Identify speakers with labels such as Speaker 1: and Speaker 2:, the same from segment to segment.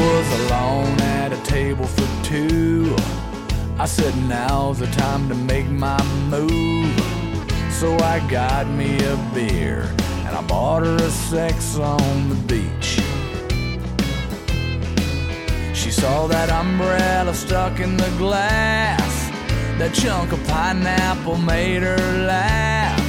Speaker 1: alone at a table for two. I said, now's the time to make my move. So I got me a beer and I bought her a sex on the beach. She saw that umbrella stuck in the glass. That chunk of pineapple made her laugh.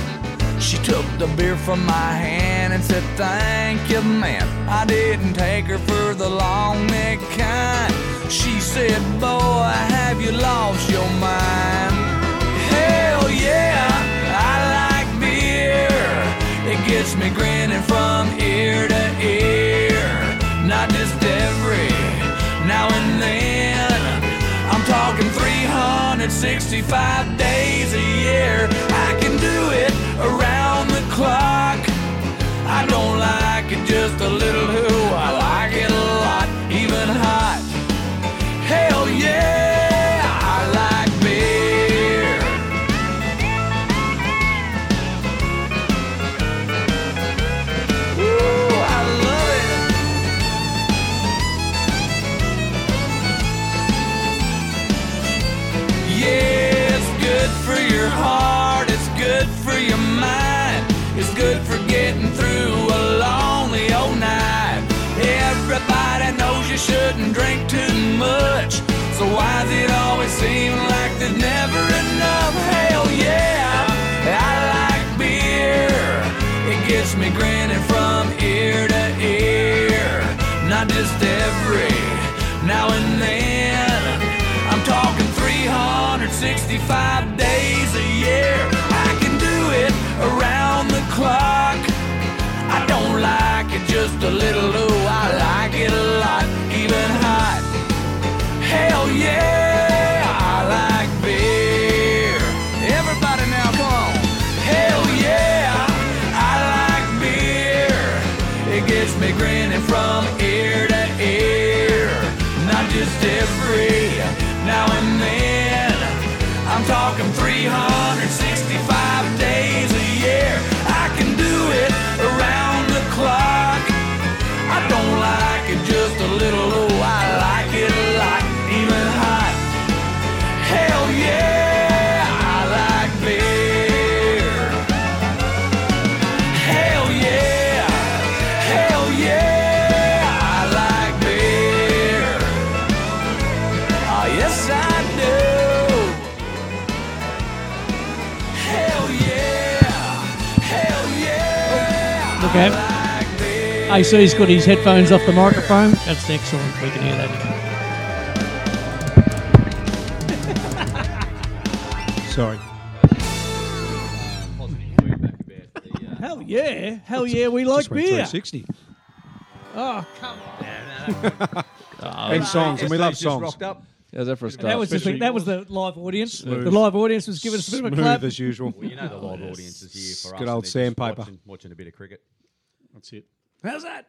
Speaker 1: She took the beer from my hand and said, Thank you, man. I didn't take her for the long neck kind. She said, Boy, have you lost your mind? Hell yeah, I like beer. It gets me grinning from ear to ear. Not just every now and then. I'm talking 365 days a year. I can do it around the clock. I don't like it just a little who. I like it a lot, even hot. Hell yeah, I like beer. Ooh, I love it. Yeah, it's good for your heart, it's good for your mind, it's good for getting through a lonely old night. Everybody knows you shouldn't drink too much, so why does it always seem like there's never enough? Hell yeah, I like beer, it gets me grinning from ear to ear, not just every now and then. I'm talking 365 days a year. I can do it around the clock. I don't like it just a little, ooh, I like it a lot, even hot. Hell yeah, I like beer. Everybody now, come on. Hell yeah, I like beer. It gets me grinning from ear to ear. Not just every now and then. I'm talking 365 days a year. I can do it around the clock. I don't like it just a little, oh, I like it a lot, even hot. Hell yeah, I like beer. Hell yeah, hell yeah, I like beer. Ah, yes, I do. Hell yeah, hell yeah.
Speaker 2: Okay.
Speaker 1: I like beer.
Speaker 2: AC's got his headphones off the microphone. That's excellent. We can hear that again. Sorry. Hell yeah. Hell yeah, we like
Speaker 3: Just went
Speaker 2: beer.
Speaker 3: 360.
Speaker 2: Oh,
Speaker 3: and songs, and we love songs.
Speaker 4: How's that for a start?
Speaker 2: that was the thing.
Speaker 5: Especially-
Speaker 2: That was the live audience.
Speaker 3: Smooth.
Speaker 2: The live audience was giving us a bit of a clap.
Speaker 3: Smooth as usual.
Speaker 5: Well, you know the live audience is here for us.
Speaker 3: Good
Speaker 5: and
Speaker 3: old
Speaker 5: they're just
Speaker 3: sandpaper.
Speaker 5: Watching, watching a bit of cricket.
Speaker 6: That's it.
Speaker 2: How's that?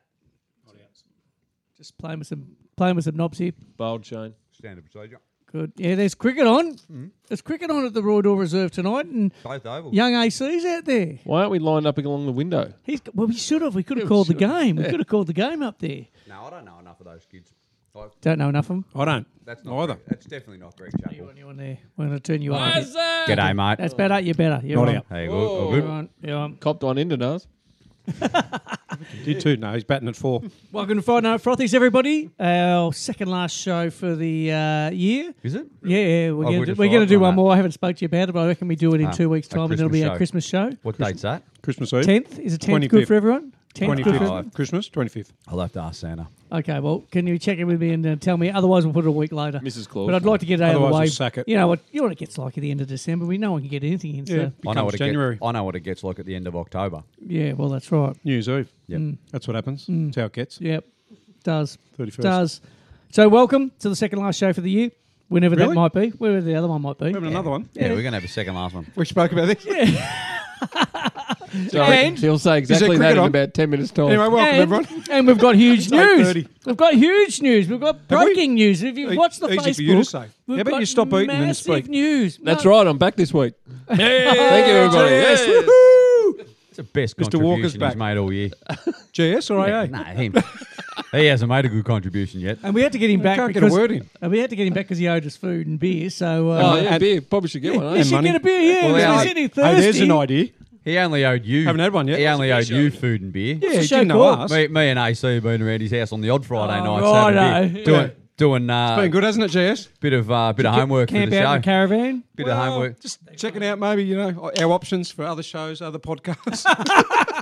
Speaker 2: Just playing with some playing with some knobs here.
Speaker 4: Bold Shane.
Speaker 5: Standard procedure.
Speaker 2: Good. Yeah, there's cricket on. There's cricket on at the Royal Door Reserve tonight, and
Speaker 5: Both ovals.
Speaker 2: young AC's out there.
Speaker 4: Why aren't we lined up along the window?
Speaker 2: He's well. We should have. We could have called the game. We could have called the game up there.
Speaker 5: No, I don't know enough of those kids. I,
Speaker 2: Don't know enough of them.
Speaker 3: I don't.
Speaker 5: that's not
Speaker 3: Neither.
Speaker 5: Greg- That's definitely not Greg Chapel.
Speaker 2: Anyone there? We're going to turn you on.
Speaker 5: G'day, mate.
Speaker 2: That's better. You're better. You're
Speaker 3: Not
Speaker 2: on.
Speaker 3: out.
Speaker 5: Hey, good. all
Speaker 2: You're
Speaker 5: good.
Speaker 2: on. You're on.
Speaker 4: Copped one into us.
Speaker 3: You too. No, he's batting at four.
Speaker 2: Welcome to Friday Night Frothies, everybody. Our second last show for the uh, year.
Speaker 5: Is it?
Speaker 2: Yeah, yeah, we're
Speaker 5: Oh,
Speaker 2: going
Speaker 5: we
Speaker 2: to
Speaker 5: just
Speaker 2: we're going to
Speaker 5: like
Speaker 2: do
Speaker 5: on
Speaker 2: one
Speaker 5: that.
Speaker 2: more. I haven't spoke to you about it, but I reckon we do it in
Speaker 5: Ah,
Speaker 2: two weeks'
Speaker 5: a
Speaker 2: time, and it'll be
Speaker 5: Christmas show.
Speaker 2: our Christmas show.
Speaker 5: What date's that?
Speaker 3: Christmas Eve.
Speaker 2: Tenth is a tenth good
Speaker 3: 25th.
Speaker 2: for everyone. Tenth good for
Speaker 3: 25th.
Speaker 2: everyone?
Speaker 3: Christmas, 25th.
Speaker 5: I'll have to ask Santa.
Speaker 2: Okay, well, can you check in with me and uh, tell me? Otherwise, we'll put it a week later.
Speaker 4: Mrs. Claus.
Speaker 2: But I'd like to get it out of the
Speaker 3: Otherwise
Speaker 2: way.
Speaker 3: we'll sack it.
Speaker 2: You know what? You know what it gets like at the end of December. We no one can get anything in. So yeah.
Speaker 5: I know,
Speaker 3: Becomes
Speaker 5: what it get-
Speaker 3: January.
Speaker 5: I know what it gets like at the end of October.
Speaker 2: well, that's right.
Speaker 3: New Year's Eve.
Speaker 5: Yep.
Speaker 3: That's what happens. That's how it gets.
Speaker 2: Yep, does
Speaker 3: 31st.
Speaker 2: Mm. does. So welcome to the second last show for the year, whenever that
Speaker 3: Really?
Speaker 2: might be, wherever the other one might be.
Speaker 3: Having another one.
Speaker 5: Yeah, we're going to have a second last one.
Speaker 3: We spoke about this.
Speaker 4: So he'll say exactly
Speaker 3: cricket
Speaker 4: that in
Speaker 3: on?
Speaker 4: about 10 minutes' time.
Speaker 3: Anyway, welcome
Speaker 2: and,
Speaker 3: everyone.
Speaker 2: and we've got huge
Speaker 3: like
Speaker 2: news.
Speaker 3: 30.
Speaker 2: We've got huge news. We've got
Speaker 3: Have we?
Speaker 2: breaking news. If you
Speaker 3: E-
Speaker 2: watch the
Speaker 3: easy
Speaker 2: Facebook,
Speaker 3: for you to say.
Speaker 2: we've
Speaker 3: How about
Speaker 2: got
Speaker 3: you stop eating and
Speaker 2: massive
Speaker 3: speak?
Speaker 2: news.
Speaker 4: That's
Speaker 2: No,
Speaker 4: right. I'm back this week. Thank you, everybody.
Speaker 3: Yes,
Speaker 4: Yes.
Speaker 3: woohoo!
Speaker 5: It's the best
Speaker 3: Mr. Walker's
Speaker 5: contribution
Speaker 3: back.
Speaker 5: he's made all year.
Speaker 3: GS or AA?
Speaker 5: Nah, him. He hasn't made a good contribution yet.
Speaker 2: And we had to get him back.
Speaker 3: can't get a
Speaker 2: because,
Speaker 3: word in.
Speaker 2: and we had to get him back because he owed us food and beer. So uh,
Speaker 4: Oh,
Speaker 3: yeah,
Speaker 4: yeah, beer. Probably should get one. eh?
Speaker 2: he should
Speaker 3: money.
Speaker 2: get a beer. Yeah,
Speaker 5: Well,
Speaker 2: if
Speaker 5: yeah,
Speaker 2: he's
Speaker 5: I-
Speaker 2: any thirsty.
Speaker 3: Hey, there's an idea.
Speaker 5: He only owed you.
Speaker 3: Haven't had one yet.
Speaker 5: He only owed
Speaker 3: What's the
Speaker 5: you food and beer.
Speaker 3: Yeah,
Speaker 2: the
Speaker 3: you
Speaker 2: show
Speaker 3: didn't know
Speaker 2: called?
Speaker 3: us.
Speaker 5: Me, me and AC been around his house on the odd Friday
Speaker 2: Oh,
Speaker 5: night,
Speaker 2: righto.
Speaker 5: Saturday, doing doing uh,
Speaker 3: Been good, hasn't it, JS?
Speaker 5: bit of uh, bit of homework for the
Speaker 2: Camp out in
Speaker 5: show.
Speaker 2: the caravan.
Speaker 5: bit of homework.
Speaker 3: Just checking out maybe, you know, our options for other shows, other podcasts.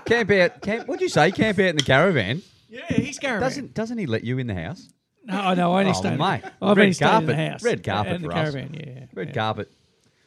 Speaker 5: Camp out. Camp. What'd you say? Camp out in the caravan.
Speaker 2: Yeah, he's caravan.
Speaker 5: Doesn't doesn't he let you in the house?
Speaker 2: no, no, I only
Speaker 5: Oh,
Speaker 2: stayed.
Speaker 5: mate.
Speaker 2: I've
Speaker 5: Red
Speaker 2: only stayed in the
Speaker 5: carpet.
Speaker 2: house.
Speaker 5: Red carpet
Speaker 2: and the
Speaker 5: for us.
Speaker 2: caravan. Yeah.
Speaker 5: Red
Speaker 2: yeah.
Speaker 5: carpet.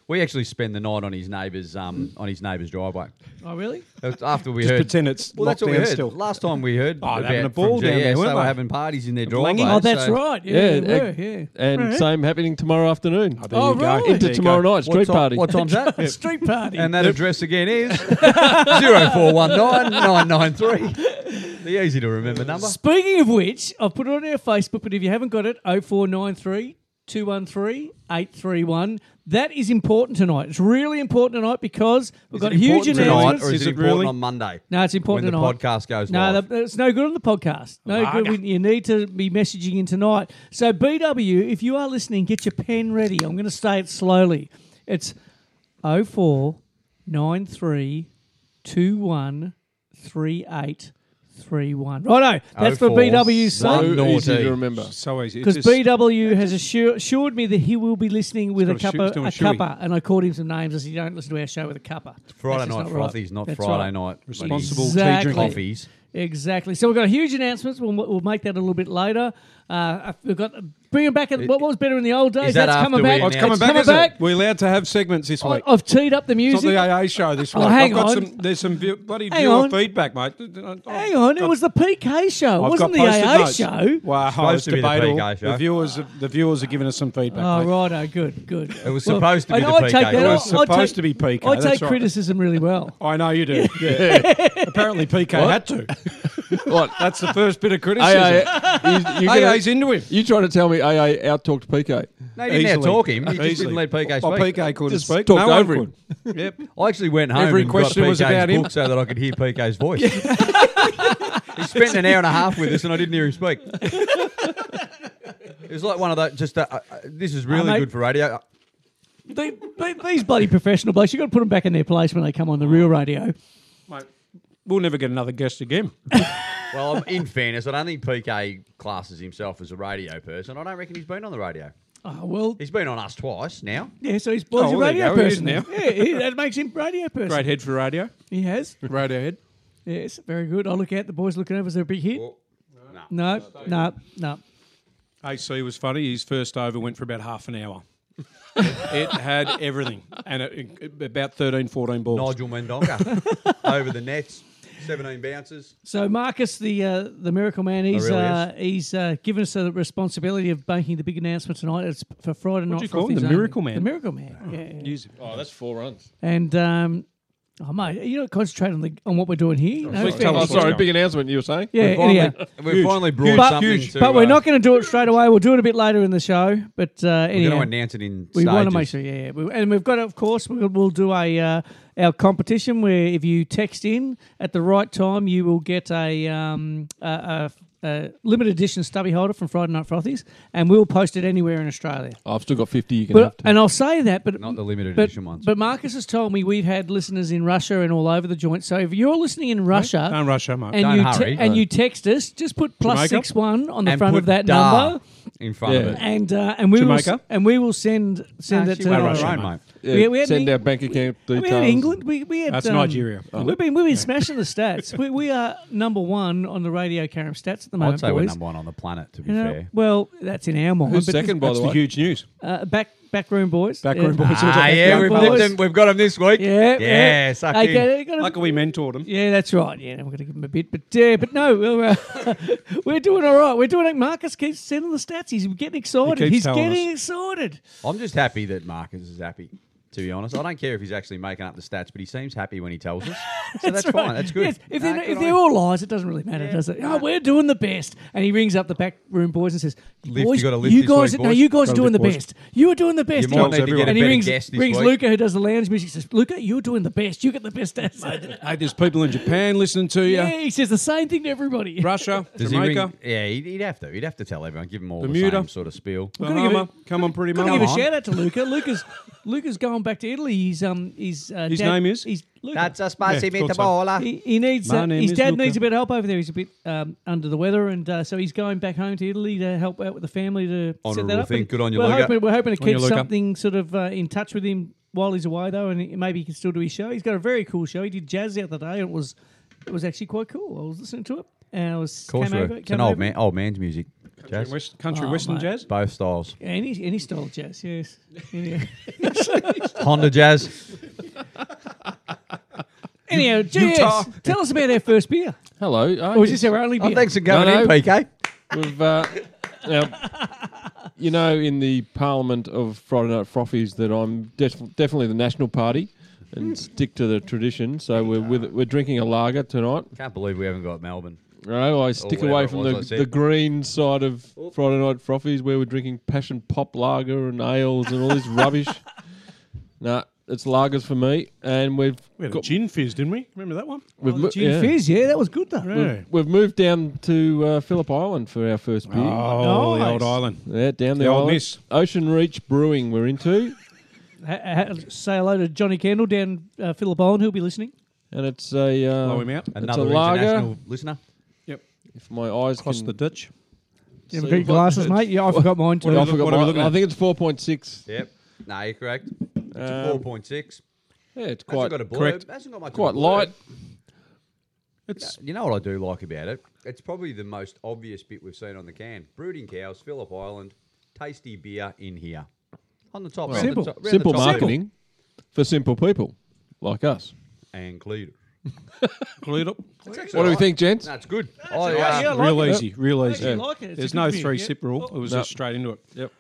Speaker 5: We actually spend the night on his neighbour's um on his neighbour's driveway.
Speaker 2: Oh, really?
Speaker 5: That's After we
Speaker 3: Just
Speaker 5: heard,
Speaker 3: pretend it's
Speaker 5: well, that's what we
Speaker 3: lockdown
Speaker 5: heard.
Speaker 3: still.
Speaker 5: Last time we heard,
Speaker 3: Oh, they're
Speaker 5: about
Speaker 3: having a
Speaker 5: from
Speaker 3: ball down there,
Speaker 5: GS,
Speaker 3: weren't
Speaker 5: they were
Speaker 3: they?
Speaker 5: having parties in their
Speaker 3: Langy?
Speaker 5: driveway.
Speaker 2: Oh, that's
Speaker 5: so-
Speaker 2: right. Yeah,
Speaker 4: Yeah,
Speaker 2: they were,
Speaker 4: and-
Speaker 2: yeah.
Speaker 4: And
Speaker 2: Right.
Speaker 4: same happening tomorrow afternoon.
Speaker 3: there
Speaker 2: Oh,
Speaker 3: you go.
Speaker 2: right.
Speaker 3: There
Speaker 4: Into
Speaker 3: you
Speaker 4: tomorrow
Speaker 3: go.
Speaker 4: night,
Speaker 5: What
Speaker 4: street
Speaker 5: time-
Speaker 4: party.
Speaker 5: What time's that?
Speaker 2: Street party.
Speaker 5: And that address again is 0419-993. The easy to remember number.
Speaker 2: Speaking of which, I've put it on our Facebook, but if you haven't got it, 0493 213 831. That is important tonight. It's really important tonight because we've got
Speaker 5: Is it
Speaker 2: huge
Speaker 5: important tonight
Speaker 2: announcements.
Speaker 5: or is,
Speaker 3: Is it
Speaker 5: it important
Speaker 3: really?
Speaker 5: on Monday?
Speaker 2: no, it's important
Speaker 5: when the
Speaker 2: tonight.
Speaker 5: podcast goes
Speaker 2: No,
Speaker 5: live.
Speaker 2: that- it's no good on the podcast. No good. when- You need to be messaging in tonight. So, BW, if you are listening, get your pen ready. I'm going to say it slowly. It's 0493 213831. Righto. That's for
Speaker 5: 04
Speaker 2: BW's son.
Speaker 5: one
Speaker 4: So easy
Speaker 5: naughty.
Speaker 4: to remember.
Speaker 3: So easy. It's
Speaker 2: Because
Speaker 3: just-
Speaker 2: BW has assured, assured me that he will be listening with a
Speaker 3: got a shoo-
Speaker 2: cuppa,
Speaker 3: it's doing
Speaker 2: a
Speaker 3: a shooey.
Speaker 2: cuppa, and I called him some names as he don't listen to our show with a cuppa.
Speaker 5: Friday
Speaker 2: That's just
Speaker 5: night
Speaker 2: not right.
Speaker 5: frothies, not
Speaker 2: That's
Speaker 5: Friday
Speaker 2: right.
Speaker 5: night
Speaker 3: Responsible
Speaker 2: Exactly.
Speaker 3: tea drinking.
Speaker 5: coffees.
Speaker 2: Exactly. So we've got huge announcements. We'll, we'll make that a little bit later. Uh, we've got bring 'em back. At, what was better in the old days?
Speaker 5: Is that
Speaker 2: That's coming
Speaker 5: after
Speaker 2: back.
Speaker 5: we
Speaker 3: Oh, it's coming
Speaker 2: It's
Speaker 3: back,
Speaker 2: coming
Speaker 3: is it?
Speaker 2: back. Oh,
Speaker 3: We're allowed to have segments this
Speaker 2: I,
Speaker 3: week.
Speaker 2: I've teed up the
Speaker 3: It's not
Speaker 2: music.
Speaker 3: the AA show this
Speaker 2: Oh,
Speaker 3: week.
Speaker 2: hang
Speaker 3: I've got
Speaker 2: on.
Speaker 3: Some, there's some view, bloody
Speaker 2: Hang
Speaker 3: viewer
Speaker 2: on.
Speaker 3: feedback, mate.
Speaker 2: Hang on, it was the PK show. it wasn't the AA show.
Speaker 3: Wow,
Speaker 5: Supposed
Speaker 3: it's
Speaker 5: to be the
Speaker 3: debatable.
Speaker 5: PK show.
Speaker 3: The viewers, the viewers are giving us some feedback.
Speaker 2: Oh,
Speaker 3: mate.
Speaker 2: right. Oh, good, good. It
Speaker 5: was supposed to be the
Speaker 2: I, I
Speaker 5: PK.
Speaker 2: Take that,
Speaker 5: It
Speaker 2: I-
Speaker 3: was
Speaker 2: I take-
Speaker 3: supposed to be PK,
Speaker 2: I take
Speaker 3: that's right.
Speaker 2: criticism really well.
Speaker 3: I know you do. Apparently, PK had to.
Speaker 4: What?
Speaker 3: That's the first bit of criticism.
Speaker 4: AA, you, you're gonna-
Speaker 3: AA's into him.
Speaker 4: you trying to tell me AA outtalked PK?
Speaker 5: No, he didn't
Speaker 3: Easily.
Speaker 5: talk him. He just
Speaker 3: Easily.
Speaker 5: didn't let PK
Speaker 3: Well,
Speaker 5: speak.
Speaker 3: PK couldn't
Speaker 4: Just
Speaker 3: speak.
Speaker 4: talked
Speaker 3: no one
Speaker 4: over him.
Speaker 3: could. Yep.
Speaker 5: I actually went home
Speaker 3: Every
Speaker 5: and
Speaker 3: question
Speaker 5: got
Speaker 3: was
Speaker 5: PK's
Speaker 3: about him.
Speaker 5: book so that I could hear PK's voice. he spent an hour and a half with us, and I didn't hear him speak. it was like one of those. Just uh, uh, this is really
Speaker 2: mate.
Speaker 5: good for radio.
Speaker 2: They, they, these bloody professional blokes, you've got to put them back in their place when they come on the real radio.
Speaker 3: Mate, we'll never get another guest again.
Speaker 5: Well, I'm- in fairness, I don't think PK classes himself as a radio person. I don't reckon he's been on the radio.
Speaker 2: Oh, well,
Speaker 5: He's been on us twice now.
Speaker 2: yeah, so he's, well, he's
Speaker 3: Oh,
Speaker 2: a
Speaker 3: well, there you
Speaker 2: radio
Speaker 3: go, he is
Speaker 2: person.
Speaker 3: now.
Speaker 2: Yeah, he- that makes him radio person.
Speaker 3: Great head for radio.
Speaker 2: He has.
Speaker 3: Radio head.
Speaker 2: Yes, very good. I'll look out. The boys looking over. Is there a big hit?
Speaker 3: Oh.
Speaker 5: Well,
Speaker 2: No, no, no.
Speaker 3: AC was funny. His first over went for about half an hour. it had everything, and it, it- about 13, 14 balls.
Speaker 5: Nigel Mendonca over the nets, 17 bounces.
Speaker 2: So Marcus, the uh, the miracle
Speaker 3: Oh,
Speaker 2: man, he's
Speaker 5: really
Speaker 2: uh, he's uh, given us the responsibility of making the big announcement tonight. It's for Friday night.
Speaker 3: you call him?
Speaker 2: Frothies
Speaker 3: The
Speaker 2: only.
Speaker 3: Miracle Man?
Speaker 2: The miracle man. Yeah, yeah.
Speaker 3: Use it.
Speaker 4: Oh, that's four runs.
Speaker 2: And um, oh mate, you don't concentrate on the on what we're doing here. No,
Speaker 3: Please
Speaker 2: fair.
Speaker 3: tell
Speaker 4: Oh,
Speaker 3: us
Speaker 4: sorry,
Speaker 3: what's
Speaker 4: big announcement you were saying.
Speaker 2: Yeah,
Speaker 5: We've finally,
Speaker 2: anyhow.
Speaker 5: we've finally brought
Speaker 2: But,
Speaker 5: something to
Speaker 2: but we're
Speaker 5: uh,
Speaker 2: not going to do it straight away. We'll do it a bit later in the show. But uh,
Speaker 5: We're
Speaker 2: anyhow.
Speaker 5: going to announce it in
Speaker 2: We want to
Speaker 5: stages.
Speaker 2: make sure, yeah. yeah. We, and we've got, of course, we'll, we'll do a uh, our competition where if you text in at the right time, you will get a um, a, a, a limited edition stubby holder from Friday Night Frothies, and we'll post it anywhere in Australia.
Speaker 4: Oh, I've still got 50 you can have
Speaker 2: But
Speaker 4: to.
Speaker 2: and I'll say that, but
Speaker 5: Not the limited
Speaker 2: but,
Speaker 5: edition ones.
Speaker 2: But Marcus has told me we've had listeners in Russia and all over the joint. So if you're listening in Russia,
Speaker 3: Don't rush home, mate.
Speaker 2: and
Speaker 5: Don't
Speaker 2: you
Speaker 5: hurry.
Speaker 2: and you text us, just put plus
Speaker 3: Jamaica?
Speaker 2: six one on the
Speaker 5: And
Speaker 2: front
Speaker 5: put
Speaker 2: of that
Speaker 5: da
Speaker 2: number,
Speaker 5: in front
Speaker 4: Yeah.
Speaker 5: of it.
Speaker 2: and uh, and we will
Speaker 3: Jamaica?
Speaker 2: and we will send send
Speaker 5: Nah,
Speaker 2: it
Speaker 5: she
Speaker 2: to
Speaker 5: went
Speaker 3: No
Speaker 5: on
Speaker 3: rush
Speaker 5: her
Speaker 3: home,
Speaker 5: own, mate.
Speaker 4: Yeah,
Speaker 2: we- we had
Speaker 4: send
Speaker 2: the-
Speaker 4: our bank account details.
Speaker 2: We had England. We, we had
Speaker 3: That's
Speaker 2: um,
Speaker 3: Nigeria.
Speaker 5: Oh.
Speaker 2: We've been we've been smashing the stats. We, we are number one on the radio Karam stats at the moment.
Speaker 5: I'd say we're
Speaker 2: boys.
Speaker 5: number one on the planet, to be
Speaker 2: You know,
Speaker 5: fair.
Speaker 2: well, that's in our mind.
Speaker 4: Who's
Speaker 2: but
Speaker 4: second, by
Speaker 3: That's
Speaker 4: the
Speaker 3: the
Speaker 4: way?
Speaker 3: huge news.
Speaker 2: this- Uh, back backroom boys.
Speaker 3: Backroom
Speaker 2: yeah.
Speaker 3: boys.
Speaker 5: Ah, yeah, we've,
Speaker 2: Boys.
Speaker 5: nipped him, we've got him this week.
Speaker 2: Yeah,
Speaker 5: yeah. suck
Speaker 2: They
Speaker 5: in.
Speaker 2: get- they got a-
Speaker 3: Lucky we mentored him.
Speaker 2: yeah, that's right. Yeah, we're going to give him a bit, but yeah, but no, we're, uh, we're doing all right. We're doing. it. Marcus keeps sending the stats. He's getting excited.
Speaker 3: keeps
Speaker 2: He's
Speaker 3: telling
Speaker 2: getting excited.
Speaker 5: I'm just happy that Marcus is happy. to be honest. I don't care if he's actually making up the stats, but he seems happy when he tells us. So that's, fine. That's good.
Speaker 2: Yes, if
Speaker 5: Nah,
Speaker 2: they're,
Speaker 5: good
Speaker 2: if
Speaker 5: on
Speaker 2: they're
Speaker 5: him.
Speaker 2: all lies, it doesn't really matter, does it? Oh, we're doing the best. And he rings up the back room boys and says,
Speaker 5: Lift, you
Speaker 2: boys, you,
Speaker 5: gotta lift this
Speaker 2: guys,
Speaker 5: week,
Speaker 2: no,
Speaker 5: boys.
Speaker 2: you guys are
Speaker 4: Gotta
Speaker 2: doing the
Speaker 4: lift, boys."
Speaker 2: best. You are doing the best.
Speaker 5: might
Speaker 3: need to get a
Speaker 2: and he
Speaker 5: better
Speaker 2: rings,
Speaker 5: guest this
Speaker 2: rings
Speaker 5: week.
Speaker 2: Luca, who does the lounge music, says, Luca, you're doing the best. You get the best stats.
Speaker 3: Hey, there's people in Japan listening to you.
Speaker 2: yeah, he says the same thing to everybody.
Speaker 3: Russia,
Speaker 5: Does he
Speaker 3: Jamaica,
Speaker 5: ring? Yeah, he'd, he'd have to. He'd have to tell everyone. Give them all
Speaker 3: Bermuda.
Speaker 5: the same sort of spiel.
Speaker 2: Gotta give
Speaker 3: Bahama.
Speaker 2: it-
Speaker 3: Come on, pretty
Speaker 2: Gotta
Speaker 3: much.
Speaker 2: give a
Speaker 5: on.
Speaker 2: shout out to Luca. Luca's Luca's going back to Italy. He's um he's uh,
Speaker 3: His
Speaker 2: dad-
Speaker 3: name is?
Speaker 2: he's Luca.
Speaker 5: a
Speaker 3: spicy Yeah, thought so. meatball.
Speaker 2: he, he needs
Speaker 3: My
Speaker 2: uh,
Speaker 3: name
Speaker 2: his
Speaker 3: is
Speaker 2: dad
Speaker 3: Luca.
Speaker 2: needs a bit of help over there. He's a bit um, under the weather, and uh, so he's going back home to Italy to help out with the family to set that
Speaker 5: Honourable
Speaker 2: up.
Speaker 5: thing.
Speaker 2: And
Speaker 5: Good on you,
Speaker 2: we're
Speaker 5: Luca.
Speaker 2: Hoping, we're hoping to
Speaker 3: on you,
Speaker 2: keep
Speaker 3: Luca.
Speaker 2: something sort of uh, in touch with him while he's away, though, and he- maybe he can still do his show. He's got a very cool show. He did jazz the other day, and it was it was actually quite cool. I was listening to it, and I was
Speaker 5: Of course,
Speaker 2: came
Speaker 5: we
Speaker 2: over,
Speaker 5: It's
Speaker 2: came
Speaker 5: an old
Speaker 2: over-
Speaker 5: man, old man's music.
Speaker 3: Country,
Speaker 5: Jazz.
Speaker 3: West, country
Speaker 2: Oh,
Speaker 3: Western
Speaker 2: mate.
Speaker 3: jazz.
Speaker 5: Both styles.
Speaker 2: Any any style of jazz, yes. Any-
Speaker 5: Honda jazz.
Speaker 2: Anyhow,
Speaker 5: Utah.
Speaker 2: GS, tell us about our first beer.
Speaker 6: Hello.
Speaker 2: Or is this our only beer?
Speaker 5: Oh, thanks for going
Speaker 6: No,
Speaker 5: in,
Speaker 6: no.
Speaker 5: PK.
Speaker 6: We've, uh, now, you know, in the Parliament of Friday Night Frothies, that I'm def- definitely the National Party and stick to the tradition. So we're with, we're drinking a lager tonight.
Speaker 5: Can't believe we haven't got Melbourne.
Speaker 6: Right, I stick
Speaker 5: whatever
Speaker 6: away
Speaker 5: it
Speaker 6: from
Speaker 5: was
Speaker 6: the,
Speaker 5: I said.
Speaker 6: the green side of Friday Night Frothies, where we're drinking passion pop lager and ales and all this rubbish. Nah, it's lagers for me, and we've
Speaker 3: We had a
Speaker 6: got-
Speaker 3: gin fizz, didn't we? Remember that one?
Speaker 6: we've,
Speaker 2: Oh, the
Speaker 6: mo-
Speaker 2: Gin
Speaker 6: yeah.
Speaker 2: Fizz, yeah, that was good though.
Speaker 3: Yeah.
Speaker 6: We've moved down to uh, Phillip Island for our first beer.
Speaker 3: Oh, the
Speaker 2: Nice.
Speaker 3: old island.
Speaker 6: Yeah, down the,
Speaker 3: The old
Speaker 6: island.
Speaker 3: miss.
Speaker 6: Ocean Reach Brewing, we're into,
Speaker 2: Ha- ha- say hello to Johnny Candle down uh, Phillip Island. He'll be listening.
Speaker 6: and it's a uh,
Speaker 3: Blow him out.
Speaker 5: Another
Speaker 6: a lager.
Speaker 5: international listener.
Speaker 6: If my eyes
Speaker 3: Across
Speaker 6: can,
Speaker 3: the ditch.
Speaker 2: You
Speaker 6: See
Speaker 2: have got
Speaker 6: what-
Speaker 2: glasses, mate? Yeah, I forgot mine too.
Speaker 6: I
Speaker 3: look-
Speaker 6: forgot
Speaker 3: what are we
Speaker 6: my-
Speaker 3: looking
Speaker 6: I
Speaker 3: at?
Speaker 6: think it's four point six.
Speaker 5: Yep. No, you're correct. It's
Speaker 6: Um,
Speaker 5: a four point six.
Speaker 6: Yeah, it's
Speaker 5: Hasn't
Speaker 6: quite
Speaker 5: got a blurb.
Speaker 3: correct.
Speaker 5: Hasn't got much. of a
Speaker 6: quite
Speaker 5: blurb.
Speaker 6: light.
Speaker 3: It's
Speaker 5: You know what I do like about it? It's probably the most obvious bit we've seen on the can. Brooding cows, Phillip Island, tasty beer in here. On the top, round the
Speaker 2: Simple.
Speaker 5: top- round the
Speaker 6: simple
Speaker 5: top lip.
Speaker 6: marketing for simple people like us.
Speaker 5: and cleaner.
Speaker 3: cleared up.
Speaker 6: What do we think, gents?
Speaker 5: That's good. I, uh,
Speaker 2: yeah, I like
Speaker 3: real
Speaker 2: it.
Speaker 3: easy, real easy.
Speaker 2: actually like it. It's
Speaker 3: There's
Speaker 2: a
Speaker 3: no
Speaker 2: good beer,
Speaker 3: three
Speaker 2: yeah. Oh,
Speaker 3: sip rule. It was
Speaker 6: No.
Speaker 3: just straight into it. Yep.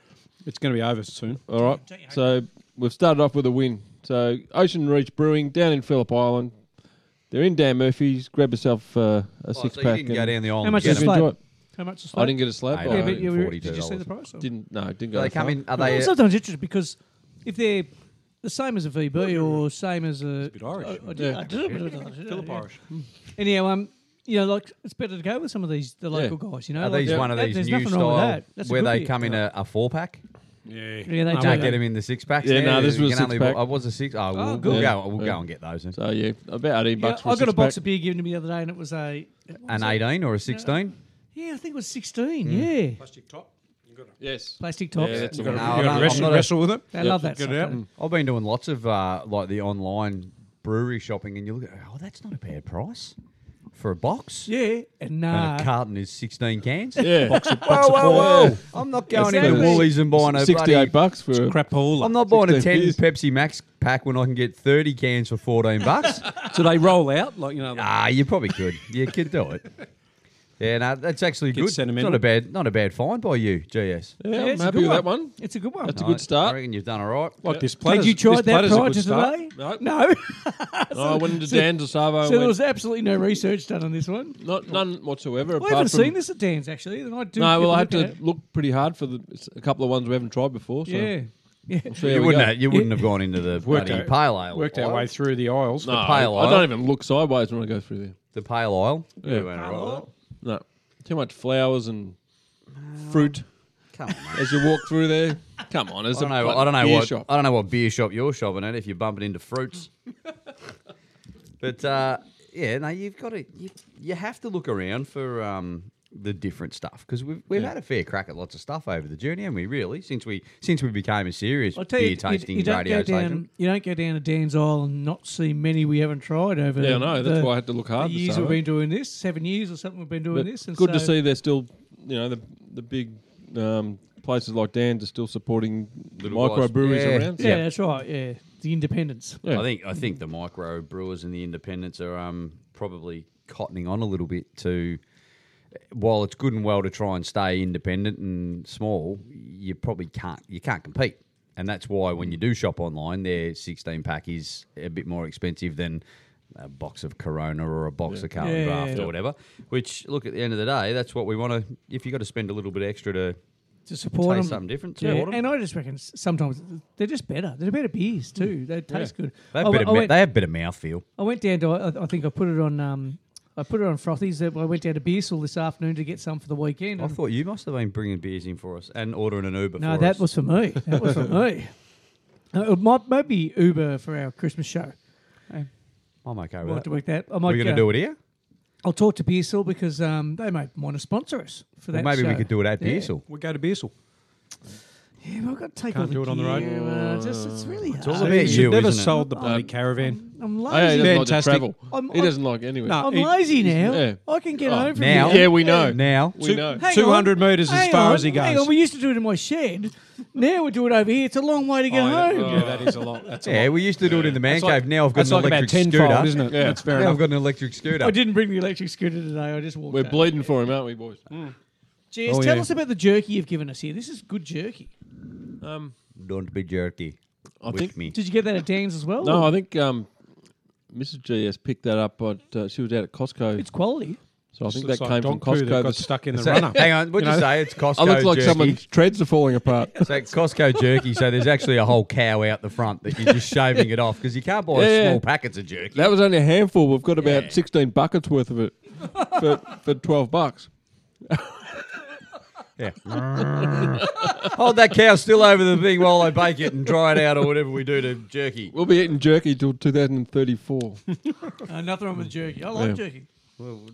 Speaker 3: It's going to be over soon.
Speaker 6: All right. So we've started off with a win. So Ocean Reach Brewing down in Phillip Island. They're in Dan Murphy's. Grab yourself uh, a
Speaker 5: oh,
Speaker 6: six
Speaker 5: so
Speaker 6: pack.
Speaker 5: you didn't go
Speaker 6: and
Speaker 5: down the island.
Speaker 2: How much
Speaker 5: to
Speaker 2: is the
Speaker 6: Just
Speaker 5: get them.
Speaker 6: enjoy
Speaker 2: slab?
Speaker 6: it.
Speaker 2: How much is
Speaker 6: I didn't get a slab.
Speaker 5: Hey,
Speaker 6: I
Speaker 2: Yeah, but you were,
Speaker 5: $42.
Speaker 2: did you see the price? or-
Speaker 6: didn't. No, didn't go.
Speaker 5: Do they
Speaker 6: that far.
Speaker 5: come in? Are
Speaker 2: Well,
Speaker 3: uh,
Speaker 5: they?
Speaker 2: I'm sometimes interested because if they're the same as a VB or same as a,
Speaker 3: bit Irish,
Speaker 2: I- I
Speaker 3: isn't
Speaker 2: do- I do a bit of that, yeah. Anyhow, um, you know, like it's better to go with some of these the local guys. You know,
Speaker 5: Are
Speaker 2: like,
Speaker 5: these
Speaker 2: that-
Speaker 5: one of
Speaker 2: that-
Speaker 5: these
Speaker 2: there's
Speaker 5: new
Speaker 2: nothing wrong with
Speaker 5: style
Speaker 2: that. That's a
Speaker 5: where
Speaker 2: good
Speaker 5: they
Speaker 2: beer.
Speaker 5: come in a, a four pack?
Speaker 3: Yeah.
Speaker 2: Yeah, they
Speaker 3: No,
Speaker 2: do.
Speaker 5: Don't
Speaker 3: we-
Speaker 5: get them in the six packs.
Speaker 6: Yeah,
Speaker 5: now.
Speaker 6: no, this
Speaker 5: You
Speaker 6: was
Speaker 5: can
Speaker 6: six
Speaker 5: only-
Speaker 6: pack.
Speaker 5: I was a six. Oh, we'll,
Speaker 2: good.
Speaker 5: we'll
Speaker 6: Yeah.
Speaker 5: go. We'll
Speaker 6: Yeah.
Speaker 5: go and get those. Then.
Speaker 6: So yeah, about eighteen
Speaker 2: Yeah,
Speaker 6: bucks. For
Speaker 2: I got a
Speaker 6: six
Speaker 2: box
Speaker 6: pack.
Speaker 2: of beer given to me the other day, and it was a
Speaker 5: An Hmm. eighteen or a sixteen?
Speaker 2: yeah, I think it was sixteen. Yeah,
Speaker 3: Plastic top. You got to
Speaker 6: Yes.
Speaker 2: plastic tops.
Speaker 6: Yeah, that's
Speaker 3: you gotta,
Speaker 5: No,
Speaker 3: you
Speaker 5: I
Speaker 3: gotta
Speaker 5: don't- I'm
Speaker 3: wrestle,
Speaker 5: not a-
Speaker 3: wrestle with it.
Speaker 2: I love that.
Speaker 3: Get
Speaker 2: stuff,
Speaker 3: it out.
Speaker 2: don't
Speaker 5: I've been doing lots of uh, like the online brewery shopping, and you look at oh, that's not a bad price for a box.
Speaker 2: they? Yeah, and uh,
Speaker 5: And a
Speaker 2: nah.
Speaker 5: carton is sixteen cans.
Speaker 6: Yeah.
Speaker 5: Whoa,
Speaker 6: four.
Speaker 5: whoa, whoa! I'm not going
Speaker 2: Exactly.
Speaker 5: into Woolies and buying a
Speaker 6: Sixty-eight
Speaker 5: bloody.
Speaker 6: bucks for.
Speaker 3: Crapola.
Speaker 5: I'm not buying a
Speaker 6: 16
Speaker 5: ten
Speaker 6: beers.
Speaker 5: Pepsi Max pack when I can get thirty cans for fourteen bucks.
Speaker 3: Do they roll out like you know?
Speaker 5: Ah, you probably could. You could do it. Yeah, no, that's actually
Speaker 3: Get
Speaker 5: good. It's
Speaker 3: sentimental.
Speaker 5: Not a bad, not a bad find by you, GS.
Speaker 6: Yeah,
Speaker 2: Yeah,
Speaker 6: I'm
Speaker 2: it's a
Speaker 6: happy
Speaker 2: good
Speaker 6: with that one.
Speaker 2: It's a good one.
Speaker 6: That's a
Speaker 5: No,
Speaker 6: good start.
Speaker 5: I reckon you've done all right.
Speaker 3: like this
Speaker 2: Had
Speaker 3: platter's-
Speaker 2: you tried
Speaker 3: this
Speaker 2: that
Speaker 3: platter's a
Speaker 2: prior
Speaker 3: good
Speaker 2: to
Speaker 3: start.
Speaker 2: today?
Speaker 6: No. Oh,
Speaker 2: No.
Speaker 6: No, I went into Dan's or Savo. and
Speaker 2: so there
Speaker 6: went-
Speaker 2: was absolutely no research done on this one.
Speaker 6: Not none whatsoever.
Speaker 2: I
Speaker 6: apart
Speaker 2: haven't
Speaker 6: from,
Speaker 2: seen this at Dan's actually. And I do
Speaker 6: No,
Speaker 2: keep
Speaker 6: well, I have
Speaker 2: looking
Speaker 6: to look pretty hard for the, s- a couple of ones we haven't tried before. So
Speaker 2: at it. Yeah. Yeah.
Speaker 6: So
Speaker 5: You
Speaker 6: there we
Speaker 5: wouldn't,
Speaker 6: go.
Speaker 5: have, you wouldn't have gone into the
Speaker 3: Worked
Speaker 5: bloody
Speaker 3: out-
Speaker 5: pale ale.
Speaker 3: Worked our way
Speaker 5: aisle.
Speaker 3: through the aisles.
Speaker 6: No,
Speaker 5: pale
Speaker 6: I
Speaker 5: aisle.
Speaker 6: don't even look sideways when I go through there.
Speaker 5: the pale aisle.
Speaker 6: Yeah.
Speaker 5: You went all right with that.
Speaker 6: No, too much flowers and fruit
Speaker 5: Come on, mate.
Speaker 6: as you walk through there. Come on, it's
Speaker 5: I don't
Speaker 6: a
Speaker 5: know.
Speaker 6: bloody
Speaker 5: I don't know
Speaker 6: beer
Speaker 5: what.
Speaker 6: shop.
Speaker 5: I don't know what beer shop you're shopping at if you're bumping into fruits. but uh, yeah, no, you've got to. You, you have to look around for um, the different stuff because we've we've had a fair crack at lots of stuff over the journey, and we really since we since we became a serious
Speaker 2: I'll
Speaker 5: beer
Speaker 2: tell you, you,
Speaker 5: tasting
Speaker 2: you don't
Speaker 5: radio
Speaker 2: go down.
Speaker 5: station.
Speaker 2: You don't go down to Dan's Isle and not see many we haven't tried over.
Speaker 6: Yeah, I know. That's
Speaker 2: the-
Speaker 6: why I had to look hard
Speaker 2: The
Speaker 6: this
Speaker 2: years
Speaker 6: summer.
Speaker 2: we've been doing this, seven years or something, we've been doing
Speaker 6: But
Speaker 2: this. And
Speaker 6: good to
Speaker 2: so-
Speaker 6: see they're still, you know, the the big um, places like Dan's are still supporting
Speaker 5: Little
Speaker 6: micro
Speaker 5: guys.
Speaker 6: breweries
Speaker 5: Yeah.
Speaker 6: around.
Speaker 2: Yeah,
Speaker 5: Yeah.
Speaker 2: that's right. Yeah, øh, the independence.
Speaker 6: Yeah.
Speaker 5: I think I think
Speaker 2: Mm-hmm.
Speaker 5: the micro brewers and the independents are um, probably cottoning on a little bit to. While it's good and well to try and stay independent and small, you probably can't you can't compete. And that's why when
Speaker 2: Mm.
Speaker 5: you do shop online, their 16 pack is a bit more expensive than a box of Corona or a box of Carlton
Speaker 2: Yeah, yeah,
Speaker 5: Draft
Speaker 2: yeah.
Speaker 5: or whatever. Which, look, at the end of the day, that's what we want to. If you got to spend a little bit extra to
Speaker 2: to support
Speaker 5: taste
Speaker 2: them.
Speaker 5: something different,
Speaker 2: Yeah,
Speaker 5: support 'em.
Speaker 2: and I just reckon s- sometimes they're just better. They're better beers too. They taste good.
Speaker 5: they, have
Speaker 2: I,
Speaker 5: Mm. better,
Speaker 2: I
Speaker 5: mou-
Speaker 2: went,
Speaker 5: they have better mouthfeel.
Speaker 2: I went down to. I, I think I put it on. Um, I put it on frothies. That I went down to Beersall this afternoon to get some for the weekend.
Speaker 5: I thought you must have been bringing beers in for us and ordering an Uber
Speaker 2: no,
Speaker 5: for
Speaker 2: that
Speaker 5: us.
Speaker 2: was for me. That was for me. Uh, it might maybe Uber for our Christmas show.
Speaker 5: I'm okay
Speaker 2: We'll
Speaker 5: with
Speaker 2: have
Speaker 5: that.
Speaker 2: to work that. I
Speaker 5: We're
Speaker 2: might.
Speaker 5: going to
Speaker 2: uh,
Speaker 5: do it here?
Speaker 2: I'll talk to Beersall because um, they might want to sponsor us for
Speaker 5: Well,
Speaker 2: that.
Speaker 5: maybe we
Speaker 2: show.
Speaker 5: could do it at
Speaker 2: Yeah.
Speaker 5: Beersall.
Speaker 3: We'll go to Beersall.
Speaker 2: Yeah, but I've got to take
Speaker 3: Can't
Speaker 2: all
Speaker 3: do it on the road.
Speaker 2: gear, Uh, just, it's really hard.
Speaker 5: all about
Speaker 3: You should
Speaker 5: you,
Speaker 3: never
Speaker 5: isn't it?
Speaker 3: sold the bloody caravan.
Speaker 2: I'm
Speaker 6: Oh, yeah,
Speaker 2: lazy.
Speaker 6: he doesn't like to
Speaker 3: Fantastic.
Speaker 6: travel.
Speaker 2: I'm-
Speaker 6: he doesn't like anyway.
Speaker 3: No.
Speaker 2: I'm
Speaker 3: He-
Speaker 2: lazy now.
Speaker 6: yeah.
Speaker 2: I can get over
Speaker 5: now-
Speaker 2: Here.
Speaker 6: Yeah, we know.
Speaker 5: Now,
Speaker 6: we
Speaker 3: Two-
Speaker 6: know.
Speaker 2: Hang on.
Speaker 3: 200 metres as
Speaker 2: Hang
Speaker 3: far
Speaker 2: on,
Speaker 3: as he goes.
Speaker 2: Hang on, we used to do it in my shed. now we do it over here. It's a long way to get
Speaker 3: Oh, yeah,
Speaker 2: home.
Speaker 6: uh,
Speaker 3: yeah, that is a lot. That's a
Speaker 5: yeah,
Speaker 3: lot.
Speaker 5: we used to do it in the man
Speaker 3: That's
Speaker 5: cave.
Speaker 3: like-
Speaker 5: now I've got
Speaker 3: That's
Speaker 5: an
Speaker 3: like about
Speaker 5: electric
Speaker 3: tenfold,
Speaker 5: scooter.
Speaker 3: isn't it?
Speaker 6: Yeah.
Speaker 3: That's fair
Speaker 5: Now I've
Speaker 3: enough.
Speaker 5: got an electric scooter.
Speaker 2: I didn't bring the electric scooter today. I just walked.
Speaker 6: We're
Speaker 2: out.
Speaker 6: bleeding for him, aren't we, boys?
Speaker 2: Jez,
Speaker 3: Oh,
Speaker 2: tell
Speaker 3: yeah.
Speaker 2: us about the jerky you've given us here. This is good jerky.
Speaker 5: Don't be jerky.
Speaker 6: I
Speaker 5: with
Speaker 6: think-
Speaker 5: me.
Speaker 2: Did you get that at Dan's as well?
Speaker 6: No, I think um, Mrs. G has picked that up, but uh, she was out at Costco,
Speaker 2: it's quality.
Speaker 6: so I think
Speaker 3: Looks
Speaker 6: that
Speaker 3: like
Speaker 6: came from
Speaker 3: dog poo that
Speaker 6: Costco.
Speaker 3: got
Speaker 6: this-
Speaker 3: stuck in the
Speaker 5: So-
Speaker 3: runner.
Speaker 5: hang on, what'd you,
Speaker 3: know,
Speaker 5: say? It's Costco.
Speaker 6: I look like
Speaker 5: jerky.
Speaker 6: someone's treads are falling apart.
Speaker 5: So Costco jerky. So there's actually a whole cow out the front that you're just shaving it off because you can't buy
Speaker 6: Yeah, yeah.
Speaker 5: small packets of jerky.
Speaker 6: That was only a handful. We've got about 16 buckets worth of it for, for 12 bucks.
Speaker 5: Yeah. Hold that cow still over the thing while I bake it and dry it out or whatever we do to jerky.
Speaker 6: We'll be eating jerky till 2034.
Speaker 2: Uh, nothing wrong with jerky. I like
Speaker 6: Yeah.
Speaker 2: jerky.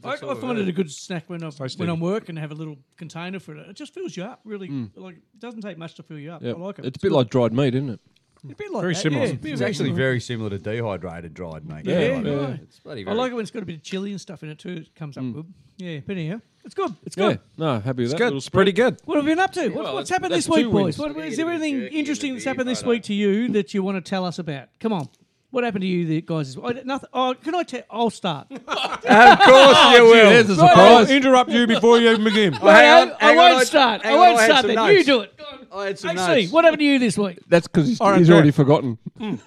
Speaker 2: I, I find it a good snack when, I've,
Speaker 3: tasty.
Speaker 2: when I'm working. Have a little container for it. It just fills you up. Really, like it doesn't take much to fill you up.
Speaker 6: Mm. Yeah.
Speaker 2: I like it.
Speaker 6: It's a bit like dried meat, isn't it?
Speaker 2: It's a bit like
Speaker 3: Very
Speaker 2: that,
Speaker 3: similar.
Speaker 2: yeah. Bit
Speaker 5: It's
Speaker 2: very
Speaker 5: actually
Speaker 2: similar.
Speaker 5: very similar to dehydrated dried, mate.
Speaker 2: Yeah,
Speaker 6: Yeah,
Speaker 2: right.
Speaker 6: yeah.
Speaker 5: It's bloody
Speaker 2: I
Speaker 5: very
Speaker 2: like it when it's got a bit of chili and stuff in it too. It comes
Speaker 5: Mm.
Speaker 2: up good. Yeah, but anyhow, it's good. It's
Speaker 6: Yeah.
Speaker 2: good.
Speaker 6: No, happy with that.
Speaker 3: It's pretty good.
Speaker 2: What have we been up to? What, what's happened this
Speaker 6: that's
Speaker 2: week,
Speaker 6: two
Speaker 2: boys?
Speaker 6: wins.
Speaker 2: What,
Speaker 5: Yeah,
Speaker 2: is
Speaker 5: you
Speaker 2: there
Speaker 5: get a bit
Speaker 2: anything
Speaker 5: jerky in
Speaker 2: interesting
Speaker 5: the
Speaker 2: that's happened this
Speaker 5: photo.
Speaker 2: week to you that you want to tell us about? Come on. What happened to you, the guys? I, nothing, oh, can I tell? I'll start.
Speaker 5: Of course you will.
Speaker 6: There's a
Speaker 3: I'll
Speaker 6: surprise.
Speaker 3: interrupt you before you even begin.
Speaker 5: Oh, hang on,
Speaker 2: I,
Speaker 5: hang on,
Speaker 2: won't
Speaker 5: I-
Speaker 2: start. I
Speaker 5: hang on,
Speaker 2: won't
Speaker 5: had
Speaker 2: start.
Speaker 5: some
Speaker 2: That you
Speaker 5: notes.
Speaker 2: do it.
Speaker 5: I had some
Speaker 2: AC,
Speaker 5: notes.
Speaker 2: what happened to you this week?
Speaker 6: That's because he's,
Speaker 3: Alright,
Speaker 6: he's
Speaker 3: go.
Speaker 6: already forgotten.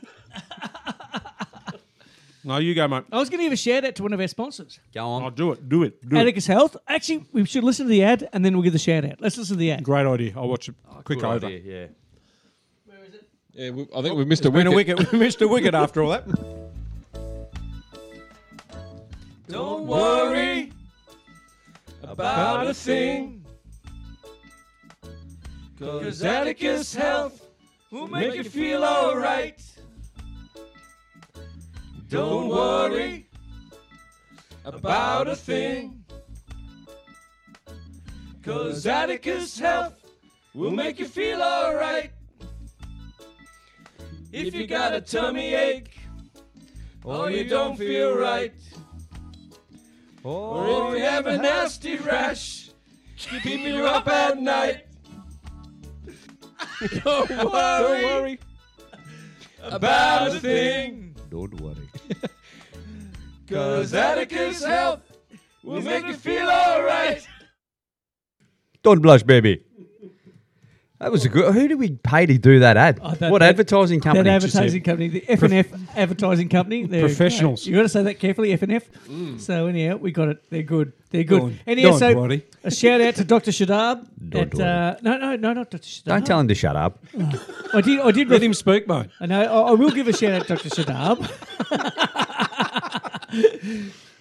Speaker 3: No, you go, mate.
Speaker 2: I was going to give a shout out to one of our sponsors,
Speaker 5: Go
Speaker 3: I'll
Speaker 5: on.
Speaker 3: do it. Do it. Do it.
Speaker 2: Atticus Health. Actually, we should listen to the ad and then we'll give the shout out. Let's listen to the ad.
Speaker 3: Great idea. I'll watch it quick
Speaker 5: Oh, Good
Speaker 3: over.
Speaker 5: idea, yeah.
Speaker 6: Yeah, we, I think we've missed a
Speaker 3: Been
Speaker 6: wicket.
Speaker 3: a wicket. We missed a wicket after all that.
Speaker 2: Don't worry.
Speaker 3: About a thing.
Speaker 2: Cause Atticus Health will make you feel alright. Don't worry about a thing. Cause Atticus Health will make you feel alright. If you got a tummy ache or you don't feel right, or if you have a nasty rash, keeping you up at night.
Speaker 3: Don't worry.
Speaker 2: about a thing.
Speaker 5: Don't worry.
Speaker 2: Cause Atticus Health will make you feel alright.
Speaker 5: Don't blush, baby. That was a good. Who did we pay to do that ad?
Speaker 2: Oh, that-
Speaker 5: what
Speaker 2: that-
Speaker 5: advertising
Speaker 2: That
Speaker 5: company?
Speaker 2: advertising company, the F and F advertising company. they're-
Speaker 3: Professionals.
Speaker 2: You got to say that carefully, F and F.
Speaker 5: Mm.
Speaker 2: So anyhow, we got it. They're good. They're good.
Speaker 3: Don't-
Speaker 2: anyhow,
Speaker 3: don't
Speaker 2: so
Speaker 3: worry.
Speaker 2: a shout out to Dr. Shadab.
Speaker 5: Don't
Speaker 2: at, uh, no, no, no, not Dr. Shadab.
Speaker 5: Don't tell him to shut up.
Speaker 2: I did. I did.
Speaker 3: Let him speak, mate.
Speaker 2: I know. I, I will give a shout out, Dr. Shadab.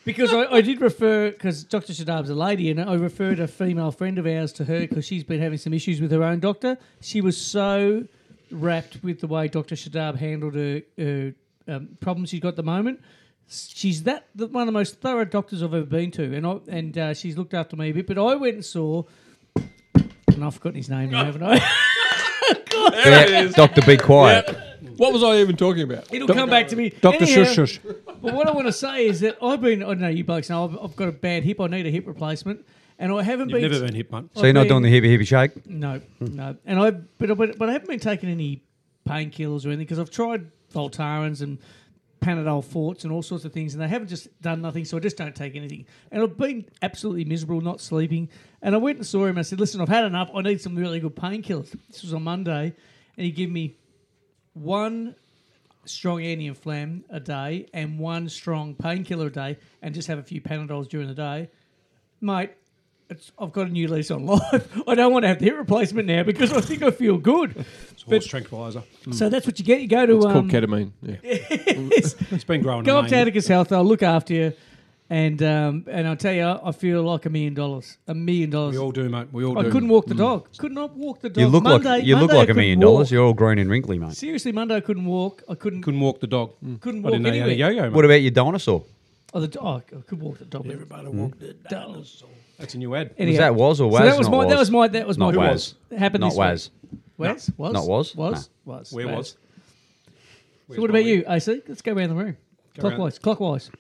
Speaker 2: because I, I did refer, because Dr. Shadab's a lady, and I referred a female friend of ours to her because she's been having some issues with her own doctor. She was so wrapped with the way Dr. Shadab handled her, her um, problems she's got at the moment. She's that the, one of the most thorough doctors I've ever been to, and I, and uh, she's looked after me a bit. But I went and saw, and I've forgotten his name now, haven't I?
Speaker 5: Yeah, Doctor, be quiet.
Speaker 6: What was I even talking about?
Speaker 2: It'll come back to me.
Speaker 3: Dr.
Speaker 2: Anyhow,
Speaker 3: Shush Shush.
Speaker 2: But what I want to say is that I've been, I don't know, you blokes know, I've, I've got a bad hip. I need a hip replacement. And I haven't
Speaker 3: You've
Speaker 2: been.
Speaker 3: never been hit, mate.
Speaker 5: So you're not doing the hippie hippie shake?
Speaker 2: No, no. And I, but, I- but, but I haven't been taking any painkillers or anything because I've tried Voltarans and Panadol Forts and all sorts of things and they haven't just done nothing. So I just don't take anything. And I've been absolutely miserable, not sleeping. And I went and saw him. I said, listen, I've had enough. I need some really good painkillers. This was on Monday. And he gave me one strong anti-inflam a day and one strong painkiller a day, and just have a few Panadols during the day, mate. It's, I've got a new lease on life. I don't want to have the hip replacement now because I think I feel good.
Speaker 3: It's horse tranquilizer.
Speaker 5: Hmm.
Speaker 2: So that's what you get. You go to
Speaker 6: It's called
Speaker 2: um,
Speaker 6: ketamine. Yeah.
Speaker 3: It's been growing.
Speaker 2: go
Speaker 3: in
Speaker 2: up to
Speaker 3: Maine.
Speaker 2: Atticus Health. I'll look after you, and um, and I'll tell you, I feel like a million dollars. A million dollars.
Speaker 3: We all do, mate. We all
Speaker 2: I
Speaker 3: do.
Speaker 2: couldn't walk the dog. Could not walk the dog.
Speaker 5: Hmm. You look
Speaker 2: Monday,
Speaker 5: like you
Speaker 2: Monday
Speaker 5: look like
Speaker 2: I
Speaker 5: a million
Speaker 2: couldn't
Speaker 5: dollars.
Speaker 2: walk.
Speaker 5: You're all grown and wrinkly, mate.
Speaker 2: Seriously, Monday I couldn't walk. I couldn't
Speaker 3: Couldn't walk the dog.
Speaker 2: Mm. couldn't
Speaker 3: I
Speaker 2: walk
Speaker 3: didn't know you had
Speaker 2: anywhere.
Speaker 3: a yo-yo. Mate.
Speaker 5: What about your dinosaur?
Speaker 2: Oh, the, do- oh, I could walk the dog. Everybody walked the dollars.
Speaker 3: Mm. That's a new ad.
Speaker 2: Anyhow,
Speaker 5: that Waz or
Speaker 2: So
Speaker 5: Waz?
Speaker 2: that was
Speaker 5: Not
Speaker 2: my. That
Speaker 5: Waz.
Speaker 2: was my. That was
Speaker 5: Not
Speaker 2: my.
Speaker 5: Waz.
Speaker 2: It happened
Speaker 5: Not
Speaker 2: this
Speaker 5: Waz.
Speaker 2: week. Waz. Was.
Speaker 5: Not Waz?
Speaker 2: Was. Was.
Speaker 3: Where
Speaker 2: Waz.
Speaker 3: was?
Speaker 2: So what about you, AC? Let's go around the room.
Speaker 3: Go around.
Speaker 2: clockwise. Clockwise.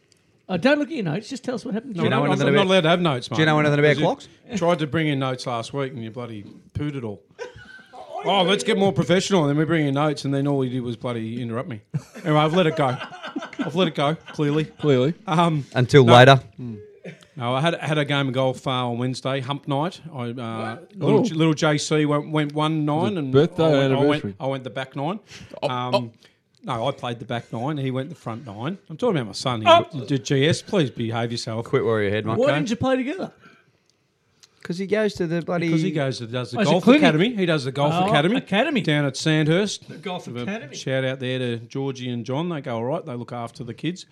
Speaker 2: Uh, don't look at your notes. Just tell us what happened.
Speaker 3: No,
Speaker 5: you know
Speaker 3: I'm,
Speaker 5: anything
Speaker 3: I'm not
Speaker 5: about-
Speaker 3: allowed to have notes, mate.
Speaker 5: you know anything about
Speaker 3: 'Cause you
Speaker 5: clocks?
Speaker 3: Tried to bring in notes last week, and you bloody pooed it all. Oh, let's get more professional. And then we bring in notes, and then all he did was bloody interrupt me. Anyway, I've let it go. I've let it go. Clearly,
Speaker 6: Clearly.
Speaker 2: Uh,
Speaker 3: um,
Speaker 5: Until later.
Speaker 3: No, I had had a game of golf uh, on Wednesday, hump night. I uh, little,
Speaker 6: Oh.
Speaker 3: little JC went, went one nine and
Speaker 6: birthday
Speaker 3: I
Speaker 6: or
Speaker 3: went, I
Speaker 6: anniversary? Oh,
Speaker 3: went I went the back nine. Um, No, I played the back nine. He went the front nine. I'm talking about my son. He,
Speaker 6: Oh.
Speaker 3: did GS, please behave yourself.
Speaker 5: Quit worrying your head, mate.
Speaker 2: Why didn't you play together?
Speaker 5: Because he goes to the bloody.
Speaker 3: Because he goes to does the
Speaker 2: Oh, is it
Speaker 3: golf
Speaker 2: clinic?
Speaker 3: academy. He does the golf
Speaker 2: Oh,
Speaker 3: academy.
Speaker 2: academy.
Speaker 3: down at Sandhurst. The
Speaker 2: golf academy.
Speaker 3: Shout out there to Georgie and John. They go all right. They look after the kids,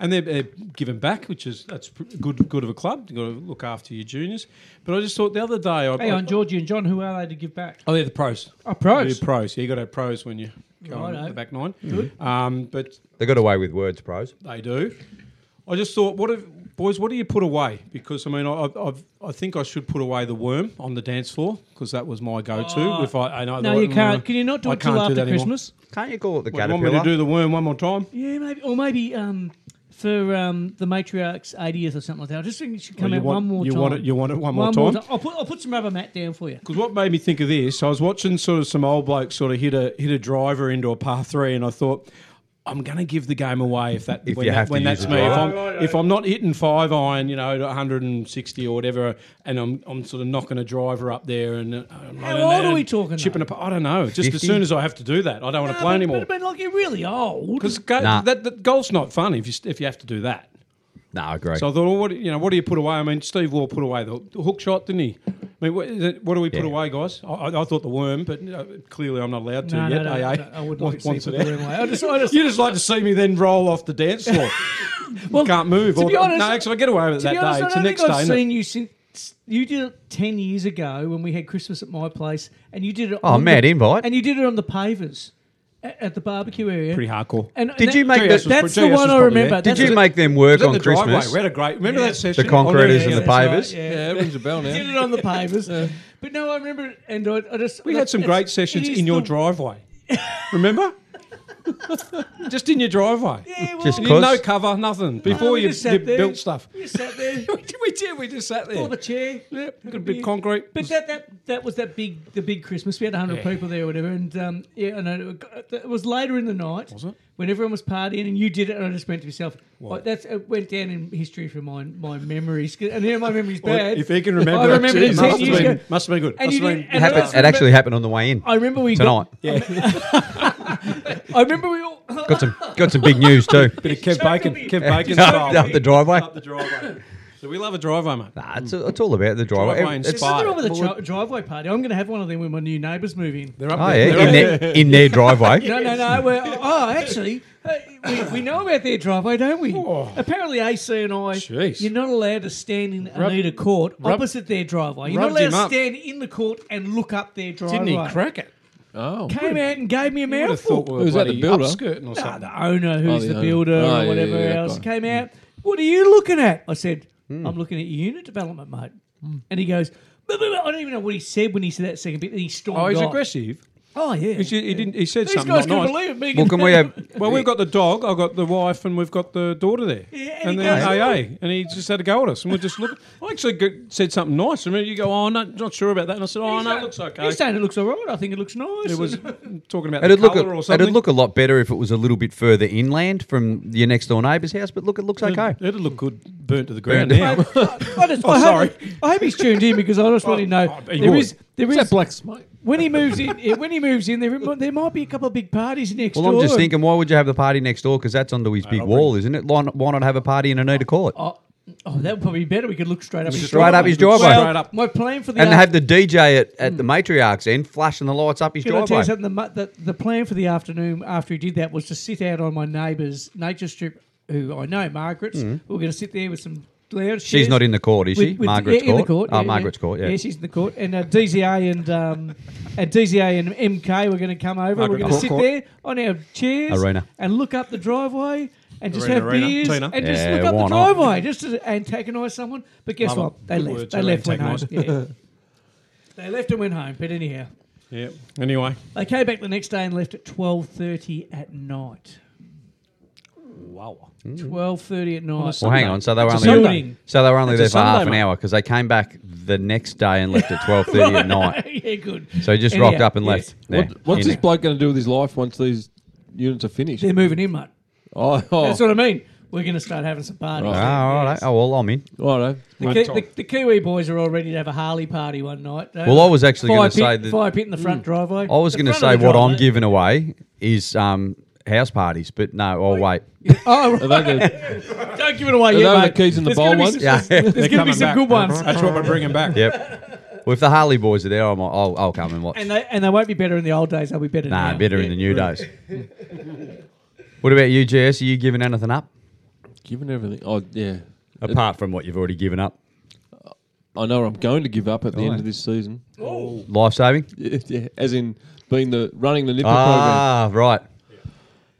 Speaker 3: and they're, they're giving back, which is that's pr- good. Good of a club. You got to look after your juniors. But I just thought the other day, I,
Speaker 2: Hey,
Speaker 3: I,
Speaker 2: on Georgie and John, who are they to give back?
Speaker 3: oh, they're the pros.
Speaker 2: Oh, pros.
Speaker 3: You're pros. Yeah, you got to have pros when you go on
Speaker 2: Righto.
Speaker 3: the back nine. Um, but
Speaker 5: They got away with words, pros.
Speaker 3: they do. I just thought, what if boys? What do you put away? Because I mean, I, I've, I've, I think I should put away the worm on the dance floor because that was my go-to. if I, I know
Speaker 2: Oh. No, you can't. Can you not do
Speaker 3: I
Speaker 2: it till
Speaker 3: can't do
Speaker 2: after
Speaker 3: that anymore.
Speaker 2: Christmas?
Speaker 5: Can't you call it the
Speaker 3: Well, you want
Speaker 5: caterpillar?
Speaker 3: me to do the worm one more time?
Speaker 2: Yeah, maybe, or maybe um, for um, the matriarch's 80th or something like that. I just think it should come
Speaker 3: Well, Oh, you
Speaker 2: out one
Speaker 3: want,
Speaker 2: more
Speaker 3: you
Speaker 2: time.
Speaker 3: want it? You want it one,
Speaker 2: one
Speaker 3: more time?
Speaker 2: I'll put I'll put some rubber mat down for you.
Speaker 3: Because what made me think of this, I was watching sort of some old bloke sort of hit a hit a driver into a par three, and I thought. I'm going to give the game away if that
Speaker 5: If
Speaker 3: when,
Speaker 5: you
Speaker 3: that-
Speaker 5: have to
Speaker 3: when
Speaker 5: use
Speaker 3: that's
Speaker 5: the
Speaker 3: me. If
Speaker 5: driver.
Speaker 3: I'm, if I'm not hitting five iron, you know, to 160 or whatever, and I'm, I'm sort of knocking a driver up there and uh, I'm running
Speaker 2: old
Speaker 3: that
Speaker 2: are we
Speaker 3: and
Speaker 2: talking,
Speaker 3: Chipping
Speaker 2: though?
Speaker 3: a, par- I don't know. Just as
Speaker 5: 50?
Speaker 3: soon as I have to do that, I don't want to
Speaker 2: No,
Speaker 3: play
Speaker 2: but-
Speaker 3: anymore.
Speaker 2: But, but, like you're really old.
Speaker 3: Because
Speaker 5: Nah.
Speaker 3: that, that golf's not fun if you s- if you have to do that.
Speaker 5: No, I agree.
Speaker 3: So I thought, well, what you know, what do you put away? I mean, Steve Waugh put away the the hook shot, didn't he? I mean, what, is it, what do we put
Speaker 5: Yeah.
Speaker 3: away, guys? I, I, I thought the worm, but uh, clearly I'm not allowed to
Speaker 2: no, no,
Speaker 3: yet.
Speaker 2: no,
Speaker 3: AA
Speaker 2: no, I would
Speaker 3: Once-
Speaker 2: like to
Speaker 3: once
Speaker 2: see
Speaker 3: it
Speaker 2: it
Speaker 3: out.
Speaker 2: anyway. I just, I just,
Speaker 3: You just like to see me then roll off the dance floor.
Speaker 2: well,
Speaker 3: Can't move.
Speaker 2: To be
Speaker 3: or-
Speaker 2: honest,
Speaker 3: no, actually, I get away with it
Speaker 2: to
Speaker 3: that
Speaker 2: be honest,
Speaker 3: day.
Speaker 2: I
Speaker 3: It's the
Speaker 2: don't
Speaker 3: next
Speaker 2: think
Speaker 3: day.
Speaker 2: I've
Speaker 3: isn't it?
Speaker 2: seen you since you did it ten years ago when we had Christmas at my place, and you did it.
Speaker 5: Oh,
Speaker 2: on
Speaker 5: mad
Speaker 2: the,
Speaker 5: invite.
Speaker 2: And you did it on the pavers at, at the barbecue area.
Speaker 3: Pretty hardcore.
Speaker 2: And
Speaker 5: Did
Speaker 2: that-
Speaker 5: you make
Speaker 2: that's
Speaker 5: the-
Speaker 3: JS
Speaker 2: the
Speaker 3: was
Speaker 2: one I
Speaker 3: probably
Speaker 2: remember?
Speaker 3: there.
Speaker 5: Did
Speaker 2: That's
Speaker 5: you
Speaker 2: the-
Speaker 5: make them
Speaker 3: It was
Speaker 5: work
Speaker 3: at
Speaker 5: on
Speaker 3: the driveway.
Speaker 5: Christmas?
Speaker 3: We had a great. Remember
Speaker 2: Yeah.
Speaker 3: that
Speaker 5: The
Speaker 3: session?
Speaker 5: concreters and the
Speaker 2: Oh, Yeah, that's
Speaker 5: pavers.
Speaker 2: right, yeah.
Speaker 6: Yeah, it rings a bell
Speaker 2: did
Speaker 6: now.
Speaker 2: it on the pavers. But no, I remember it, and I, I just
Speaker 3: We had some great sessions in your
Speaker 2: drive.
Speaker 3: driveway. Remember? just in your driveway.
Speaker 2: Yeah, well,
Speaker 5: Just
Speaker 3: You
Speaker 5: Cos-
Speaker 3: did no cover, nothing. Before
Speaker 2: we
Speaker 3: you,
Speaker 2: just sat
Speaker 3: you
Speaker 2: there.
Speaker 3: built stuff.
Speaker 2: you sat there,
Speaker 3: we did. We did. We just sat there.
Speaker 2: on the chair.
Speaker 3: Yeah, got a bit of concrete.
Speaker 2: But that, that that was that big the big Christmas. We had hundred people there, or whatever. And um, yeah, and it, got- it was later in the night. Was
Speaker 3: it?
Speaker 2: When everyone was partying, and you did it, and I just went to myself, "What?" that's it went down in history for my my memories, 'Cause- and now my memory's
Speaker 3: Well,
Speaker 2: bad.
Speaker 3: If he can remember,
Speaker 2: I remember
Speaker 3: it,
Speaker 2: it
Speaker 3: must,
Speaker 2: 10 years
Speaker 3: have been,
Speaker 2: ago.
Speaker 3: must have been good.
Speaker 2: And
Speaker 3: must
Speaker 2: you
Speaker 3: have
Speaker 2: did-
Speaker 5: It
Speaker 3: been,
Speaker 2: and-
Speaker 5: happened, it actually happened on the way in
Speaker 3: Oh,
Speaker 2: I remember we
Speaker 5: tonight.
Speaker 2: Got, I remember we all.
Speaker 5: Got some got some big news too.
Speaker 3: bit of Kev Bacon.
Speaker 2: me.
Speaker 3: Kev Bacon
Speaker 5: up,
Speaker 3: style.
Speaker 5: up the driveway.
Speaker 3: Up the driveway. So we love a driveway, mate.
Speaker 5: Nah, it's, it's all about the driveway.
Speaker 3: Driveway
Speaker 5: It's-
Speaker 2: There's nothing wrong with a
Speaker 5: Well,
Speaker 2: dri- driveway party. I'm going to have one of them when my new neighbours move in.
Speaker 3: They're up
Speaker 5: Oh
Speaker 3: there.
Speaker 5: yeah,
Speaker 3: They're up
Speaker 5: in
Speaker 3: there.
Speaker 5: their in their driveway.
Speaker 2: No, no, no. We're, oh, actually, uh, we, we know about their driveway, don't we?
Speaker 3: Oh.
Speaker 2: Apparently, AC and I,
Speaker 3: Jeez.
Speaker 2: you're not allowed to stand in Anita Court opposite their driveway. You're not
Speaker 3: rubbed
Speaker 2: allowed
Speaker 3: him
Speaker 2: to
Speaker 3: up.
Speaker 2: stand in the court and look up their driveway.
Speaker 3: Didn't he crack it?
Speaker 6: Oh.
Speaker 2: Came out and gave me a
Speaker 3: Would have thought
Speaker 2: mouthful.
Speaker 3: we were
Speaker 6: Who's that, the
Speaker 3: bloody
Speaker 6: builder?
Speaker 3: upskirting or
Speaker 2: Ah,
Speaker 3: something.
Speaker 2: the owner, who's the,
Speaker 6: Oh, the owner.
Speaker 2: builder
Speaker 6: Oh,
Speaker 2: or
Speaker 6: yeah,
Speaker 2: whatever
Speaker 6: yeah, that
Speaker 2: else,
Speaker 6: guy.
Speaker 2: came out.
Speaker 3: Hmm.
Speaker 2: What are you looking at? I said, I'm looking at your unit development, mate.
Speaker 3: Hmm.
Speaker 2: And he goes, "Blah, blah, blah." I don't even know what he said when he said that second bit. Then he stormed
Speaker 3: Oh, he's
Speaker 2: off.
Speaker 3: aggressive.
Speaker 2: Oh yeah,
Speaker 3: He, he didn't. He said
Speaker 2: these
Speaker 3: something
Speaker 2: guys
Speaker 3: not
Speaker 2: couldn't
Speaker 3: nice.
Speaker 2: believe it. Me
Speaker 5: Well,
Speaker 2: and-
Speaker 5: can we have?
Speaker 3: Well, we've got the dog, I've got the wife, and we've got the daughter there.
Speaker 2: Yeah, and
Speaker 3: and
Speaker 2: he
Speaker 3: then
Speaker 2: goes- "Oh."
Speaker 3: AA. And he just had a go at us. And we're just looking. I actually g said something nice. And you go, oh, no, not sure about that. And I said, oh, no, it looks okay.
Speaker 2: He's saying it looks all right. I think it looks nice.
Speaker 3: It was talking about the
Speaker 5: It'd look,
Speaker 3: colour or
Speaker 5: a,
Speaker 3: something.
Speaker 5: it'd look a lot better if it was a little bit further inland from your next door neighbour's house, but look, it looks okay.
Speaker 3: It'd look good burnt to the ground
Speaker 5: Burnt.
Speaker 3: now.
Speaker 2: I, I just, I
Speaker 3: Oh, sorry.
Speaker 2: Hope, I hope he's tuned in because I just want to know
Speaker 3: oh, he
Speaker 2: there
Speaker 3: would.
Speaker 2: is there
Speaker 6: Is
Speaker 2: is
Speaker 6: that black smoke?
Speaker 2: when he moves in, eh, when he moves in, there there might be a couple of big parties next
Speaker 5: Well,
Speaker 2: door.
Speaker 5: I'm just thinking, why would you have the party next door? Because that's onto his big wall, isn't it? Why not, why not have a party in Anita Court?
Speaker 2: Oh, oh, that would probably be better. We could look straight up. his
Speaker 5: Straight up his driveway.
Speaker 2: Well,
Speaker 3: Straight up.
Speaker 2: My plan for the
Speaker 5: and
Speaker 2: after-
Speaker 5: have the DJ at, at the
Speaker 2: Hmm.
Speaker 5: matriarch's end flashing the lights up his
Speaker 2: Can I tell you
Speaker 5: driveway.
Speaker 2: something? The, mu- the, the plan for the afternoon after he did that was to sit out on my neighbour's nature strip, who I know, Margaret's. We are going to sit there with some loud
Speaker 5: Mm-hmm. She's not in the court, is she? Margaret's
Speaker 2: yeah, in the
Speaker 5: court?
Speaker 2: court.
Speaker 5: Oh, Margaret's court, yeah.
Speaker 2: Yeah, she's in the court. And uh, DZA and um, and DZA and MK were going to come over.
Speaker 3: Margaret
Speaker 2: we're going to
Speaker 3: Court
Speaker 2: sit
Speaker 3: Court.
Speaker 2: there on our chairs
Speaker 5: Arena.
Speaker 2: and look up the driveway and just
Speaker 3: Arena,
Speaker 2: have
Speaker 3: arena.
Speaker 2: beers
Speaker 3: Tina.
Speaker 2: and just
Speaker 5: Yeah,
Speaker 2: look up
Speaker 5: why
Speaker 2: the
Speaker 5: not?
Speaker 2: driveway just to antagonise someone. But guess
Speaker 3: Love
Speaker 2: what?
Speaker 3: it.
Speaker 2: They
Speaker 3: Good
Speaker 2: left.
Speaker 3: words,
Speaker 2: they left. Went home.
Speaker 3: antagonise.
Speaker 2: Yeah. they left and went home. But anyhow.
Speaker 3: Yeah. Anyway,
Speaker 2: They came back the next day and left at twelve thirty at night. Wow. Twelve thirty at night.
Speaker 5: Well, hang on. So they were
Speaker 2: It's
Speaker 5: only
Speaker 2: a Sunday.
Speaker 5: so they were only
Speaker 3: It's a
Speaker 5: there for half
Speaker 3: Sunday,
Speaker 5: an
Speaker 3: mate.
Speaker 5: hour because they came back the next day and left at twelve thirty at night.
Speaker 2: yeah, good.
Speaker 5: So he just
Speaker 2: Anyhow,
Speaker 5: rocked up and
Speaker 2: yes.
Speaker 5: left. There,
Speaker 6: What, what's
Speaker 5: in
Speaker 6: this
Speaker 5: it.
Speaker 6: bloke going to do with his life once these units are finished?
Speaker 2: They're moving in, mate.
Speaker 6: Oh,
Speaker 2: That's
Speaker 6: oh,
Speaker 2: what I mean. We're going to start having some parties.
Speaker 5: Oh, all right. Oh well, I'm in.
Speaker 6: righto.
Speaker 2: The, Ki- the, the Kiwi boys are all ready to have a Harley party one night. Uh,
Speaker 5: Well, I was actually
Speaker 2: fire
Speaker 5: going to
Speaker 2: pit,
Speaker 5: say that
Speaker 2: fire pit in the
Speaker 6: Mm.
Speaker 2: front driveway.
Speaker 5: I was going to say what
Speaker 2: eh?
Speaker 5: I'm giving away is um, house parties, but no, I'll wait.
Speaker 2: Oh,
Speaker 6: Are
Speaker 2: right.
Speaker 6: they the,
Speaker 2: don't give it away
Speaker 6: are
Speaker 2: yet,
Speaker 6: they the
Speaker 2: mate.
Speaker 6: keys in the
Speaker 2: There's
Speaker 6: bowl
Speaker 2: gonna be
Speaker 6: ones?
Speaker 2: s-
Speaker 5: Yeah.
Speaker 2: There's going to be some good ones,
Speaker 3: That's what we're bringing back.
Speaker 5: Yep. Well, if the Harley boys are there, I'm, I'll, I'll come and watch.
Speaker 2: and they and they won't be better in the old days. They'll be better
Speaker 5: nah,
Speaker 2: now.
Speaker 5: better in the new days. what about you, JS? Are you giving anything up
Speaker 6: Giving everything. Oh, yeah.
Speaker 5: apart from what you've already given up?
Speaker 6: I know I'm going to give up at the end of this season.
Speaker 5: Life saving?
Speaker 6: Yeah, yeah, As in being the running the nipper program.
Speaker 5: Ah, right.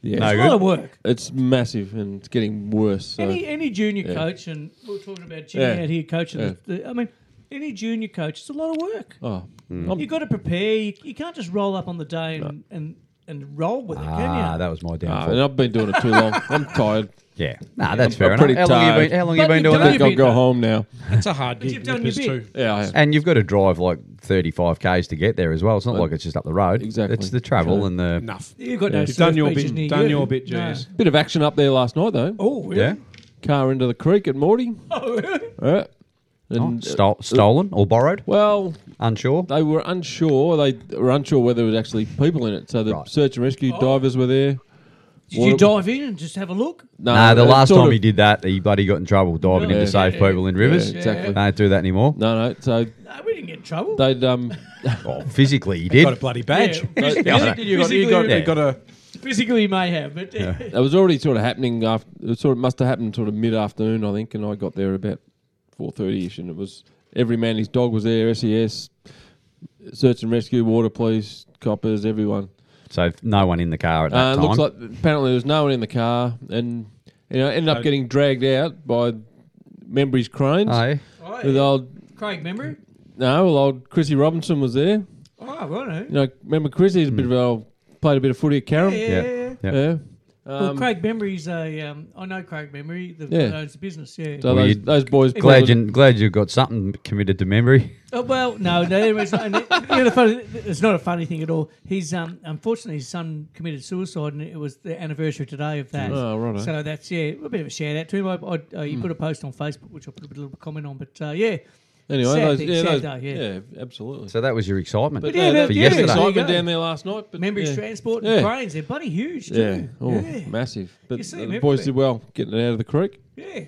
Speaker 6: Yeah.
Speaker 5: No
Speaker 2: It's a lot
Speaker 5: good.
Speaker 2: of work.
Speaker 6: It's massive and it's getting worse. So.
Speaker 2: any any junior coach, and we were talking about Jimmy
Speaker 6: Yeah.
Speaker 2: out here coaching.
Speaker 6: Yeah.
Speaker 2: The, the- I mean, any junior coach, it's a lot of work.
Speaker 6: oh,
Speaker 2: You've got to prepare. You, you can't just roll up on the day and and, and roll with it, can
Speaker 5: Ah,
Speaker 2: you?
Speaker 5: that was my
Speaker 6: Ah,
Speaker 5: downfall.
Speaker 6: and I've been doing it too long. I'm tired.
Speaker 5: yeah. Nah, that's fair
Speaker 6: I'm
Speaker 5: enough.
Speaker 6: pretty
Speaker 5: How long, you
Speaker 6: tired.
Speaker 5: been, how long
Speaker 2: But
Speaker 5: you been
Speaker 2: you've
Speaker 5: doing
Speaker 2: done
Speaker 5: that?
Speaker 6: I think I'll go home now.
Speaker 3: That's a hard gig.
Speaker 2: you've done
Speaker 3: nippers
Speaker 2: your bit.
Speaker 3: too.
Speaker 6: Yeah, I have.
Speaker 5: And you've got to drive like 35 Ks to get there as well. It's not like it's just up the road.
Speaker 6: Exactly.
Speaker 5: It's the travel
Speaker 6: Sure.
Speaker 5: and the.
Speaker 3: Enough.
Speaker 2: You've got no.
Speaker 3: You've done
Speaker 2: surf
Speaker 3: your
Speaker 2: beaches near
Speaker 3: bit. Done
Speaker 2: you.
Speaker 3: your bit,
Speaker 2: No.
Speaker 3: Jazz.
Speaker 6: Bit of action up there last night though.
Speaker 2: Oh, really?
Speaker 5: Yeah.
Speaker 6: Car into the creek at Morty.
Speaker 2: Oh, really?
Speaker 6: Alright.
Speaker 5: Oh,
Speaker 6: And, uh,
Speaker 5: stol- stolen or borrowed?
Speaker 6: well,
Speaker 5: Unsure.
Speaker 6: they were unsure. They were unsure whether there was actually people in it. So the
Speaker 5: Right.
Speaker 6: search and rescue divers were there.
Speaker 2: Did
Speaker 6: Well,
Speaker 2: you
Speaker 6: it-
Speaker 2: dive in and just have a look?
Speaker 6: No,
Speaker 5: Nah, the
Speaker 6: it
Speaker 5: last
Speaker 6: sort
Speaker 5: time
Speaker 6: of-
Speaker 5: he did that, he bloody got in trouble diving
Speaker 6: Yeah.
Speaker 5: in to save people in rivers.
Speaker 6: Yeah, exactly.
Speaker 5: Don't do that anymore.
Speaker 6: No, no. So
Speaker 2: No, we didn't get in trouble.
Speaker 6: they'd um,
Speaker 5: Oh, physically, he
Speaker 3: Got a
Speaker 5: did.
Speaker 3: bloody badge.
Speaker 2: Yeah,
Speaker 5: Yeah, I know.
Speaker 2: physically,
Speaker 3: You got, you got,
Speaker 5: Yeah.
Speaker 3: you got a.
Speaker 2: physically you may have, but
Speaker 6: it was already sort of happening after. It sort of must have happened sort of mid afternoon, I think, and I got there about four thirty ish, and it was every man, his dog was there. SES, search and rescue, water police, coppers, everyone.
Speaker 5: So no one in the car at that
Speaker 6: Uh, it
Speaker 5: time.
Speaker 6: looks like apparently there was no one in the car, and you know ended up getting dragged out by Membry's cranes.
Speaker 5: Oh, yeah.
Speaker 6: With old
Speaker 2: Craig, remember?
Speaker 6: no, well, old Chrissy Robinson was there. You
Speaker 2: Oh, right.
Speaker 6: know, remember Chrissy? He's a bit of a played a bit of footy at Carrum.
Speaker 2: Yeah.
Speaker 5: Hmm. Yeah.
Speaker 2: yeah.
Speaker 5: Yeah.
Speaker 6: Um, yeah. Um,
Speaker 2: well, Craig Memory's a. Um, I know Craig Memory, the
Speaker 6: Yeah.
Speaker 2: that owns the business. Yeah.
Speaker 6: So
Speaker 5: Well,
Speaker 6: those,
Speaker 5: you-
Speaker 6: those boys
Speaker 5: Glad you, glad you got something committed to memory.
Speaker 2: Oh, well, no, no, it was not. And it- you know, the funny, it's not a funny thing at all. He's um, unfortunately his son committed suicide, and it was the anniversary today of that.
Speaker 6: Oh, Hmm. righto.
Speaker 2: So that's yeah, a bit of a shout out to him. I, I, uh, you put a post on Facebook, which I put a bit- little comment on, but uh, yeah,
Speaker 6: Anyway,
Speaker 2: Sad
Speaker 6: those,
Speaker 2: thing,
Speaker 6: yeah,
Speaker 2: sad
Speaker 6: those,
Speaker 2: day,
Speaker 6: yeah.
Speaker 2: yeah.
Speaker 6: absolutely.
Speaker 5: So that was your excitement.
Speaker 6: But
Speaker 2: yeah,
Speaker 6: yeah,
Speaker 2: that-
Speaker 6: that,
Speaker 5: yeah,
Speaker 6: yeah,
Speaker 5: there you
Speaker 6: excitement
Speaker 2: go.
Speaker 6: down there last night. But
Speaker 2: memories,
Speaker 6: yeah.
Speaker 2: transport, and
Speaker 6: Yeah.
Speaker 2: cranes, they're bloody huge,
Speaker 6: Yeah,
Speaker 2: too.
Speaker 6: oh,
Speaker 2: yeah.
Speaker 6: massive. But
Speaker 2: see
Speaker 6: the
Speaker 2: them everywhere.
Speaker 6: boys did well getting it out of the creek.
Speaker 2: yeah.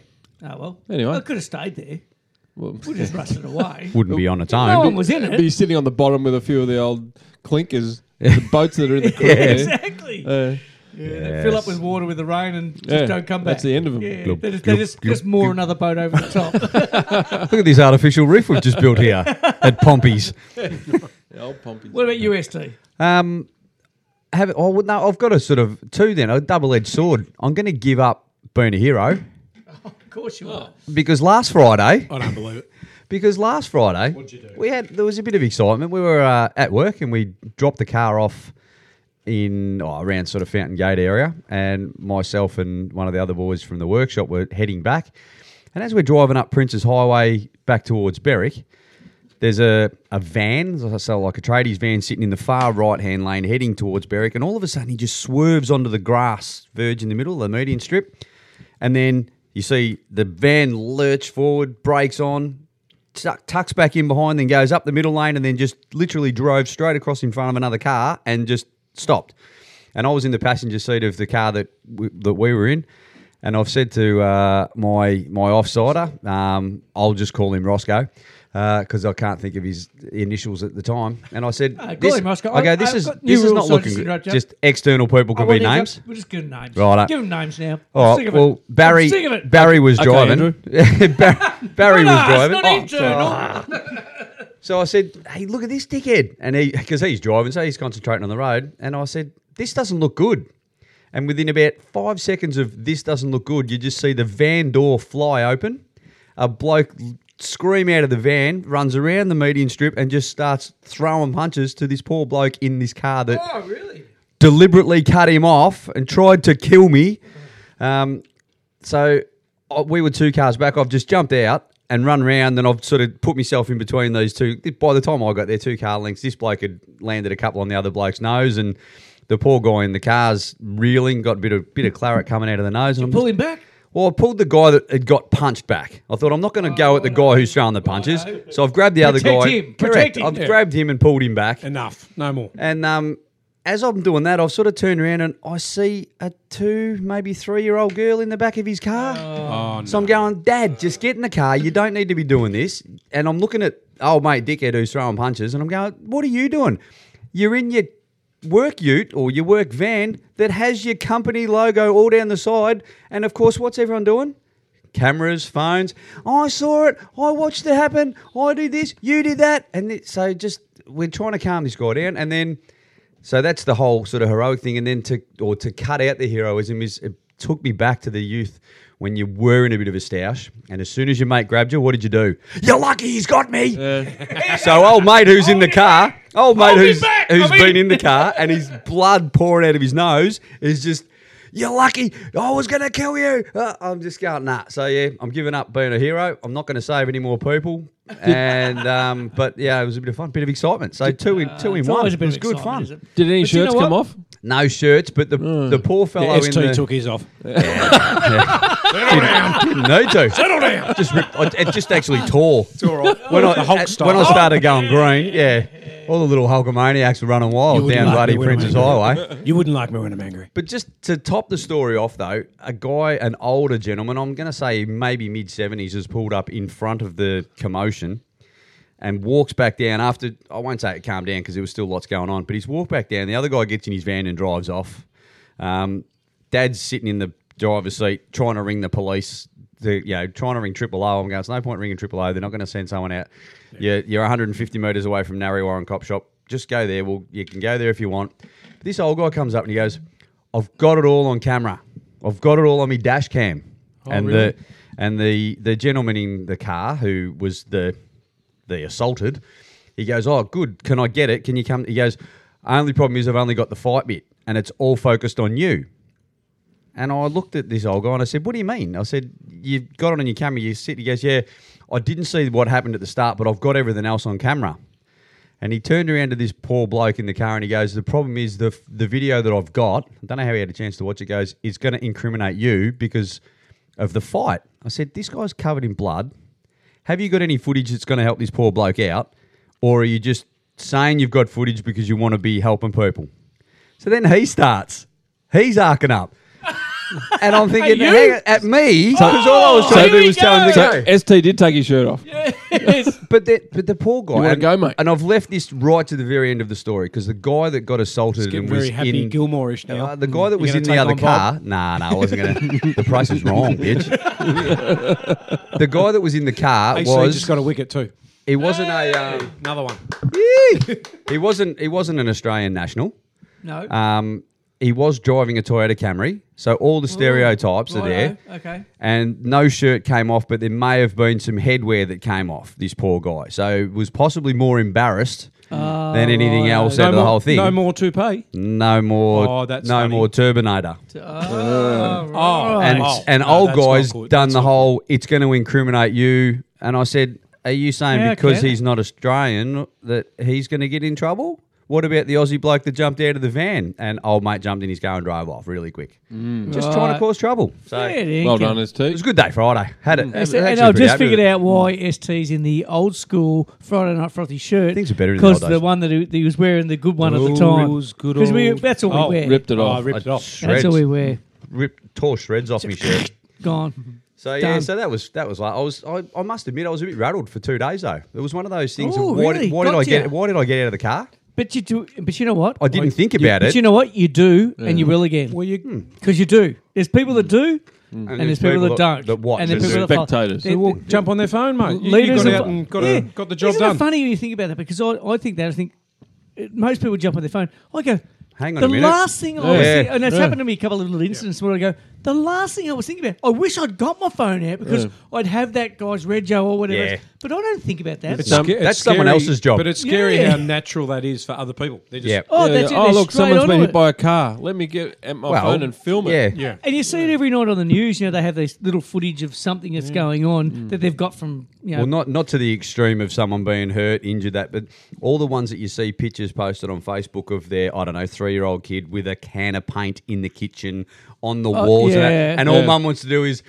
Speaker 2: Oh, well.
Speaker 6: Anyway.
Speaker 2: I could have stayed there.
Speaker 6: Well,
Speaker 2: We just rusted away.
Speaker 5: Wouldn't be on its own.
Speaker 2: no one was in it.
Speaker 6: be sitting on the bottom with a few of the old clinkers, the boats that are in the creek. there.
Speaker 2: Exactly.
Speaker 6: Uh,
Speaker 2: Yeah, they fill up with water with the rain and just
Speaker 6: Yeah,
Speaker 2: don't come back.
Speaker 6: that's the end of 'em.
Speaker 2: Yeah,
Speaker 5: Glub,
Speaker 2: they just,
Speaker 5: glub,
Speaker 2: they just,
Speaker 5: glub,
Speaker 2: just moor
Speaker 5: glub.
Speaker 2: another boat over the top.
Speaker 5: Look at this artificial reef we've just built here at Pompey's.
Speaker 6: the old Pompey.
Speaker 2: what about UST?
Speaker 5: Um, have oh well, no, I've got a sort of two then a double-edged sword. I'm going to give up being a hero
Speaker 2: Of course you are.
Speaker 5: because last Friday,
Speaker 3: I don't believe it.
Speaker 5: because last Friday
Speaker 3: you do?
Speaker 5: we had there was a bit of excitement. We were uh, at work and we dropped the car off in oh, around sort of Fountain Gate area, and myself and one of the other boys from the workshop were heading back. And as we're driving up Prince's Highway back towards Berwick, there's a, a van, so like a tradies van, sitting in the far right hand lane heading towards Berwick. And all of a sudden, he just swerves onto the grass verge in the middle, the median strip. And then you see the van lurch forward, brakes on, tuck, tucks back in behind, then goes up the middle lane, and then just literally drove straight across in front of another car and just stopped. And I was in the passenger seat of the car that we, that we were in. And I've said to uh, my my offsider, um, I'll just call him Roscoe because I can't think of his initials at the time. And I said,
Speaker 2: Uh, call
Speaker 5: this,
Speaker 2: him Roscoe.
Speaker 5: I go,
Speaker 2: I've-
Speaker 5: this
Speaker 2: I've
Speaker 5: is
Speaker 2: got new
Speaker 5: this is
Speaker 2: rules,
Speaker 5: not
Speaker 2: so
Speaker 5: looking
Speaker 2: just
Speaker 5: good.
Speaker 2: interrupt you.
Speaker 5: Just external people
Speaker 2: Oh,
Speaker 5: could
Speaker 2: well,
Speaker 5: be
Speaker 2: there you go.
Speaker 5: names.
Speaker 2: We're just good names.
Speaker 5: Righto.
Speaker 2: Give them names now.
Speaker 5: All
Speaker 2: I'm
Speaker 5: right.
Speaker 2: sick of
Speaker 5: Well,
Speaker 2: it.
Speaker 5: Barry
Speaker 2: I'm sick of it.
Speaker 5: Barry was driving. Bar- Barry
Speaker 2: No, no, it's
Speaker 5: was driving. Oh,
Speaker 2: not internal.
Speaker 5: So I said, "Hey, look at this dickhead!" And he, because he's driving, so he's concentrating on the road. And I said, "This doesn't look good." And within about five seconds of this doesn't look good, you just see the van door fly open. A bloke l- scream out of the van, runs around the median strip, and just starts throwing punches to this poor bloke in this car that
Speaker 2: Oh, really?
Speaker 5: deliberately cut him off and tried to kill me. Um, so I- we were two cars back. I've just jumped out and run round, and I've sort of put myself in between those two. By the time I got there, two car lengths, this bloke had landed a couple on the other bloke's nose, and the poor guy in the car's reeling, got a bit of bit of claret coming out of the nose. And I'm
Speaker 2: Pull
Speaker 5: just,
Speaker 2: him back.
Speaker 5: well, I pulled the guy that had got punched back. I thought I'm not going to go at the guy who's throwing the punches, so I've grabbed the other
Speaker 2: Oh, Protect
Speaker 5: guy.
Speaker 2: him, protect
Speaker 5: Correct.
Speaker 2: him.
Speaker 5: I've
Speaker 2: Yeah.
Speaker 5: grabbed him and pulled him back.
Speaker 3: Enough. No more.
Speaker 5: And um, as I'm doing that, I've sort of turned around and I see a two, maybe three year old girl in the back of his car.
Speaker 3: Oh, no.
Speaker 5: So I'm going, Dad, just get in the car. You don't need to be doing this. And I'm looking at old mate dickhead who's throwing punches, and I'm going, What are you doing? You're in your work ute or your work van that has your company logo all down the side. And of course, what's everyone doing? Cameras, phones. "Oh, I saw it. I watched it happen. I did this. You did that. And it, so just we're trying to calm this guy down. And then so that's the whole sort of heroic thing, and then to or to cut out the heroism is it took me back to the youth when you were in a bit of a stoush, and as soon as your mate grabbed you, what did you do? You're lucky he's got me. so old mate who's in the car, old mate
Speaker 2: Hold me
Speaker 5: who's
Speaker 2: back,
Speaker 5: who's
Speaker 2: I mean-
Speaker 5: been in the car, and his blood pouring out of his nose is just. You're lucky. I was going to kill you. Uh, I'm just going, nah. So, yeah, I'm giving up being a hero. I'm not going to save any more people. And, um, but yeah, it was a bit of fun, bit of excitement. So, two in, two in
Speaker 2: uh, It's
Speaker 5: one.
Speaker 2: always a bit
Speaker 5: it was
Speaker 2: of
Speaker 5: good
Speaker 2: excitement,
Speaker 5: fun.
Speaker 2: isn't it?
Speaker 6: Did any
Speaker 2: But you know
Speaker 6: shirts
Speaker 2: what?
Speaker 6: come off?
Speaker 5: No shirts, but the the poor fellow
Speaker 3: Mm. Yeah,
Speaker 5: in
Speaker 3: ST
Speaker 5: the
Speaker 3: took his off.
Speaker 5: didn't need to settle down. Just ripped, I, it just actually tore. It's all right. When I
Speaker 3: The Hulk Oh.
Speaker 5: at-
Speaker 3: style.
Speaker 5: when I started going green, yeah, all the little Hulkamaniacs were running
Speaker 3: You
Speaker 5: wild
Speaker 3: wouldn't
Speaker 5: down
Speaker 3: like
Speaker 5: bloody
Speaker 3: me when I'm
Speaker 5: Prince's
Speaker 3: angry.
Speaker 5: Highway.
Speaker 3: You wouldn't like me when I'm angry.
Speaker 5: But just to top the story off, though, a guy, an older gentleman, I'm going to say maybe mid seventies, has pulled up in front of the commotion. and walks back down after I won't say it calmed down because there was still lots going on, but he's walked back down. The other guy gets in his van and drives off. Um, Dad's sitting in the driver's seat trying to ring the police. The, you know, trying to ring triple O. I'm going. It's no point ringing triple O. They're not going to send someone out. You're, you're 150 meters away from Narry Warren Cop Shop. Just go there. Well, you can go there if you want. This old guy comes up and he goes, "I've got it all on camera. I've got it all on me dash cam." and
Speaker 3: really?
Speaker 5: the and the the gentleman in the car who was the the assaulted. He goes, "Oh, good. Can I get it? Can you come?" He goes, "Only problem is I've only got the fight bit, and it's all focused on you." And I looked at this old guy and I said, "What do you mean?" I said, "You've got it on your camera. You sit." He goes, "Yeah, I didn't see what happened at the start, but I've got everything else on camera." And he turned around to this poor bloke in the car and he goes, The problem is the, the video that I've got, I don't know how he had a chance to watch it, goes, is going to incriminate you because of the fight. I said, This guy's covered in blood. Have you got any footage that's going to help this poor bloke out? Or are you just saying you've got footage because you want to be helping people? So then he starts. He's arcing up. And I'm thinking,
Speaker 2: you?
Speaker 5: hang on, at me, because all I was
Speaker 2: Oh,
Speaker 5: trying to
Speaker 2: here
Speaker 5: do
Speaker 2: we
Speaker 5: was tell him to
Speaker 6: So
Speaker 5: go.
Speaker 6: ST did take his shirt off.
Speaker 2: Yes.
Speaker 5: But the, but the poor guy.
Speaker 6: wanna
Speaker 5: and,
Speaker 6: go, mate?
Speaker 5: And I've left this right to the very end of the story because the guy that got assaulted
Speaker 3: Getting
Speaker 5: and
Speaker 3: very
Speaker 5: was
Speaker 3: happy
Speaker 5: in
Speaker 3: Gilmore-ish now.
Speaker 5: uh, the guy that
Speaker 3: You
Speaker 5: was
Speaker 3: gonna
Speaker 5: in the
Speaker 3: take
Speaker 5: other
Speaker 3: on Bob?
Speaker 5: car. Nah, nah, I wasn't gonna. the price was wrong, bitch. the guy that was in the car
Speaker 3: AC
Speaker 5: was.
Speaker 3: just got a wicket too.
Speaker 5: he wasn't a. Um,
Speaker 3: Another one.
Speaker 5: he wasn't. He wasn't an Australian national.
Speaker 2: No.
Speaker 5: Um, he was driving a Toyota Camry, so all
Speaker 3: Oh,
Speaker 5: the stereotypes are there.
Speaker 2: Righto, okay.
Speaker 5: And no shirt came off, but there may have been some headwear that came off this poor guy. So was possibly more embarrassed than anything
Speaker 2: righto.
Speaker 5: else out of
Speaker 3: more,
Speaker 5: the whole thing.
Speaker 3: Oh, No more toupee.
Speaker 5: No more.
Speaker 3: Oh, that's
Speaker 5: no
Speaker 3: funny.
Speaker 5: more Turbinator.
Speaker 2: Oh, right.
Speaker 3: Oh,
Speaker 5: Uh, and
Speaker 3: oh,
Speaker 5: and
Speaker 3: no,
Speaker 5: old
Speaker 3: that's not
Speaker 5: guys
Speaker 3: good.
Speaker 5: done
Speaker 3: That's
Speaker 5: the
Speaker 3: not
Speaker 5: whole. It's going to incriminate you. And I said, "Are you saying
Speaker 2: Yeah,
Speaker 5: because
Speaker 2: okay.
Speaker 5: he's not Australian that he's going to get in trouble?" What about the Aussie bloke that jumped out of the van and old mate jumped in his car and drove off really quick? Just trying to
Speaker 2: Right.
Speaker 5: cause trouble. So it
Speaker 6: Well done,
Speaker 5: was
Speaker 6: ST.
Speaker 5: a good day Friday. Had
Speaker 3: Mm.
Speaker 5: it.
Speaker 2: And I just figured out why ST's in the old school Friday Night Frothy shirt.
Speaker 5: Things are better in the
Speaker 2: because
Speaker 5: old
Speaker 2: the,
Speaker 5: days.
Speaker 2: one that he, that he was wearing, the good one at the time.
Speaker 3: Rules, good
Speaker 2: Because we
Speaker 3: old-
Speaker 2: that's all
Speaker 3: Oh,
Speaker 2: we wear.
Speaker 6: Ripped it
Speaker 3: Oh, I
Speaker 6: off.
Speaker 3: ripped it off.
Speaker 5: Shreds,
Speaker 2: That's all we wear.
Speaker 5: ripped, tore shreds off my shirt.
Speaker 2: Gone.
Speaker 5: So yeah,
Speaker 2: Done.
Speaker 5: so that was that was like I was I, I must admit I was a bit rattled for two days though. It was one of those things.
Speaker 2: Ooh,
Speaker 5: of why
Speaker 2: Oh, really?
Speaker 5: did, why did
Speaker 2: Got
Speaker 5: I get
Speaker 2: ya. Mm.
Speaker 5: why did I get out of the car?
Speaker 2: But you do. But you know what?
Speaker 5: I didn't think about
Speaker 2: But
Speaker 5: it. Hmm.
Speaker 2: you know what? You do, and you will again. Well, you because you do. There's people that do, and, there's people, that don't.
Speaker 5: that watch
Speaker 2: and there's
Speaker 5: and
Speaker 2: people
Speaker 5: do.
Speaker 2: that follow.
Speaker 6: Spectators.
Speaker 2: They-
Speaker 3: Well, jump on their phone, mate. You, you
Speaker 2: leaders
Speaker 3: got
Speaker 2: of-
Speaker 3: out and got, a,
Speaker 2: Yeah.
Speaker 3: got the job
Speaker 2: Isn't
Speaker 3: done.
Speaker 2: It funny when you think about that because I, I think that I think uh, most people jump on their phone. I go,
Speaker 5: Hang on
Speaker 2: The
Speaker 5: a minute."
Speaker 2: last thing I
Speaker 5: Yeah.
Speaker 2: was, thi- and it's
Speaker 6: Yeah.
Speaker 2: happened to me a couple of little incidents where I go, the last thing I was thinking about. I wish I'd got my phone out because I'd have that guy's red Joe or whatever.
Speaker 5: Yeah.
Speaker 2: else. But I don't think about that.
Speaker 3: It's
Speaker 5: No,
Speaker 3: sca- it's
Speaker 5: um, that's someone
Speaker 3: scary,
Speaker 5: else's job.
Speaker 3: But it's scary
Speaker 2: Yeah.
Speaker 3: how natural that is for other people. They're just
Speaker 5: Yeah.
Speaker 2: oh,
Speaker 6: Yeah,
Speaker 2: that's it.
Speaker 6: oh
Speaker 2: they're
Speaker 6: look,
Speaker 2: straight
Speaker 6: someone's been
Speaker 2: onto
Speaker 6: hit
Speaker 2: it.
Speaker 6: by a car. Let me get at my
Speaker 5: Well,
Speaker 6: phone and
Speaker 2: oh
Speaker 6: film it.
Speaker 5: yeah.
Speaker 3: yeah.
Speaker 2: And you see it every night on the news. You know they have this little footage of something that's going on
Speaker 5: Mm.
Speaker 2: that they've got from you know.
Speaker 5: Well, not not to the extreme of someone being hurt, injured, that, but all the ones that you see pictures posted on Facebook of their I don't know three year old kid with a can of paint in the kitchen on the walls, and,
Speaker 2: Oh, yeah.
Speaker 5: that, and all
Speaker 6: Yeah.
Speaker 5: mum wants to do is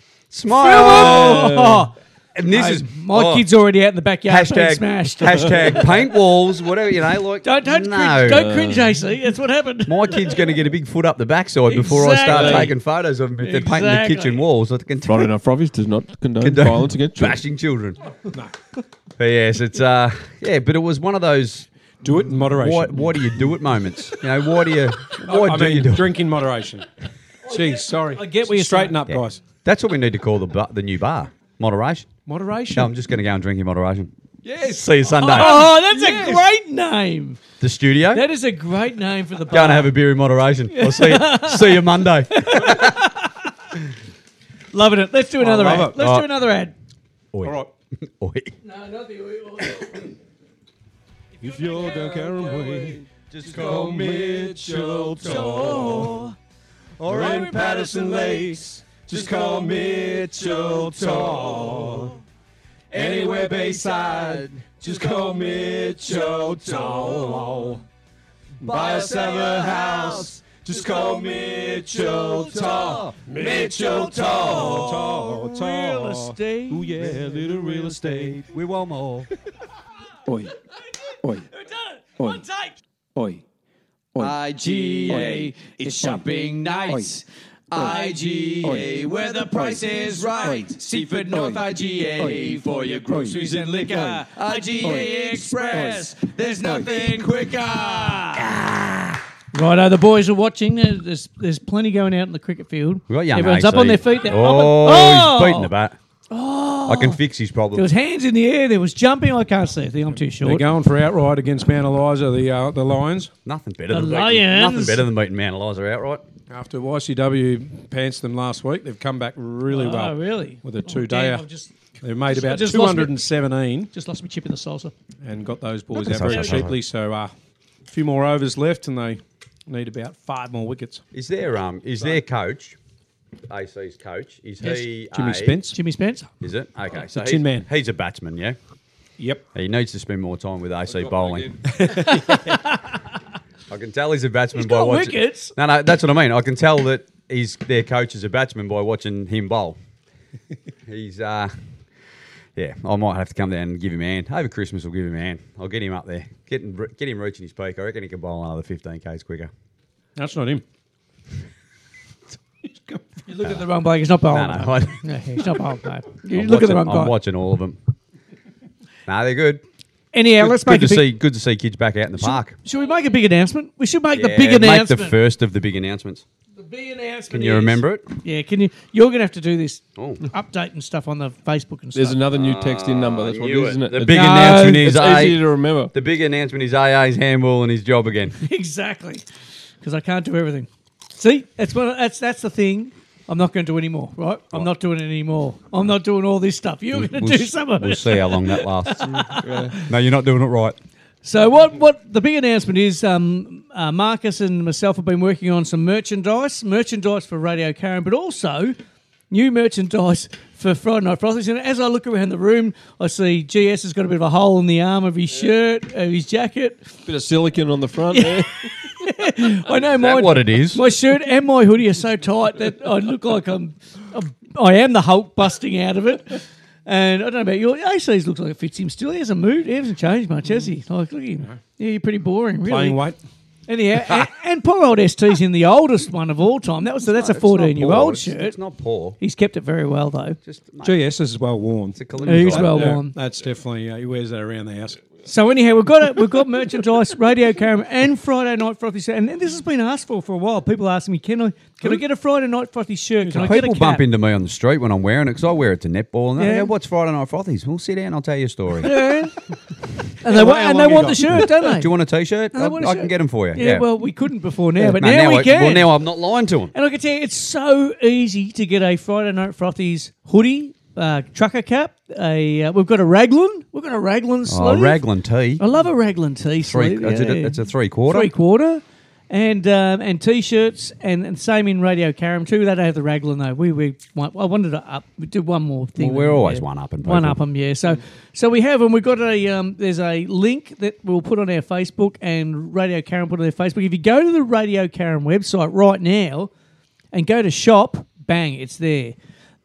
Speaker 5: smile.
Speaker 2: Oh,
Speaker 5: And this is
Speaker 2: my
Speaker 5: oh,
Speaker 2: kid's already out in the backyard being
Speaker 5: hashtag
Speaker 2: smashed.
Speaker 5: hashtag paint walls, whatever you know, like
Speaker 2: Don't don't
Speaker 5: no.
Speaker 2: cringe, don't cringe, AC. That's what happened.
Speaker 5: My kid's going to get a big foot up the backside before I start
Speaker 2: Exactly.
Speaker 5: taking photos of him if they're painting the
Speaker 2: Exactly.
Speaker 5: kitchen walls. I can
Speaker 6: Friday Night Frothies does not condone
Speaker 5: Condone
Speaker 6: violence against children.
Speaker 5: bashing children. But yes, it's uh, yeah, but it was one of those
Speaker 3: Do it in moderation.
Speaker 5: why, why do you do it moments. You know, why do you
Speaker 3: I,
Speaker 5: why
Speaker 3: I
Speaker 5: do
Speaker 3: mean,
Speaker 5: you do it?
Speaker 3: drink in moderation. Jeez, sorry.
Speaker 2: I get what you're
Speaker 3: Straighten
Speaker 2: saying.
Speaker 3: up, guys.
Speaker 5: That's what we need to call the bu- the new bar. Moderation.
Speaker 3: Moderation.
Speaker 5: No, I'm just going to go and drink in moderation. Yes. See you Sunday.
Speaker 2: Oh, that's a great name.
Speaker 5: The studio.
Speaker 2: That is a great name for the
Speaker 5: Go
Speaker 2: bar.
Speaker 5: and have a beer in moderation. I'll see you, see you Monday.
Speaker 2: Loving it. Let's do another
Speaker 3: love
Speaker 2: ad.
Speaker 3: it.
Speaker 2: Let's
Speaker 5: Oh.
Speaker 2: do another ad.
Speaker 5: Oi.
Speaker 3: All right.
Speaker 5: Oi.
Speaker 2: No, not the
Speaker 6: If you're down Carraway,
Speaker 5: Just call
Speaker 6: Mitchell
Speaker 5: All
Speaker 6: Oh. in Patterson Lakes. Just call Mitchell Tall. Anywhere Bayside, just call Mitchell Tall. Buy us a house, just call Mitchell Tall. Mitchell Tall. Tall,
Speaker 2: Real
Speaker 3: Oh,
Speaker 2: estate.
Speaker 6: Ooh, yeah, little real estate.
Speaker 5: We want more.
Speaker 6: Oi, oi,
Speaker 2: We've done it.
Speaker 6: Oi.
Speaker 2: One take.
Speaker 6: oi.
Speaker 1: IGA, it's shopping nights. IGA, where the price is right. Seaford North IGA for your groceries and liquor. IGA Express, there's nothing quicker.
Speaker 2: Righto, the boys are watching. There- There's there's plenty going out in the cricket field.
Speaker 5: We got young
Speaker 2: Everyone's
Speaker 5: AC.
Speaker 2: up on their feet. They're
Speaker 5: Oh,
Speaker 2: up and-
Speaker 5: he's beating the bat. I can fix his
Speaker 2: There
Speaker 5: problem.
Speaker 2: was hands in the air. There was jumping. I can't see a thing. I'm too
Speaker 3: They're
Speaker 2: short.
Speaker 3: going for outright against Mount Eliza, the uh, the Lions.
Speaker 5: Nothing better
Speaker 2: The
Speaker 5: than
Speaker 2: Lions.
Speaker 5: beating, nothing better than beating Mount Eliza outright.
Speaker 3: After YCW pants them last week, they've come back Ah, really
Speaker 2: oh,
Speaker 3: well.
Speaker 2: really?
Speaker 3: With a
Speaker 2: Oh,
Speaker 3: two
Speaker 2: damn,
Speaker 3: dayer.
Speaker 2: I've just,
Speaker 3: They've made about
Speaker 2: just lost me-
Speaker 3: 217
Speaker 2: just lost my chip in the salsa.
Speaker 3: and got those boys
Speaker 5: Nothing's
Speaker 3: out very
Speaker 5: up, sorry.
Speaker 3: cheaply. So uh, a few more overs left, and they need about five more wickets.
Speaker 5: Is their um is their coach, AC's coach, is
Speaker 2: Yes.
Speaker 5: he
Speaker 3: Jimmy
Speaker 5: a-
Speaker 3: Spence.
Speaker 2: Jimmy Spence.
Speaker 5: Is it okay? So
Speaker 3: Tin
Speaker 5: he's,
Speaker 3: Man.
Speaker 5: he's a batsman, yeah.
Speaker 3: Yep.
Speaker 5: He needs to spend more time with AC bowling. I can tell he's a batsman
Speaker 2: He's
Speaker 5: by
Speaker 2: got
Speaker 5: watching.
Speaker 2: wickets.
Speaker 5: No, no, that's what I mean. I can tell that he's their coach is a batsman by watching him bowl. he's uh, yeah. I might have to come down and give him a hand over Christmas. I'll give him a hand. I'll get him up there. Get him, get him reaching his peak. I reckon he can bowl another fifteen k's quicker.
Speaker 3: That's not him.
Speaker 2: You look at the wrong bloke. He's not bowling.
Speaker 5: No, no. I,
Speaker 2: Oh, No, he's not bowling. mate. You
Speaker 5: I'm
Speaker 2: look at the
Speaker 5: watching-
Speaker 2: wrong guy.
Speaker 5: I'm watching all of them. nah, they're good.
Speaker 2: Anyhow,
Speaker 5: good
Speaker 2: let's
Speaker 5: good
Speaker 2: make
Speaker 5: to
Speaker 2: a big,
Speaker 5: see. Good to see kids back out in the park.
Speaker 2: Should we make a big announcement? We should make the
Speaker 5: Yeah,
Speaker 2: big
Speaker 5: Make
Speaker 2: announcement.
Speaker 5: the first of the big announcements.
Speaker 2: The big announcement.
Speaker 5: Can you remember it?
Speaker 2: Yeah, can you? You're going to have to do this
Speaker 5: Oh.
Speaker 2: update and stuff on the Facebook and
Speaker 6: There's
Speaker 2: stuff.
Speaker 6: another new text in
Speaker 2: Ah,
Speaker 6: number. That's
Speaker 5: I
Speaker 6: what it
Speaker 5: knew
Speaker 6: is, isn't it?
Speaker 5: The
Speaker 6: It's-
Speaker 5: big
Speaker 2: No,
Speaker 5: announcement is
Speaker 6: It's easy
Speaker 5: I,
Speaker 6: to remember.
Speaker 5: the big announcement is AA's handball and his job again.
Speaker 2: exactly, because I can't do everything. See, that's what that's that's the thing. I'm not going to do any more. Right? I'm not doing it anymore. I'm not doing all this stuff. You're going to do some of
Speaker 5: we'll
Speaker 2: it.
Speaker 5: see how long that lasts. No, you're not doing it right.
Speaker 2: So what? What the big announcement is? Um, uh, Marcus and myself have been working on some merchandise, merchandise for Radio Karen, but also new merchandise for Friday Night Frothies. And as I look around the room, I see GS has got a bit of a hole in the arm of his shirt, of his jacket.
Speaker 6: Bit of silicon on the front there.
Speaker 2: I know
Speaker 5: That
Speaker 2: mine.
Speaker 5: what it is?
Speaker 2: My shirt and my hoodie are so tight that I look like I'm, I'm I am the Hulk busting out of it. And I don't know about you. AC's looks like it fits him still. He hasn't moved. He hasn't changed much, has he? Like, look at him. Yeah, you're pretty boring, really.
Speaker 3: Playing weight.
Speaker 2: Anyhow, and, and poor old ST's in the oldest one of all time. That was that's a
Speaker 5: It's not
Speaker 2: 14 year
Speaker 5: poor.
Speaker 2: old
Speaker 5: It's-
Speaker 2: shirt.
Speaker 5: It's not poor.
Speaker 2: He's kept it very well though.
Speaker 5: Just mate,
Speaker 3: GS is well worn.
Speaker 5: it's a collision
Speaker 2: He's
Speaker 5: site.
Speaker 2: well
Speaker 3: Yeah,
Speaker 2: worn.
Speaker 3: that's definitely uh, he wears that around the house.
Speaker 2: So anyhow, we've got it. We've got merchandise, Radio Caram, and Friday Night Frothy shirt. And this has been asked for for a while. People asking me, "Can I? Can I get a Friday Night Frothy shirt? Can I get a
Speaker 5: People
Speaker 2: cap?
Speaker 5: bump into me on the street when I'm wearing it because I wear it to netball and they
Speaker 2: Yeah.
Speaker 5: go, "What's Friday night frothies?" We'll sit down. I'll tell you a story. Do
Speaker 2: Yeah. and they, want,
Speaker 3: how
Speaker 2: and
Speaker 3: long
Speaker 2: they
Speaker 3: you
Speaker 2: want the
Speaker 3: got?
Speaker 2: shirt, don't they?
Speaker 5: you want a t-shirt?
Speaker 2: And they
Speaker 5: I,
Speaker 2: want a
Speaker 5: I
Speaker 2: shirt.
Speaker 5: can get them for you.
Speaker 2: Yeah, well, we couldn't before now, but
Speaker 5: Mate,
Speaker 2: now, we
Speaker 5: I-
Speaker 2: can.
Speaker 5: Well, now I'm not lying to them.
Speaker 2: and I can tell you, it's so easy to get a Friday Night Frothies hoodie, uh, trucker cap. A uh, we've got a raglan. We've got a raglan
Speaker 5: Oh,
Speaker 2: sleeve.
Speaker 5: Raglan tee.
Speaker 2: I love a raglan tee
Speaker 5: Three,
Speaker 2: sleeve.
Speaker 5: it's,
Speaker 2: yeah,
Speaker 5: a,
Speaker 2: yeah.
Speaker 5: it's a three quarter.
Speaker 2: Three quarter. And um, and t-shirts and, and same in Radio Caram too. They don't have the raglan though. We we I wanted to up. We did one more thing.
Speaker 5: Well, we're
Speaker 2: Yeah.
Speaker 5: always one up and
Speaker 2: one up them. Yeah. So so we have and we've got a um, there's a link that we'll put on our Facebook and Radio Caram put on their Facebook. If you go to the Radio Caram website right now and go to shop, bang, it's there.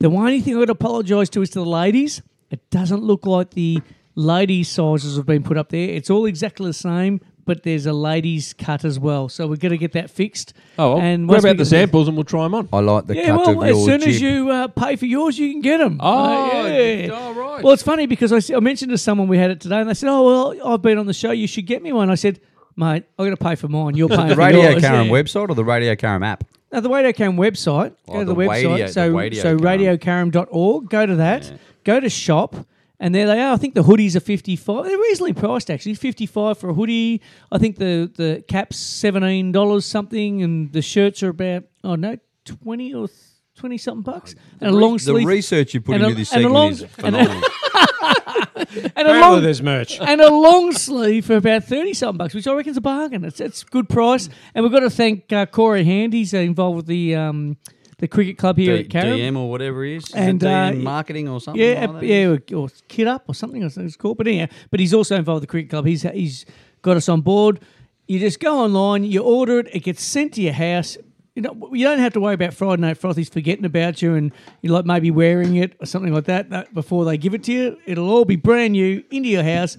Speaker 2: The only thing I would apologise to is to the ladies. It doesn't look like the ladies' sizes have been put up there. It's all exactly the same, but there's a ladies' cut as well. So we're going to get that fixed.
Speaker 6: Oh, well,
Speaker 2: and
Speaker 6: what
Speaker 2: once we
Speaker 6: about the
Speaker 2: get that-
Speaker 6: samples and we'll try them on?
Speaker 5: I like the
Speaker 2: yeah,
Speaker 5: cut
Speaker 2: well,
Speaker 5: of
Speaker 2: as
Speaker 5: your
Speaker 2: soon as
Speaker 5: jib.
Speaker 2: you uh, pay for yours, you can get them.
Speaker 6: Oh,
Speaker 2: yeah.
Speaker 6: all right.
Speaker 2: Well, it's funny because I, s- I mentioned to someone we had it today, and they said, "Oh, well, I've been on the show. You should get me one." I said, "Mate, I'm going to pay for mine. You're paying
Speaker 5: the
Speaker 2: for
Speaker 5: Radio
Speaker 2: yours."
Speaker 5: Karen
Speaker 2: yeah.
Speaker 5: website or the Radio Karen app?
Speaker 2: Now, the Radio Cam website.
Speaker 5: Oh,
Speaker 2: go to the,
Speaker 5: the
Speaker 2: website.
Speaker 5: Wadio-
Speaker 2: so,
Speaker 5: the Wadio
Speaker 2: so radiocaram.org. Go to that. Go to shop. And there they are. I think the hoodies are fifty five. They're reasonably priced actually. Fifty five for a hoodie. I think the the caps seventeen dollars something, and the shirts are about oh no twenty or twenty something bucks. And a long
Speaker 5: The
Speaker 2: sleeve.
Speaker 5: research you put
Speaker 2: and a-
Speaker 5: into this
Speaker 2: and a
Speaker 5: segment
Speaker 2: long-
Speaker 5: is
Speaker 2: and a-
Speaker 5: phenomenal.
Speaker 2: and a
Speaker 3: Apparently,
Speaker 2: long
Speaker 3: there's merch.
Speaker 2: and a long sleeve for about 30 something bucks, which I reckon's a bargain. It's it's good price. And we've got to thank uh, Corey Hand. He's uh, involved with the um, the cricket club here
Speaker 5: D-
Speaker 2: at Carrum.
Speaker 5: DM or whatever it is. Is
Speaker 2: And,
Speaker 5: and, it DM
Speaker 2: uh,
Speaker 5: marketing or something?
Speaker 2: Yeah,
Speaker 5: like
Speaker 2: uh,
Speaker 5: that?
Speaker 2: yeah, or, or Kid Up or something. I think it's called. But anyhow, but he's also involved with the cricket club. He's he's got us on board. You just go online, you order it, it gets sent to your house. You know, you don't have to worry about Friday night frothies forgetting about you and you like maybe wearing it or something like that uh, before they give it to you. It'll all be brand new into your house.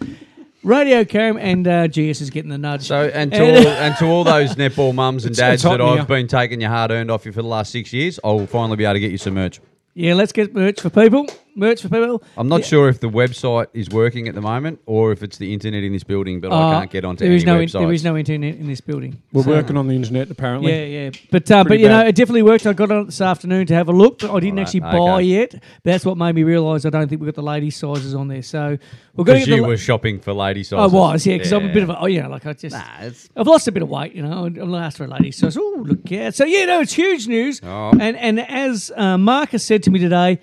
Speaker 2: Radio Cam and uh, GS is getting the nudge.
Speaker 5: So and to
Speaker 2: And- uh,
Speaker 5: all, and to all those netball mums and
Speaker 3: It's-
Speaker 5: dads
Speaker 3: it's hot
Speaker 5: that
Speaker 3: in
Speaker 5: I've
Speaker 3: here.
Speaker 5: been taking your hard earned off you for the last six years, I will finally be able to get you some merch.
Speaker 2: yeah, let's get merch for people. Merch for people.
Speaker 5: I'm not
Speaker 2: Yeah.
Speaker 5: sure if the website is working at the moment or if it's the internet in this building, but
Speaker 2: Uh,
Speaker 5: I can't get onto
Speaker 2: there
Speaker 5: any
Speaker 2: is no in-
Speaker 5: websites.
Speaker 2: there is no internet in this building.
Speaker 3: We're
Speaker 2: So-
Speaker 3: working on the internet apparently.
Speaker 2: Yeah, yeah, but uh, but
Speaker 3: Pretty
Speaker 2: you
Speaker 3: bad.
Speaker 2: know, it definitely worked. I got on it this afternoon to have a look, but I didn't
Speaker 5: Alright,
Speaker 2: actually
Speaker 5: okay.
Speaker 2: buy it. That's what made me realise I don't think we have got the lady sizes on there. So we're going to
Speaker 5: Because
Speaker 2: get
Speaker 5: you
Speaker 2: the.
Speaker 5: were shopping for lady
Speaker 2: I
Speaker 5: sizes.
Speaker 2: was, yeah, because I'm a bit of a, oh, yeah, like I just,
Speaker 5: Nah, it's-
Speaker 2: I've lost a bit of weight, you know. I'm the last for a lady size. Oh, look, yeah. So yeah, no, it's huge news.
Speaker 5: Oh.
Speaker 2: And and as uh, Marcus said to me today,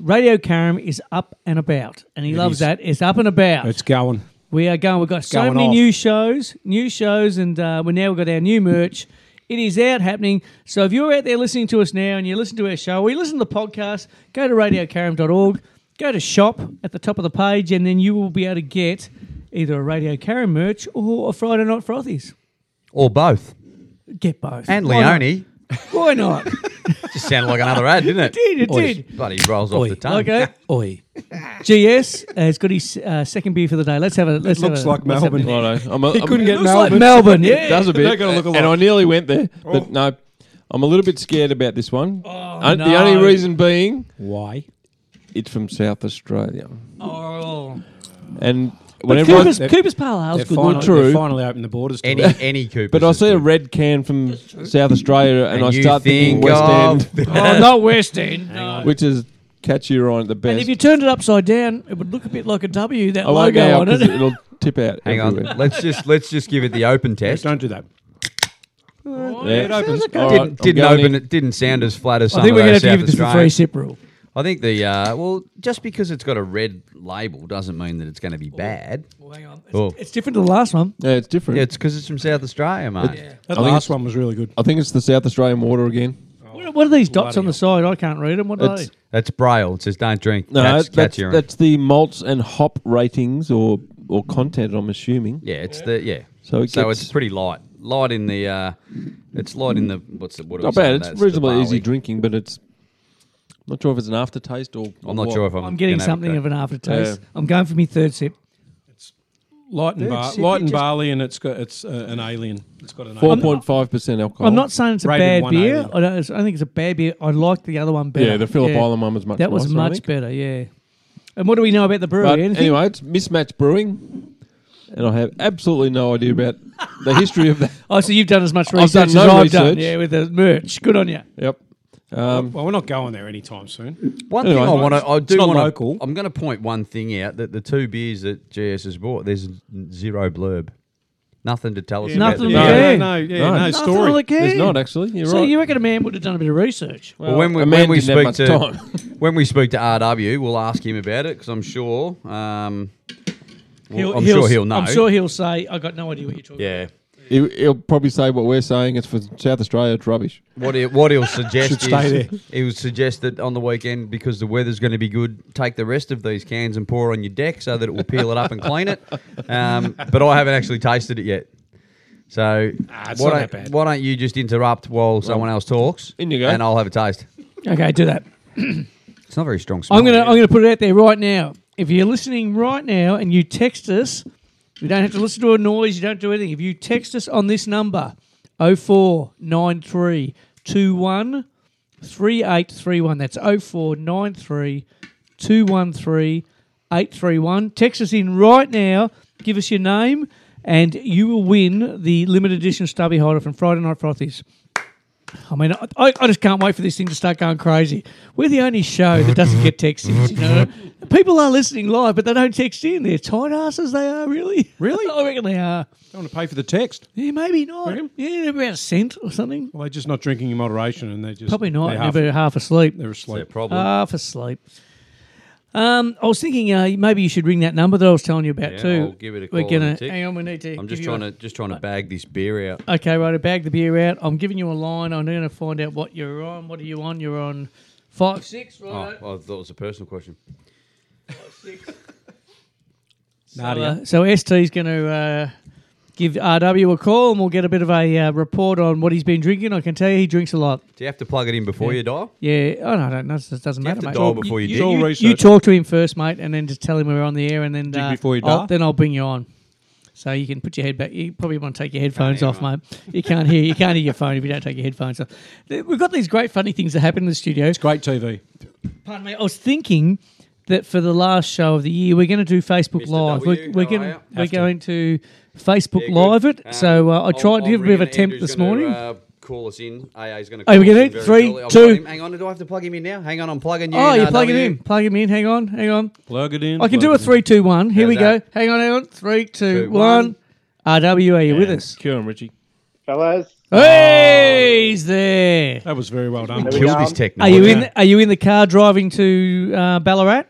Speaker 2: Radio Karam is up and about, and he loves
Speaker 3: is.
Speaker 2: that. It's up and about.
Speaker 3: It's going.
Speaker 2: We are going. We've got so
Speaker 3: Going
Speaker 2: many
Speaker 3: off.
Speaker 2: new shows, new shows, and uh, we now we've got our new merch. It is out happening. So if you're out there listening to us now and you listen to our show or you listen to the podcast, go to radiocaram.org, go to shop at the top of the page, and then you will be able to get either a Radio Caram merch or a Friday Night Frothies.
Speaker 5: Or both.
Speaker 2: Get both.
Speaker 5: And
Speaker 2: Why not?
Speaker 5: Leone.
Speaker 2: Why not?
Speaker 5: Just sounded like another ad, didn't it?
Speaker 2: It did, it did.
Speaker 5: Bloody rolls off the tongue.
Speaker 2: okay.
Speaker 1: Oi.
Speaker 2: GS has got his uh, second beer for the day. Let's have a. Let's have
Speaker 3: Looks
Speaker 2: a-
Speaker 3: like
Speaker 2: let's have a-
Speaker 3: Melbourne.
Speaker 6: Righto. I'm a,
Speaker 3: He
Speaker 6: I'm-
Speaker 3: couldn't get
Speaker 2: Looks like
Speaker 3: Melbourne.
Speaker 2: Melbourne. Yeah.
Speaker 6: It does a bit.
Speaker 3: They're gonna look
Speaker 6: and
Speaker 3: alike.
Speaker 6: I nearly went there, but no, I'm a little bit scared about this one. Uh, The
Speaker 2: no.
Speaker 6: only reason being,
Speaker 3: Why?
Speaker 6: it's from South Australia,
Speaker 2: Oh.
Speaker 6: and
Speaker 2: But
Speaker 6: whenever I,
Speaker 2: Cooper's, Cooper's Pale Ale's
Speaker 3: They're,
Speaker 2: good.
Speaker 3: finally,
Speaker 6: true.
Speaker 3: they're finally opened the borders. To
Speaker 5: Any
Speaker 3: it.
Speaker 5: any Cooper.
Speaker 6: but I see a red can from South Australia, and,
Speaker 5: And
Speaker 6: I
Speaker 5: you
Speaker 6: start thinking
Speaker 5: think
Speaker 6: West
Speaker 5: of-
Speaker 6: End,
Speaker 2: oh, not West End.
Speaker 6: which is catchier on at the best.
Speaker 2: And if you turned it upside down, it would look a bit like a W. That
Speaker 6: I won't
Speaker 2: logo
Speaker 6: go
Speaker 2: on
Speaker 6: 'cause
Speaker 2: it.
Speaker 6: it'll tip out.
Speaker 5: Hang on.
Speaker 6: everywhere.
Speaker 5: Let's just let's just give it the open test.
Speaker 3: Don't do that.
Speaker 6: Yeah.
Speaker 3: It opens.
Speaker 6: All right, I'm
Speaker 5: Didn't, didn't
Speaker 6: going
Speaker 5: open
Speaker 6: in.
Speaker 5: it. Didn't sound as flat as some
Speaker 2: I think
Speaker 5: of
Speaker 2: we're going
Speaker 5: those
Speaker 2: to have to give
Speaker 5: South
Speaker 2: this a
Speaker 5: Australian-
Speaker 2: three sip rule.
Speaker 5: I think the uh, well, just because it's got a red label doesn't mean that it's going to be bad.
Speaker 2: hang on. It's,
Speaker 5: Oh.
Speaker 2: it's different to the last one.
Speaker 6: Yeah, it's different.
Speaker 5: Yeah, it's because it's from South Australia, mate.
Speaker 3: That
Speaker 6: I think
Speaker 3: last
Speaker 6: it's-
Speaker 3: one was really good.
Speaker 6: I think it's the South Australian water again.
Speaker 2: What What, what are these dots on the side? I can't read them. What are they?
Speaker 6: Oh. It's-
Speaker 5: That's braille. It says don't drink.
Speaker 6: No,
Speaker 5: cat's,
Speaker 6: that's,
Speaker 5: cat's urine.
Speaker 6: that's the malts and hop ratings or or content. I'm assuming.
Speaker 5: yeah, it's the yeah.
Speaker 6: So it
Speaker 5: so
Speaker 6: gets-
Speaker 5: it's pretty light. Light in the. Uh, it's light in the. What's the? What do we
Speaker 6: Not
Speaker 5: say?
Speaker 6: bad. It's
Speaker 5: That's the
Speaker 6: reasonably easy
Speaker 5: barley.
Speaker 6: drinking, but it's not sure if it's an aftertaste or.
Speaker 5: I'm not
Speaker 6: what.
Speaker 5: sure if I'm.
Speaker 2: I'm getting
Speaker 5: gonna have a
Speaker 2: something
Speaker 5: crack.
Speaker 2: of an aftertaste.
Speaker 6: Yeah.
Speaker 2: I'm going for my third sip.
Speaker 3: Light and, bar-
Speaker 6: shit, you
Speaker 3: light and
Speaker 6: just-
Speaker 3: barley, and it's got it's uh, an alien. It's got an
Speaker 6: Four
Speaker 3: alien.
Speaker 6: point five percent alcohol.
Speaker 2: I'm not saying it's a
Speaker 3: Rated
Speaker 2: bad
Speaker 3: 180.
Speaker 2: beer. I don't, I don't think it's a bad beer. I like the other one better.
Speaker 6: Yeah, the Phillip Island one was much.
Speaker 2: That was
Speaker 6: nicer, I
Speaker 2: much
Speaker 6: think.
Speaker 2: better, yeah. And what do we know about the brewery?
Speaker 6: But
Speaker 2: Anything?
Speaker 6: anyway, it's mismatched brewing, and I have absolutely no idea about the history of that.
Speaker 2: Oh, so you've done as much
Speaker 6: I've
Speaker 2: research
Speaker 6: done no
Speaker 2: as I've done.
Speaker 6: research.
Speaker 2: Yeah, with the merch. Good on you.
Speaker 6: Yep. Um,
Speaker 3: Well, we're not going there anytime soon.
Speaker 5: One
Speaker 6: Anyway,
Speaker 5: thing I
Speaker 6: it's-
Speaker 5: want to, I
Speaker 3: it's
Speaker 5: do
Speaker 3: not
Speaker 5: want
Speaker 3: local.
Speaker 5: I'm going to point one thing out that the two beers that GS has bought, there's zero blurb, nothing to tell us.
Speaker 2: Yeah,
Speaker 5: about
Speaker 2: nothing
Speaker 5: the
Speaker 2: to
Speaker 3: No,
Speaker 5: beer.
Speaker 2: tell. Yeah.
Speaker 3: no, no, yeah, no,
Speaker 6: No. Nothing
Speaker 2: Nothing on
Speaker 3: story.
Speaker 2: the can.
Speaker 6: There's not actually. You're
Speaker 2: So
Speaker 6: right.
Speaker 2: you reckon a man would have done a bit of research?
Speaker 5: Well, when we,
Speaker 6: a man
Speaker 5: when we
Speaker 6: didn't
Speaker 5: speak
Speaker 6: have
Speaker 5: to
Speaker 6: much time.
Speaker 5: when we speak to RW, we'll ask him about it because I'm sure, um, well, I'm sure he'll know.
Speaker 2: I'm sure he'll say, "I got no idea what you're talking."
Speaker 5: yeah.
Speaker 6: He- He'll probably say what we're saying. It's for South Australia. It's rubbish.
Speaker 5: What he, what he'll suggest
Speaker 3: stay
Speaker 5: is
Speaker 3: there.
Speaker 5: he'll suggest that on the weekend because the weather's going to be good, take the rest of these cans and pour on your deck so that it will peel it up and clean it. Um, but I haven't actually tasted it yet, so
Speaker 3: Ah, it's
Speaker 5: why,
Speaker 3: not
Speaker 5: don't,
Speaker 3: that bad.
Speaker 5: why don't you just interrupt while someone else talks?
Speaker 6: in you go.
Speaker 5: and I'll have a taste.
Speaker 2: About. Okay, do that.
Speaker 5: It's not very strong. Smell
Speaker 2: I'm gonna I'm gonna put it out there right now. If you're listening right now and you text us, you don't have to listen to a noise. You don't do anything. If you text us on this number, 0493 21 3831. That's 0493 213 831. Text us in right now. Give us your name, and you will win the limited edition stubby holder from Friday Night Frothies. I mean, I- I, I just can't wait for this thing to start going crazy. We're the only show that doesn't get texts. You know, people are listening live, but they don't text in. They're tight asses. They are really, really. I reckon they are.
Speaker 3: Don't want to pay for the text.
Speaker 2: Yeah, maybe not. Yeah, about a cent or something.
Speaker 3: Well, they're just not drinking in moderation, and they're just
Speaker 2: Probably not.
Speaker 3: They're
Speaker 2: They're
Speaker 3: half,
Speaker 2: about half asleep.
Speaker 3: they're asleep.
Speaker 5: problem.
Speaker 2: Half asleep. Um, I was thinking uh, maybe you should ring that number that I was telling you about
Speaker 5: Yeah,
Speaker 2: too.
Speaker 5: I'll give it a
Speaker 2: We're
Speaker 5: call and
Speaker 2: gonna
Speaker 5: a tick.
Speaker 2: hang on. We need to.
Speaker 5: I'm
Speaker 2: give
Speaker 5: just
Speaker 2: you
Speaker 5: trying
Speaker 2: a-
Speaker 5: to just trying to bag this beer out.
Speaker 2: Okay, right. I bag the beer out. I'm giving you a line. I'm going to find out what you're on. What are you on? You're on five six,
Speaker 5: Oh, I
Speaker 2: right?
Speaker 5: thought it was a personal question.
Speaker 3: Nadia.
Speaker 2: So, uh, so ST's going to uh, give RW a call, and we'll get a bit of a uh, report on what he's been drinking. I can tell you, he drinks a lot.
Speaker 5: Do you have to plug it in before you dial?
Speaker 2: Yeah, oh, no, I don't know. It doesn't
Speaker 5: have
Speaker 2: matter,
Speaker 5: to
Speaker 2: mate.
Speaker 5: dial Well, before you
Speaker 3: do. It's all
Speaker 2: You,
Speaker 3: research.
Speaker 2: talk to him first, mate, and then just tell him we're on the air, and then
Speaker 3: Dig
Speaker 2: uh,
Speaker 3: before you
Speaker 2: I'll-
Speaker 3: die?
Speaker 2: then I'll bring you on. So you can put your head back. You probably want to take your headphones off, mate. You can't hear. You can't hear your phone if you don't take your headphones off. Th- We've got these great funny things that happen in the studio.
Speaker 3: Great TV.
Speaker 2: Pardon me. I was thinking that for the last show of the year, we're going to do Facebook
Speaker 5: Mr.
Speaker 2: Live. We're,
Speaker 5: W,
Speaker 2: we're
Speaker 5: how
Speaker 2: going to
Speaker 5: are ya?
Speaker 2: we're
Speaker 3: Have to.
Speaker 2: going to Facebook
Speaker 5: Yeah, good.
Speaker 2: Live it.
Speaker 5: Um,
Speaker 2: so uh, I
Speaker 5: I'll-
Speaker 2: tried
Speaker 5: I'll
Speaker 2: to give a
Speaker 5: ring
Speaker 2: bit of a
Speaker 5: in.
Speaker 2: temp
Speaker 5: Andrew's
Speaker 2: this
Speaker 5: gonna,
Speaker 2: morning.
Speaker 5: Uh, call us in. AA's going to.
Speaker 2: Hey,
Speaker 5: call
Speaker 2: we
Speaker 5: us
Speaker 2: get
Speaker 5: in
Speaker 2: it?
Speaker 5: very
Speaker 2: Three,
Speaker 5: shortly. I've
Speaker 2: two.
Speaker 5: got him. Hang on, do I have to plug him in now? Hang on, I'm plugging you.
Speaker 2: oh,
Speaker 5: in,
Speaker 2: you're
Speaker 5: RW.
Speaker 2: plugging in. Plug him in. Hang on. Hang on.
Speaker 3: Plug it in.
Speaker 2: I can do a
Speaker 3: plug it in.
Speaker 2: three, two, one. Here
Speaker 5: How's
Speaker 2: we go.
Speaker 5: that?
Speaker 2: Hang on. Hang on. Three, two,
Speaker 5: Two,
Speaker 2: one. RW, are you with us?
Speaker 6: Cure him, Richie.
Speaker 7: fellas.
Speaker 5: Oh.
Speaker 2: Hey, he's there.
Speaker 3: That was very well done.
Speaker 7: There we
Speaker 5: Kill
Speaker 7: go.
Speaker 5: this
Speaker 2: Are
Speaker 5: technology.
Speaker 2: you in? Are you in the car driving to uh, Ballarat?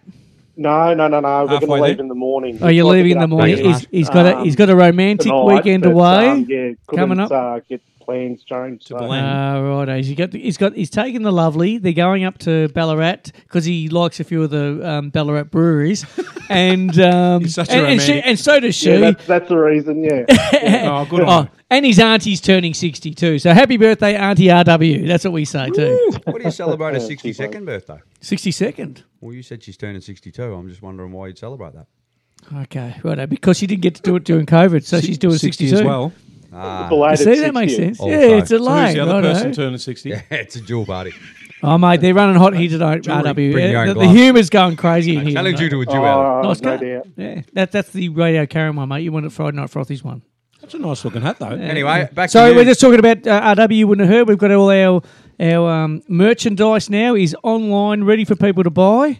Speaker 7: No, no, no, no.
Speaker 3: Halfway
Speaker 7: We're going to leave
Speaker 3: there.
Speaker 7: in the morning.
Speaker 2: Oh, you're
Speaker 7: We've got to
Speaker 2: leaving in
Speaker 7: get
Speaker 2: the
Speaker 7: up
Speaker 2: morning.
Speaker 5: there
Speaker 2: He's, he's got a he's got a romantic
Speaker 7: tonight,
Speaker 2: weekend
Speaker 7: but,
Speaker 2: away.
Speaker 7: um, yeah, couldn't,
Speaker 2: coming up.
Speaker 7: Uh, get plans changed. So.
Speaker 3: blame.
Speaker 2: Ah, righto. He's got he's got he's taken the lovely. They're going up to Ballarat because he likes a few of the um, Ballarat breweries, and um,
Speaker 3: He's such a
Speaker 2: and, and, she,
Speaker 3: romantic.
Speaker 2: and so does she.
Speaker 7: yeah, that's, that's the reason. Yeah,
Speaker 3: Oh, good on
Speaker 2: oh, and his auntie's turning sixty too. So happy birthday, Auntie RW. That's what we say too.
Speaker 5: What do you celebrate a
Speaker 7: Yeah,
Speaker 5: 62nd birthday?
Speaker 2: Sixty second.
Speaker 5: Well, you said she's turning 62. I'm just wondering why you'd celebrate that.
Speaker 2: Okay, righto. Because she didn't get to do it during COVID, so she's doing sixty
Speaker 3: as well.
Speaker 5: Ah,
Speaker 7: belated
Speaker 2: See, that
Speaker 7: 60th.
Speaker 2: makes sense.
Speaker 5: Also.
Speaker 2: Yeah, it's a
Speaker 3: So
Speaker 5: So
Speaker 3: who's
Speaker 2: lie.
Speaker 3: the other
Speaker 2: righto.
Speaker 3: person turning 60?
Speaker 5: it's a dual party.
Speaker 2: Oh mate, they're running hot here tonight. RW.
Speaker 5: Bring your
Speaker 2: Yeah,
Speaker 5: own
Speaker 2: The, the
Speaker 5: glass.
Speaker 2: humour's going crazy in here.
Speaker 5: Challenge
Speaker 2: tonight.
Speaker 5: you to a duel.
Speaker 7: Oh,
Speaker 2: Nice Um,
Speaker 7: no
Speaker 2: cut.
Speaker 7: doubt.
Speaker 2: Yeah, that, that's the Radio Karen one, mate. You wanted Friday Night Frothies one.
Speaker 3: That's a nice looking hat, though.
Speaker 5: Anyway, back
Speaker 2: Sorry,
Speaker 5: to you.
Speaker 2: we're just talking about uh, RW. You wouldn't have heard. We've got all our our um, merchandise now is online, ready for people to buy.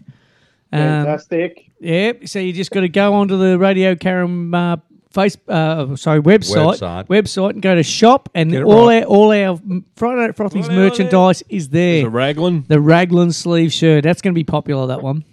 Speaker 2: Um,
Speaker 7: Fantastic.
Speaker 2: yeah, so you just got to go onto the Radio Karen uh, face, uh, sorry website,
Speaker 5: Website.
Speaker 2: and go to shop, and
Speaker 3: Get it
Speaker 2: all
Speaker 3: right.
Speaker 2: our all our Friday Night Frothies
Speaker 3: Ole, ole.
Speaker 2: merchandise is there.
Speaker 6: The Raglan.
Speaker 2: The raglan sleeve shirt. That's going to be popular. That one.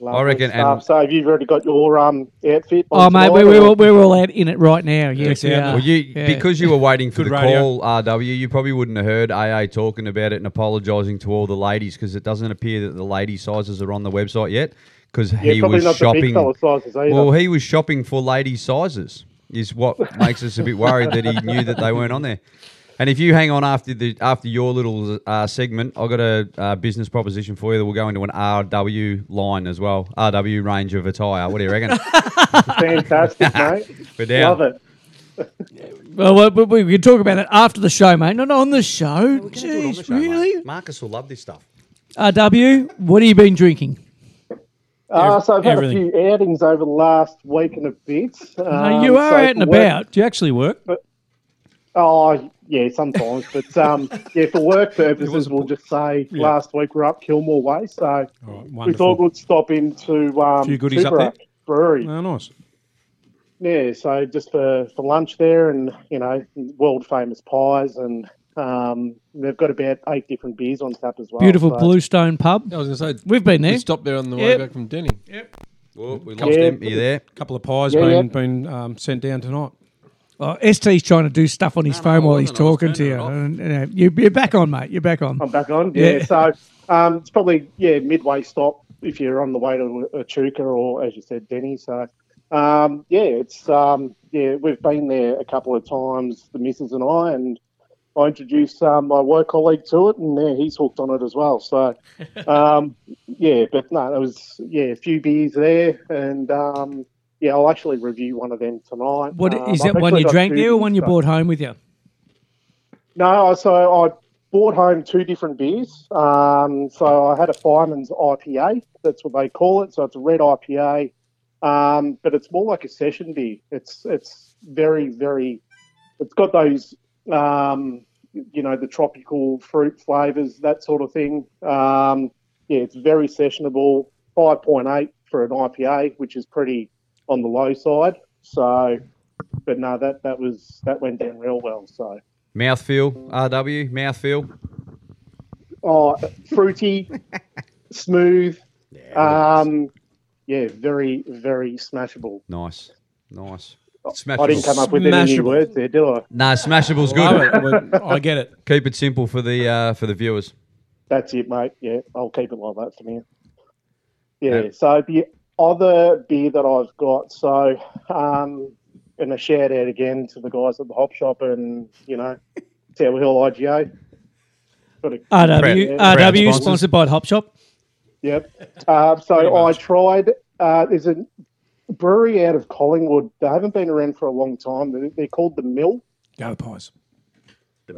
Speaker 7: Lovely
Speaker 5: reckon-
Speaker 7: stuff.
Speaker 5: and-
Speaker 7: so have you already got your um outfit? by
Speaker 2: Oh, mate,
Speaker 7: tonight,
Speaker 2: we're,
Speaker 7: or-
Speaker 2: we're, all- we're all out in it right now. Yes, we
Speaker 3: yeah.
Speaker 2: are.
Speaker 5: Well, you
Speaker 2: Yeah.
Speaker 5: because you were waiting for
Speaker 3: Good
Speaker 5: the
Speaker 3: radio.
Speaker 5: call, RW. You probably wouldn't have heard AA talking about it and apologising to all the ladies because it doesn't appear that the lady sizes are on the website yet. Because
Speaker 7: yeah,
Speaker 5: he
Speaker 7: probably
Speaker 5: was
Speaker 7: not
Speaker 5: shopping.
Speaker 7: the big fella sizes either.
Speaker 5: Well, he was shopping for lady sizes, is what makes us a bit worried that he knew that they weren't on there. And if you hang on after the after your little uh, segment, I've got a uh, business proposition for you that will go into an RW line as well, RW range of attire. What do you reckon?
Speaker 7: Fantastic, mate.
Speaker 5: We're down.
Speaker 7: Love it.
Speaker 2: Well, well, we, we can talk about it after the show, mate. Not on the show. Jeez, really?
Speaker 5: Marcus will love this stuff.
Speaker 2: RW, what have you been drinking?
Speaker 5: Oh,
Speaker 7: Uh, so I've had
Speaker 3: everything.
Speaker 7: a few outings over the last week and a bit. Um,
Speaker 2: you are
Speaker 7: so
Speaker 2: out and
Speaker 7: for work-
Speaker 2: about.
Speaker 3: Do you actually work?
Speaker 7: Oh yeah, sometimes, but um, yeah, for work purposes, we'll just say last week we're up Kilmore Way, so
Speaker 3: All right,
Speaker 7: we
Speaker 3: wonderful.
Speaker 7: thought we'd stop into um,
Speaker 3: Few goodies up
Speaker 7: Tuberock
Speaker 3: there?
Speaker 7: Brewery.
Speaker 3: Oh, nice.
Speaker 7: Yeah, so just for, for lunch there, and you know, world famous pies, and um, they've got about eight different beers on tap as well.
Speaker 2: Beautiful
Speaker 7: so-
Speaker 2: Bluestone pub.
Speaker 6: I was going to say,
Speaker 2: We've been there.
Speaker 6: we stopped there on the
Speaker 2: Yep.
Speaker 6: way back from Denny.
Speaker 5: Well, we lost
Speaker 7: Yeah.
Speaker 5: him. Are you there?
Speaker 3: A couple of pies
Speaker 7: Yeah,
Speaker 3: been,
Speaker 7: yeah.
Speaker 3: been um, sent down tonight.
Speaker 2: Oh, ST's trying to do stuff on his phone
Speaker 5: no, I
Speaker 2: while he's
Speaker 5: wasn't. I was
Speaker 2: talking to you.
Speaker 5: turning it off.
Speaker 2: And, uh, you. You're back on, mate. You're back on.
Speaker 7: I'm back on. Yeah.
Speaker 2: Yeah.
Speaker 7: So um, it's probably yeah midway stop if you're on the way to a Chuka or as you said Denny. So um, yeah, it's um, yeah we've been there a couple of times, the missus and I, and I introduced um, my work colleague to it, and yeah, he's hooked on it as well. So um, yeah, but no, there was yeah a few beers there, and um, yeah, I'll actually review one of them tonight.
Speaker 2: What is
Speaker 5: uh,
Speaker 7: Um, I've
Speaker 2: that one
Speaker 7: actually
Speaker 2: you
Speaker 7: got
Speaker 2: drank
Speaker 7: two
Speaker 2: there or
Speaker 7: beers,
Speaker 2: one you
Speaker 7: so-
Speaker 2: brought home with you?
Speaker 7: no, so I brought home two different beers. Um, so I had a Fireman's IPA. That's what they call it. So it's a red IPA, um, but it's more like a session beer. It's it's very very. It's got those um, you know the tropical fruit flavors that sort of thing. Um, yeah, it's very sessionable. Five point eight for an IPA, which is pretty on the low side. So, but no, that that was that went down real well. So.
Speaker 5: Mouthfeel, RW, mouthfeel.
Speaker 7: Oh, fruity, smooth. um, yeah, very, very smashable.
Speaker 5: Nice, nice.
Speaker 7: I didn't come up with any
Speaker 3: Smashable.
Speaker 7: new words there, did I?
Speaker 5: No, smashable's
Speaker 3: Love
Speaker 5: good.
Speaker 3: it. Well, I get it.
Speaker 5: Keep it simple for the uh, for the viewers.
Speaker 7: That's it, mate. Yeah, I'll keep it like that for now. Yeah.
Speaker 5: Yeah.
Speaker 7: So the other beer that I've got, so um, and a shout out again to the guys at the Hop Shop and you know Tower Hill IGA. Got a
Speaker 2: RW,
Speaker 7: Proud
Speaker 2: RW
Speaker 5: sponsors.
Speaker 2: sponsored by Hop Shop.
Speaker 7: Yep. Uh, so I tried. Uh, there's a brewery out of Collingwood. They haven't been around for a long time. They're, they're called the Mill,
Speaker 3: Go the pies.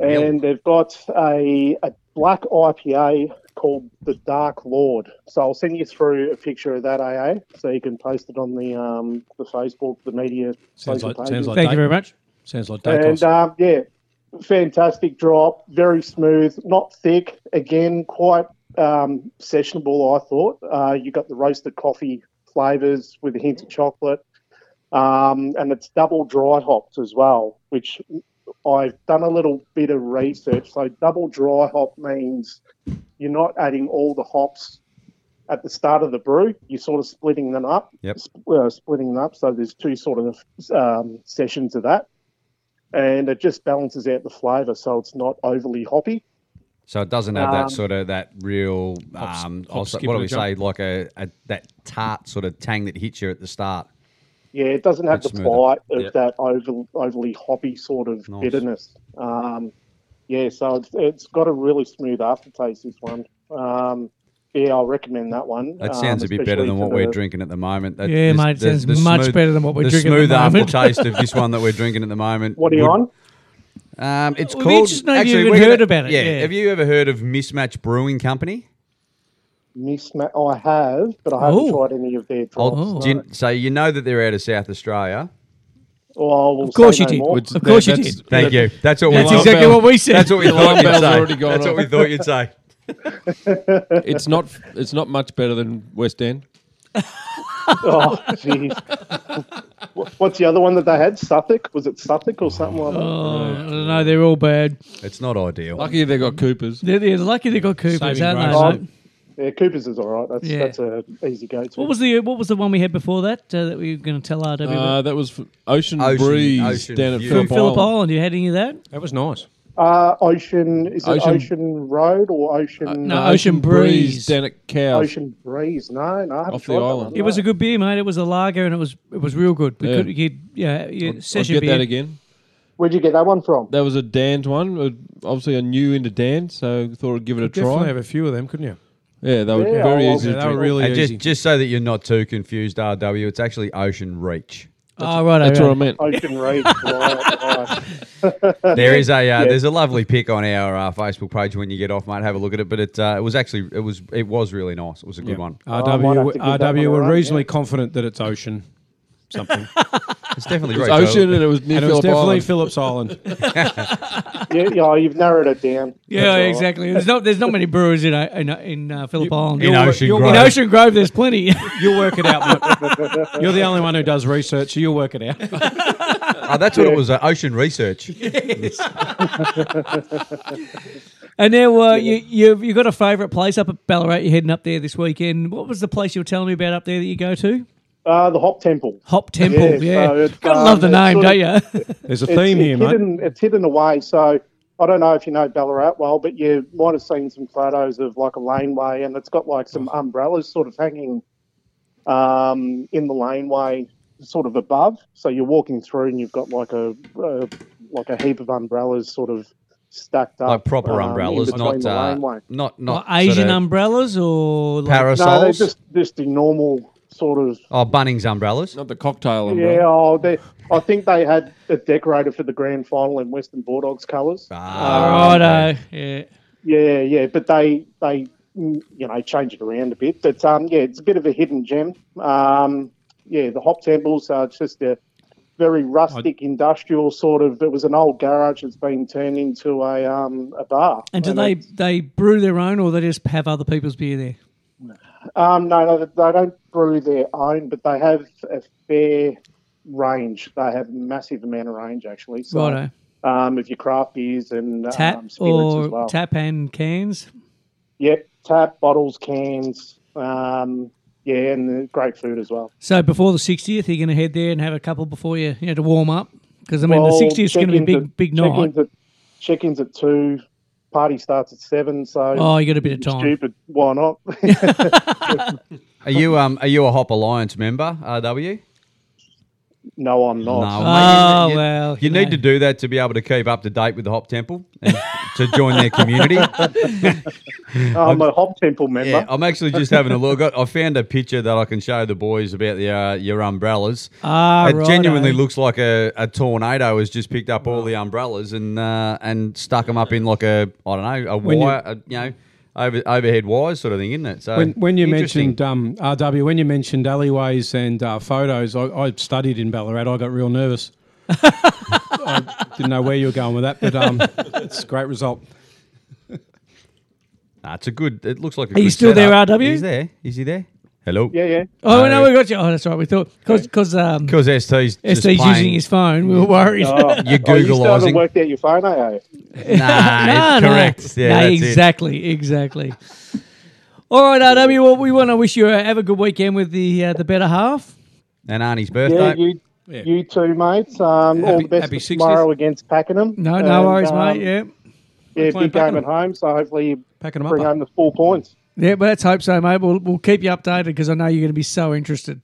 Speaker 7: and they've got a, a black IPA called the Dark Lord. So I'll send you through a picture of that AA, so you can post it on the um, the Facebook, the media.
Speaker 3: Sounds
Speaker 7: social
Speaker 3: like,
Speaker 7: pages.
Speaker 3: sounds like
Speaker 2: Thank
Speaker 3: Dacos.
Speaker 2: you very much.
Speaker 3: Sounds like
Speaker 7: And
Speaker 3: Dacos.
Speaker 7: um, yeah, fantastic drop, very smooth, not thick. Again, quite um, sessionable. I thought uh, you got the roasted coffee flavors with a hint of chocolate, um, and it's double dry hopped as well. Which I've done a little bit of research. So double dry hop means you're not adding all the hops at the start of the brew. You're sort of splitting them up.
Speaker 5: Yep.
Speaker 7: sp- uh, splitting them up. So there's two sort of um, sessions of that and it just balances out the flavour, so it's not overly hoppy.
Speaker 5: So it doesn't have that
Speaker 7: Um,
Speaker 5: sort of that real,
Speaker 3: Hop-
Speaker 5: um,
Speaker 3: hop,
Speaker 5: I'll say-
Speaker 3: skip
Speaker 5: what
Speaker 3: and
Speaker 5: do we
Speaker 3: jump.
Speaker 5: say, like a, a that tart sort of tang that hits you at the start.
Speaker 7: Yeah, it doesn't have
Speaker 5: Bit
Speaker 7: the
Speaker 5: smoother.
Speaker 7: bite of
Speaker 5: Yep.
Speaker 7: that over, overly hoppy sort of
Speaker 5: Nice.
Speaker 7: bitterness. Um, yeah, so it's, it's got a really smooth aftertaste. This one, um, yeah, I'll recommend that one.
Speaker 5: That
Speaker 7: um,
Speaker 5: sounds a bit better
Speaker 7: especially
Speaker 5: than
Speaker 7: for
Speaker 5: what we're
Speaker 7: the-
Speaker 5: drinking at the moment. That-
Speaker 2: Yeah,
Speaker 5: this-
Speaker 2: mate, it
Speaker 5: the-
Speaker 2: sounds
Speaker 5: the
Speaker 2: much
Speaker 5: smooth-
Speaker 2: better than what we're drinking at the
Speaker 5: The smooth
Speaker 2: moment.
Speaker 5: aftertaste of this one that we're drinking at the moment.
Speaker 7: What are you
Speaker 5: would-
Speaker 7: on?
Speaker 5: Um, it's
Speaker 2: Well, we
Speaker 5: called.
Speaker 2: just know if you
Speaker 5: actually,
Speaker 2: even
Speaker 5: we're
Speaker 2: heard
Speaker 5: gonna-
Speaker 2: about it, yeah.
Speaker 5: Have you ever heard of Mismatch Brewing Company?
Speaker 7: Mismatch. Oh, I have, but I haven't
Speaker 2: Oh.
Speaker 7: tried any of their
Speaker 5: I'll-
Speaker 7: drops.
Speaker 5: do you- so you know that they're out of South Australia.
Speaker 7: Well, we'll
Speaker 2: Of course
Speaker 7: Oh, say
Speaker 2: you
Speaker 7: no
Speaker 2: did.
Speaker 7: more.
Speaker 2: Of course you did.
Speaker 5: Thank you. That's what
Speaker 2: That's
Speaker 5: we thought.
Speaker 2: exactly
Speaker 6: bell.
Speaker 2: what we said.
Speaker 5: That's what we thought you'd
Speaker 6: bell's
Speaker 5: say.
Speaker 6: already gone
Speaker 5: That's what
Speaker 6: off.
Speaker 5: we thought you'd say.
Speaker 6: It's not. It's not much better than West End.
Speaker 7: Oh, jeez. What- What's the other one that they had? Suffolk? Was it Suffolk or something like that?
Speaker 2: Oh, I don't know. They're all bad.
Speaker 5: It's not ideal.
Speaker 6: Lucky they got Coopers.
Speaker 2: They're, they're lucky they got Coopers,
Speaker 3: Saving
Speaker 2: aren't they?
Speaker 5: Oh.
Speaker 3: grace.
Speaker 2: mate?
Speaker 7: Yeah, Cooper's is all right. That's
Speaker 2: Yeah.
Speaker 7: that's a easy go to.
Speaker 2: What was the what was the one we had before that uh, that we were going to tell RW?
Speaker 6: Uh,
Speaker 2: about?
Speaker 6: that was f- Ocean,
Speaker 5: Ocean-
Speaker 6: Breeze
Speaker 5: Ocean
Speaker 6: down at
Speaker 5: View.
Speaker 2: from
Speaker 6: Phillip
Speaker 2: Phillip Island.
Speaker 6: Island.
Speaker 2: You had any of that?
Speaker 3: That was nice.
Speaker 7: uh, Ocean is
Speaker 6: Ocean-
Speaker 7: it Ocean Road or Ocean
Speaker 2: Uh,
Speaker 7: uh,
Speaker 2: no, Ocean Breeze.
Speaker 6: down at Cow.
Speaker 7: Ocean Breeze? No, no, I haven't
Speaker 6: Off the
Speaker 7: tried that
Speaker 6: island.
Speaker 7: one,
Speaker 2: It was
Speaker 7: no.
Speaker 2: a good beer, mate. It was a lager, and it was it was real good. We
Speaker 6: Yeah.
Speaker 2: could, you, yeah, you,
Speaker 6: I'll
Speaker 2: session
Speaker 6: get
Speaker 2: beer.
Speaker 6: that again.
Speaker 7: Where'd you get that one from?
Speaker 6: That was a Dan's one. Uh, Obviously, I knew into Dan, so thought I'd give it a
Speaker 3: Definitely
Speaker 6: try.
Speaker 3: have a few of them, couldn't you?
Speaker 6: yeah, they were
Speaker 7: Yeah,
Speaker 6: very
Speaker 7: I'll-
Speaker 6: easy
Speaker 3: Yeah,
Speaker 6: to
Speaker 3: they were
Speaker 6: drink.
Speaker 3: really
Speaker 5: And
Speaker 3: easy.
Speaker 5: just just so that you're not too confused, RW, it's actually Ocean Reach.
Speaker 2: Oh, right,
Speaker 6: That's
Speaker 2: right.
Speaker 6: what I meant.
Speaker 7: Ocean Reach. right, right.
Speaker 5: There is a uh, there's a lovely pic on our uh, Facebook page when you get off, mate. Have a look at it. But it uh, it was actually it was it was really nice. It was a good one.
Speaker 2: Uh,
Speaker 7: Oh, I might have
Speaker 3: RW,
Speaker 7: to give that
Speaker 3: RW
Speaker 7: one a
Speaker 3: were
Speaker 7: run,
Speaker 3: reasonably
Speaker 7: yeah.
Speaker 3: confident that it's Ocean something.
Speaker 5: It's definitely
Speaker 6: It
Speaker 5: Reach.
Speaker 6: was Ocean and it was near
Speaker 3: and it was
Speaker 6: Phillip
Speaker 3: definitely
Speaker 6: Island.
Speaker 3: Phillips Island.
Speaker 7: yeah, yeah, you've narrowed it down. That's
Speaker 2: Yeah,
Speaker 7: all right.
Speaker 2: exactly. There's not there's not many breweries in uh, in, uh, in uh, Phillip Island.
Speaker 5: in
Speaker 2: In,
Speaker 5: Ocean
Speaker 3: you'll-
Speaker 5: Grove.
Speaker 2: Ocean Grove, there's plenty.
Speaker 3: You'll work it out. mate. You're the only one who does research, so you'll work it out.
Speaker 5: Oh, that's what it was. Uh, ocean Research.
Speaker 2: and now uh, you you've you got a favourite place up at Ballarat. You're heading up there this weekend. What was the place you were telling me about up there that you go to?
Speaker 7: Uh, the Hop Temple.
Speaker 2: Hop Temple.
Speaker 7: Yeah,
Speaker 2: Yeah,
Speaker 7: so it's,
Speaker 2: gotta
Speaker 7: um,
Speaker 2: love the
Speaker 7: it's
Speaker 2: name,
Speaker 7: sort
Speaker 2: don't
Speaker 7: of-
Speaker 2: you?
Speaker 3: There's a
Speaker 7: It's,
Speaker 3: theme here,
Speaker 7: it's
Speaker 3: mate.
Speaker 7: hidden, It's hidden away. So I don't know if you know Ballarat well, but you might have seen some photos of like a laneway, and it's got like some umbrellas sort of hanging um, in the laneway, sort of above. So you're walking through, and you've got like a uh, like a heap of umbrellas sort of stacked up,
Speaker 5: Like proper
Speaker 7: um, in
Speaker 5: umbrellas, not
Speaker 7: between the
Speaker 5: uh,
Speaker 7: laneway.
Speaker 5: not
Speaker 2: Like
Speaker 5: not
Speaker 2: Asian
Speaker 5: sort of
Speaker 2: umbrellas or like-
Speaker 7: No, they're
Speaker 5: parasols.
Speaker 7: just just the normal sort of
Speaker 5: oh, Bunnings umbrellas.
Speaker 6: Not the cocktail umbrella.
Speaker 7: Yeah, oh, they, I think they had it decorated for the grand final in Western Bulldogs colours.
Speaker 5: Ah,
Speaker 2: righto. Yeah.
Speaker 7: Yeah, yeah, but they they mm, you know change it around a bit. But um, yeah, it's a bit of a hidden gem. Um, yeah, the Hop Temples are just a very rustic industrial sort of. It was an old garage that's been turned into a um a bar.
Speaker 2: And do they
Speaker 7: it's-
Speaker 2: they brew their own or they just have other people's beer there?
Speaker 7: Um, no, no, they don't brew their own, but they have a fair range. They have a massive amount of range actually. So.
Speaker 2: Righto.
Speaker 7: um, of your craft beers and
Speaker 2: Tap
Speaker 7: um, spirits
Speaker 2: or
Speaker 7: as well.
Speaker 2: tap and cans.
Speaker 7: Yep, tap bottles, cans. Um, yeah, and the great food as well.
Speaker 2: So before the 60th, you're going to head there and have a couple before you, you know, to warm up. Because I mean,
Speaker 7: Well,
Speaker 2: the 60th is going to be a big,
Speaker 7: check-ins at-
Speaker 2: big night.
Speaker 7: check-ins at- Check-ins at two. Party starts at seven. So
Speaker 2: Oh, you got a bit of time.
Speaker 7: stupid. Why not?
Speaker 5: Are you um are you a Hop Alliance member, RW?
Speaker 7: no, I'm
Speaker 5: No,
Speaker 7: not.
Speaker 5: mate,
Speaker 2: Oh, well,
Speaker 5: You
Speaker 2: you
Speaker 5: need
Speaker 2: know.
Speaker 5: to do that to be able to keep up to date with the Hop Temple and to join their community.
Speaker 7: I'm a Hop Temple member.
Speaker 5: Yeah, I'm actually just having a look. I I found a picture that I can show the boys about the, uh, your umbrellas.
Speaker 2: Ah,
Speaker 5: it
Speaker 2: righto.
Speaker 5: genuinely looks like a, a tornado has just picked up all the umbrellas and uh, and stuck them up in like a I don't know a
Speaker 3: When you-
Speaker 5: wire, you, a, you know, over, overhead wires sort of thing, isn't it? So
Speaker 3: When, when you
Speaker 5: interesting.
Speaker 3: mentioned um, RW, when you mentioned alleyways and uh, photos, I, I studied in Ballarat. I got real nervous. I didn't know where you were going with that, but um, it's a great result.
Speaker 5: Nah, it's a good. It looks like. A
Speaker 2: you
Speaker 5: good
Speaker 2: still there,
Speaker 5: setup.
Speaker 2: RW?
Speaker 5: He's there. Is he there? Hello.
Speaker 7: Yeah, yeah.
Speaker 2: Oh, no, we got you. Oh, that's right. We thought, because um,
Speaker 5: Because ST's just
Speaker 2: SD's
Speaker 5: playing-
Speaker 2: using his phone, we were worried.
Speaker 7: Oh,
Speaker 5: You're
Speaker 7: oh, you still
Speaker 5: Googleizing.
Speaker 7: haven't worked out your phone, eh? eh?
Speaker 5: Nah,
Speaker 2: no,
Speaker 5: correct.
Speaker 2: No.
Speaker 5: Yeah,
Speaker 2: No,
Speaker 5: that's it.
Speaker 2: exactly, exactly. All right, RW. Well, we want to wish you uh, have a good weekend with the uh, the better half.
Speaker 5: And Arnie's
Speaker 7: Yeah,
Speaker 5: birthday.
Speaker 7: you, you too, mates. Um, all
Speaker 3: Happy-
Speaker 7: the best
Speaker 3: happy
Speaker 7: for tomorrow against Pakenham.
Speaker 2: No,
Speaker 7: And,
Speaker 2: no worries,
Speaker 7: um,
Speaker 2: mate. Yeah,
Speaker 7: yeah,
Speaker 3: playing
Speaker 7: big game
Speaker 3: Pakenham.
Speaker 7: at home. So hopefully you
Speaker 3: Packing them
Speaker 7: bring
Speaker 3: up.
Speaker 7: home the four points.
Speaker 2: yeah, but let's hope so, mate. We'll we'll keep you updated because I know you're going to be so interested.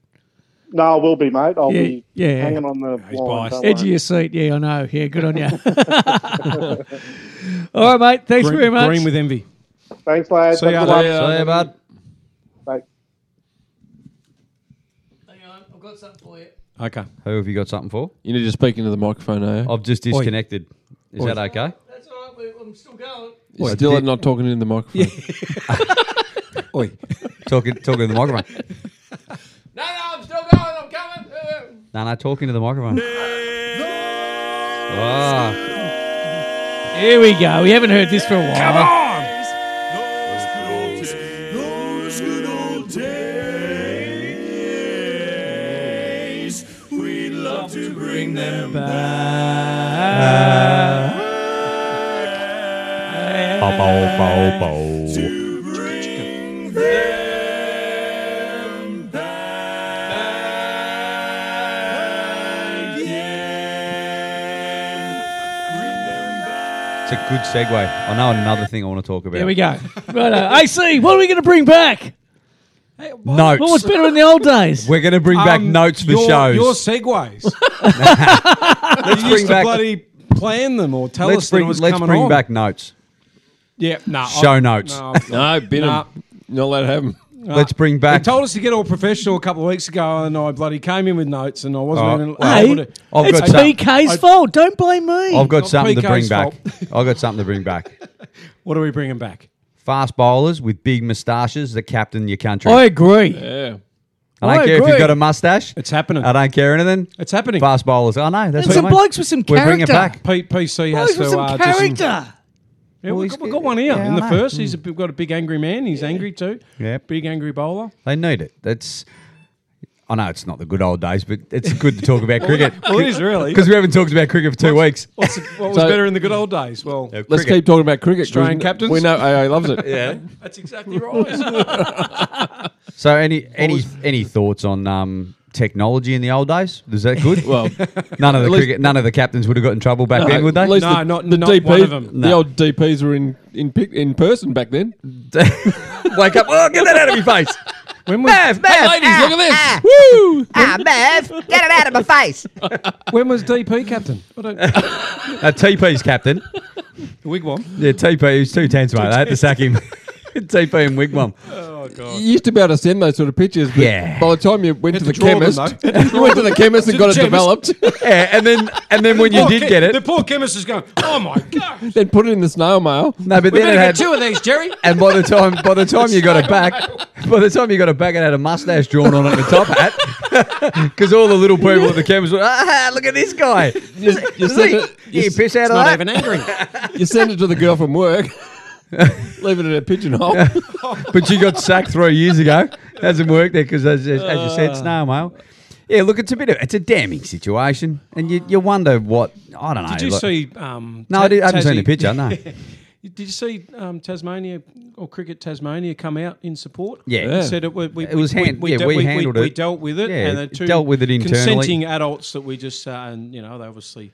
Speaker 7: No, I will be, mate. I'll
Speaker 2: Yeah,
Speaker 7: be
Speaker 2: yeah.
Speaker 7: hanging on the
Speaker 3: he's
Speaker 7: line,
Speaker 3: biased.
Speaker 7: don't
Speaker 2: Edge of
Speaker 7: worry.
Speaker 2: your seat. Yeah, I know. Yeah, good on you. All right, mate. Thanks
Speaker 3: Green,
Speaker 2: very much.
Speaker 3: green with envy.
Speaker 7: Thanks, lads.
Speaker 3: See
Speaker 7: Have a
Speaker 3: ya.
Speaker 7: good
Speaker 3: See
Speaker 7: one.
Speaker 5: So yeah, bud.
Speaker 7: Bye.
Speaker 2: Hang on, I've got something for you.
Speaker 3: Okay.
Speaker 5: Who have you got something for?
Speaker 6: You need to speak into the microphone, eh?
Speaker 5: I've just disconnected. Is
Speaker 3: Oi.
Speaker 5: that okay?
Speaker 2: That's all right. I'm still going.
Speaker 6: You're still not talking into the microphone.
Speaker 5: Oi. talking talking to the microphone.
Speaker 2: No, no, I'm still going. I'm coming.
Speaker 5: No, no, talking to the microphone. Ah,
Speaker 2: Here we go. We haven't heard this for a while. Uh,
Speaker 5: bow, bow, bow. That's a good segue. I know another thing I want to talk about.
Speaker 2: There we go. Right, AC, what are we going to bring back?
Speaker 5: Notes.
Speaker 2: What was better in the old days?
Speaker 5: We're going to bring back notes for
Speaker 3: Um, your,
Speaker 5: shows.
Speaker 3: Your segues.
Speaker 5: let's
Speaker 3: you used
Speaker 5: bring
Speaker 3: to
Speaker 5: back.
Speaker 3: bloody plan them or tell
Speaker 5: let's
Speaker 3: us that it
Speaker 5: bring,
Speaker 3: was
Speaker 5: let's
Speaker 3: coming
Speaker 5: bring
Speaker 3: on.
Speaker 5: back notes.
Speaker 3: Yeah, no,
Speaker 5: Show
Speaker 3: I-
Speaker 5: notes.
Speaker 3: No,
Speaker 6: No, bit
Speaker 3: Nah.
Speaker 6: of not allowed to have them.
Speaker 5: Let's bring
Speaker 3: they
Speaker 5: back.
Speaker 3: told us to get all professional a couple of weeks ago, and I bloody came in with notes, and I wasn't
Speaker 5: Oh,
Speaker 3: even.
Speaker 5: well,
Speaker 3: I
Speaker 2: Hey,
Speaker 3: would've-
Speaker 5: I've
Speaker 2: it's
Speaker 5: got some-
Speaker 2: BK's fault. Don't blame me.
Speaker 5: I've got
Speaker 3: Not
Speaker 5: something to bring
Speaker 3: PK's
Speaker 5: back.
Speaker 3: fault.
Speaker 5: I've got something to bring back.
Speaker 3: What are we bringing back?
Speaker 5: Fast bowlers with big moustaches that captain your country.
Speaker 2: I agree.
Speaker 6: Yeah.
Speaker 5: I don't
Speaker 2: I
Speaker 5: care if
Speaker 2: agree.
Speaker 5: you've got a mustache.
Speaker 3: It's happening.
Speaker 5: I don't care anything.
Speaker 3: It's happening.
Speaker 5: Fast bowlers. I know. That's
Speaker 2: And
Speaker 5: what
Speaker 2: some
Speaker 5: I mean.
Speaker 2: blokes with some
Speaker 5: We're
Speaker 2: character.
Speaker 5: bringing back.
Speaker 3: P- PC has
Speaker 2: Blokes with
Speaker 3: to.
Speaker 2: some
Speaker 3: Uh, just-
Speaker 2: character.
Speaker 3: yeah, we've, got, we've got one here
Speaker 5: Yeah,
Speaker 3: in the
Speaker 5: I know.
Speaker 3: first. He's a, we've got a big angry man. He's angry too.
Speaker 5: Yeah.
Speaker 3: big angry bowler.
Speaker 5: They need it. That's. I know it's not the good old days, but it's good to talk about cricket
Speaker 3: Well, it is really.
Speaker 5: because we haven't talked about cricket for two weeks.
Speaker 3: What's, what was
Speaker 6: So-
Speaker 3: better in the good old days? Well,
Speaker 6: Let's keep talking about cricket. 'cause
Speaker 3: Australian
Speaker 6: we-
Speaker 3: captains?
Speaker 6: We know AA loves it.
Speaker 5: Yeah.
Speaker 3: that's exactly right.
Speaker 5: So, any any any thoughts on um, technology in the old days? Is that good?
Speaker 6: Well,
Speaker 5: none of the
Speaker 6: at least-
Speaker 5: cricket, none of the captains would have got in trouble back then, would they?
Speaker 6: Uh, at least
Speaker 3: No,
Speaker 6: the,
Speaker 3: not-
Speaker 6: the
Speaker 3: not
Speaker 6: DP,
Speaker 3: one of them.
Speaker 6: The
Speaker 5: No.
Speaker 6: old DPs were in in pic, in person back then.
Speaker 5: Wake up! Oh, get that out of my face!
Speaker 3: when was
Speaker 5: Mav, Mav,
Speaker 6: Ladies,
Speaker 5: ah,
Speaker 6: look at
Speaker 5: ah,
Speaker 6: this. Woo!
Speaker 5: ah, Mav, get it out of my face!
Speaker 3: when was DP captain? I don't.
Speaker 5: Uh, TP's captain.
Speaker 3: Wigwam.
Speaker 5: Yeah, TP. He was two tens, mate. I had to sack him. TP and Wigwam.
Speaker 6: You used to be able to send those sort of pictures, but
Speaker 5: Yeah.
Speaker 6: by the time you went to
Speaker 3: to
Speaker 6: the
Speaker 3: draw them,
Speaker 6: chemist,
Speaker 3: though.
Speaker 6: you went to the chemist and got it developed,
Speaker 5: Yeah, and then and then when you
Speaker 3: Poor
Speaker 5: did
Speaker 3: che-
Speaker 5: get
Speaker 3: The
Speaker 5: it,
Speaker 3: poor chemist is going, oh my God.
Speaker 6: then put it in the snail mail.
Speaker 5: no, but
Speaker 3: We
Speaker 5: then
Speaker 3: better
Speaker 5: it
Speaker 3: get
Speaker 5: had.
Speaker 3: two of these, Jerry.
Speaker 5: And by the time by the time you got it back, by the time you got it back, it had a mustache drawn on it and a top hat. Because all the little people at the cameras were, ah, look at this guy.
Speaker 6: You, you
Speaker 5: Does
Speaker 6: send
Speaker 5: he,
Speaker 6: it,
Speaker 5: you
Speaker 6: you,
Speaker 5: piss
Speaker 3: It's
Speaker 5: out of
Speaker 3: not
Speaker 5: that?
Speaker 3: even angry.
Speaker 6: you send it to the girl from work, leave it in a pigeonhole.
Speaker 5: but you got sacked three years ago. Hasn't worked there because, as, as as you
Speaker 3: Ah.
Speaker 5: said, snail mail. Yeah, look, it's a bit of it's a damning situation, and you, you wonder what I don't know.
Speaker 3: Did you
Speaker 5: like-
Speaker 3: see? Um,
Speaker 5: No,
Speaker 3: Ta-
Speaker 5: I, did, I haven't seen the
Speaker 3: Tassie-
Speaker 5: picture. No.
Speaker 3: Did you see um, Tasmania or Cricket Tasmania come out in support?
Speaker 5: Yeah.
Speaker 3: They said it. We, we,
Speaker 5: It was
Speaker 3: we-
Speaker 5: hand-
Speaker 3: we,
Speaker 5: yeah,
Speaker 3: dealt-
Speaker 5: we
Speaker 3: we,
Speaker 5: handled
Speaker 3: we, We
Speaker 5: it.
Speaker 3: dealt with it,
Speaker 5: Yeah,
Speaker 3: and the
Speaker 5: it
Speaker 3: two
Speaker 5: dealt with it internally.
Speaker 3: Consenting adults that we just, uh, and you know, they obviously.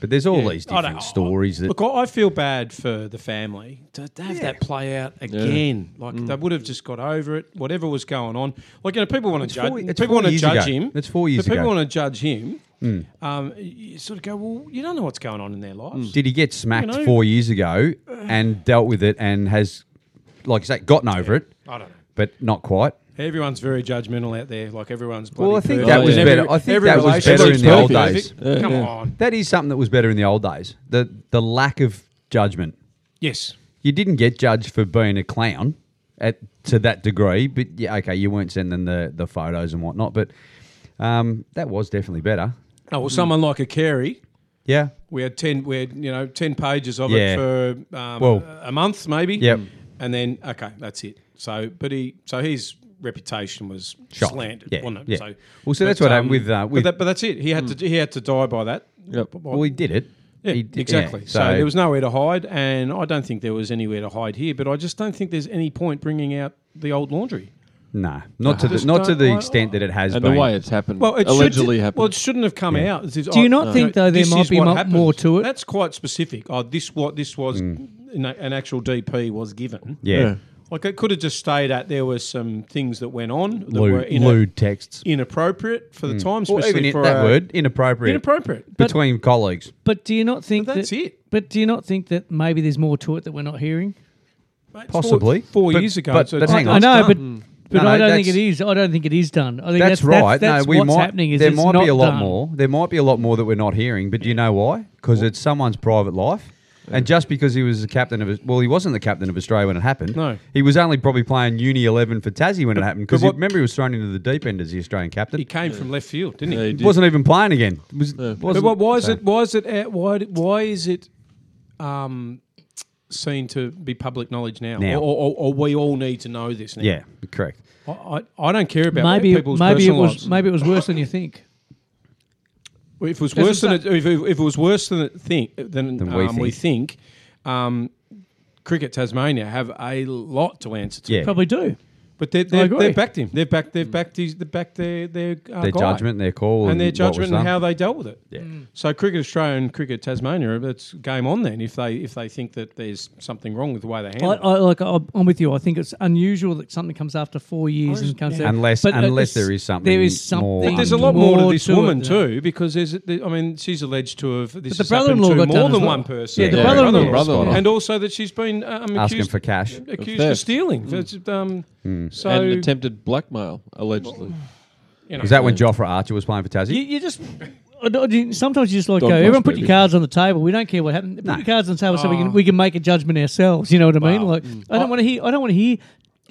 Speaker 5: But there's all
Speaker 3: Yeah.
Speaker 5: these
Speaker 3: I don't-
Speaker 5: different
Speaker 3: I-
Speaker 5: stories that
Speaker 3: Look, I I feel bad for the family to, to have that play out again.
Speaker 5: Mm.
Speaker 3: Like they would have just got over it, whatever was going on. Like you know, people want to judge.
Speaker 5: four- it's
Speaker 3: people
Speaker 5: four
Speaker 3: want to
Speaker 5: years
Speaker 3: judge
Speaker 5: ago.
Speaker 3: him.
Speaker 5: It's four years
Speaker 3: But people
Speaker 5: ago. Mm.
Speaker 3: want to judge him. Um, you sort of go, well, you don't know what's going on in their lives.
Speaker 5: did he get smacked
Speaker 3: know-
Speaker 5: four years ago and dealt with it and has, like you say, gotten over it,
Speaker 3: I don't know.
Speaker 5: but not quite.
Speaker 3: Everyone's very judgmental out there. Like everyone's.
Speaker 5: Well,
Speaker 3: bloody
Speaker 5: I think
Speaker 3: perfect.
Speaker 5: that
Speaker 6: was
Speaker 3: Every-
Speaker 5: better- I think
Speaker 3: every
Speaker 5: that was
Speaker 3: relationship
Speaker 6: better in the
Speaker 3: is
Speaker 6: old
Speaker 3: perfect.
Speaker 6: days. Yeah,
Speaker 3: Come
Speaker 6: yeah.
Speaker 3: on.
Speaker 5: That is something that was better in the old days. The the lack of judgment.
Speaker 3: Yes.
Speaker 5: You didn't get judged for being a clown at to that degree, but yeah, okay, you weren't sending the the photos and whatnot, but um, that was definitely better.
Speaker 3: Oh,
Speaker 5: Mm.
Speaker 3: well, someone like a Carey.
Speaker 5: Yeah.
Speaker 3: We had ten. We had you know ten pages of
Speaker 5: Yeah.
Speaker 3: it for um,
Speaker 5: Well-
Speaker 3: a month maybe.
Speaker 5: Yep.
Speaker 3: And then okay, that's it. So, but he so his reputation was
Speaker 5: Shot.
Speaker 3: slanted,
Speaker 5: Yeah,
Speaker 3: wasn't it?
Speaker 5: yeah.
Speaker 3: So,
Speaker 5: Well, so that's what happened with, uh, with-
Speaker 3: but, that, but that's it. He had to he had to die by that.
Speaker 6: Yep.
Speaker 3: By-
Speaker 5: Well, he did it.
Speaker 3: yeah,
Speaker 5: He did- yeah,
Speaker 3: exactly. so, there was nowhere to hide, and I don't think there was anywhere to hide here. But I just don't think there's any point bringing out the old laundry.
Speaker 5: nah, not to the,
Speaker 3: Just
Speaker 5: not to
Speaker 3: Uh, don't-
Speaker 5: the
Speaker 3: I-
Speaker 5: extent that it has
Speaker 6: And
Speaker 5: been.
Speaker 6: the way it's happened,
Speaker 3: Well, it
Speaker 6: allegedly
Speaker 3: should,
Speaker 6: happened.
Speaker 3: Well, it shouldn't have come out. This is-
Speaker 2: Do you not
Speaker 3: I-
Speaker 2: think, though, there
Speaker 3: this
Speaker 2: might
Speaker 3: is
Speaker 2: be
Speaker 3: what
Speaker 2: mo-
Speaker 3: happened.
Speaker 2: more to it?
Speaker 3: That's quite specific. Oh, this what this was an, an actual DP was given.
Speaker 5: Mm. yeah.
Speaker 6: Yeah.
Speaker 3: Like it could have just stayed at there were some things that went on that were
Speaker 5: Lewd,
Speaker 3: in
Speaker 5: lewd texts.
Speaker 3: inappropriate for the time,
Speaker 5: Or
Speaker 3: especially
Speaker 5: even it,
Speaker 3: for
Speaker 5: that
Speaker 3: a-
Speaker 5: word, inappropriate.
Speaker 3: inappropriate.
Speaker 5: Between colleagues.
Speaker 2: But do you not think
Speaker 3: But that's
Speaker 2: that,
Speaker 3: it.
Speaker 2: But do you not think that maybe there's more to it that we're not hearing?
Speaker 3: Mate, it's
Speaker 5: possibly.
Speaker 3: four, four
Speaker 5: But-
Speaker 3: years ago.
Speaker 5: but- but
Speaker 3: it's
Speaker 5: hang
Speaker 3: not
Speaker 5: on.
Speaker 2: I know,
Speaker 3: done.
Speaker 2: but but
Speaker 5: No,
Speaker 2: I
Speaker 5: no,
Speaker 2: don't think it
Speaker 5: that's-
Speaker 2: is. I don't think it is done. I think
Speaker 5: That's,
Speaker 2: that's, That's,
Speaker 5: right.
Speaker 2: that's
Speaker 5: no, we
Speaker 2: what's
Speaker 5: might.
Speaker 2: happening. Is
Speaker 5: there
Speaker 2: it's
Speaker 5: might
Speaker 2: not
Speaker 5: be a lot
Speaker 2: done.
Speaker 5: more. There might be a lot more that we're not hearing. But do you know why? Because it's someone's private life. And just because he was the captain of, well, he wasn't the captain of Australia when it happened.
Speaker 3: No.
Speaker 5: he was only probably playing uni eleven for Tassie when it happened. Because
Speaker 3: what-
Speaker 5: remember he was thrown into the deep end as the Australian captain.
Speaker 3: He came from left field, didn't
Speaker 6: Yeah,
Speaker 3: he?
Speaker 6: he did.
Speaker 5: wasn't even playing again. Was,
Speaker 3: But
Speaker 5: wasn't-
Speaker 3: what, why is
Speaker 5: so-
Speaker 3: it? Why is it? out- Why? d- Why is it? Um, seen to be public knowledge now,
Speaker 5: Now.
Speaker 3: Or, or, or we all need to know this now.
Speaker 5: Yeah, correct.
Speaker 3: I, I, I don't care about
Speaker 2: Maybe
Speaker 3: people's
Speaker 2: maybe it
Speaker 3: personal
Speaker 2: was
Speaker 3: lives.
Speaker 2: maybe it was worse than you think.
Speaker 3: If it was worse than
Speaker 2: Isn't
Speaker 3: it, if, if if it was worse than it think than,
Speaker 5: Than we
Speaker 3: um, we think, um, cricket Tasmania have a lot to answer to.
Speaker 5: Yeah.
Speaker 2: Probably do.
Speaker 3: But they, they,
Speaker 2: agree.
Speaker 3: they've backed him. They've backed. They've backed. His, they backed their their, uh,
Speaker 5: Their
Speaker 3: guy.
Speaker 5: judgment, their call,
Speaker 3: and their
Speaker 5: and what was
Speaker 3: judgment and
Speaker 5: done.
Speaker 3: how they dealt with it.
Speaker 5: Yeah. Mm.
Speaker 3: So cricket Australia and cricket Tasmania, it's game on then. If they if they think that there's something wrong with the way they
Speaker 2: I,
Speaker 3: handle it.
Speaker 2: I, like I- I'm with you. I think it's unusual that something comes after four years and comes out.
Speaker 5: Unless-
Speaker 2: But uh,
Speaker 5: unless
Speaker 2: it's-
Speaker 5: there is something
Speaker 2: there is
Speaker 5: more
Speaker 2: something.
Speaker 5: Well,
Speaker 3: There's a lot more to this
Speaker 2: it
Speaker 3: woman
Speaker 2: than-
Speaker 3: too, because there's. I mean, she's alleged to have this
Speaker 2: the
Speaker 3: has happened
Speaker 2: brother-in-law
Speaker 3: to
Speaker 2: got
Speaker 3: more
Speaker 2: done as
Speaker 3: than
Speaker 2: well.
Speaker 3: one person.
Speaker 2: Yeah, the
Speaker 4: Yeah,
Speaker 2: brother-in-law.
Speaker 4: yeah, brother-in-law.
Speaker 3: and also that she's been um,
Speaker 5: Asking
Speaker 3: accused,
Speaker 5: Oh. for Mm. cash.
Speaker 3: accused of
Speaker 6: theft.
Speaker 3: stealing. That's, um, So
Speaker 6: and attempted blackmail allegedly.
Speaker 3: you know,
Speaker 5: Was that when Jofra Archer was playing for Tassie?
Speaker 2: You, you just I don't- you- sometimes you just like
Speaker 6: Dog
Speaker 2: go.
Speaker 6: punch,
Speaker 2: Everyone put your
Speaker 6: baby."
Speaker 2: cards on the table. We don't care what happened. Put your cards on the table so we
Speaker 3: Ah.
Speaker 2: can we can make a judgment ourselves. You know what I mean? Like
Speaker 5: Mm.
Speaker 2: I don't want to hear. I don't want to hear.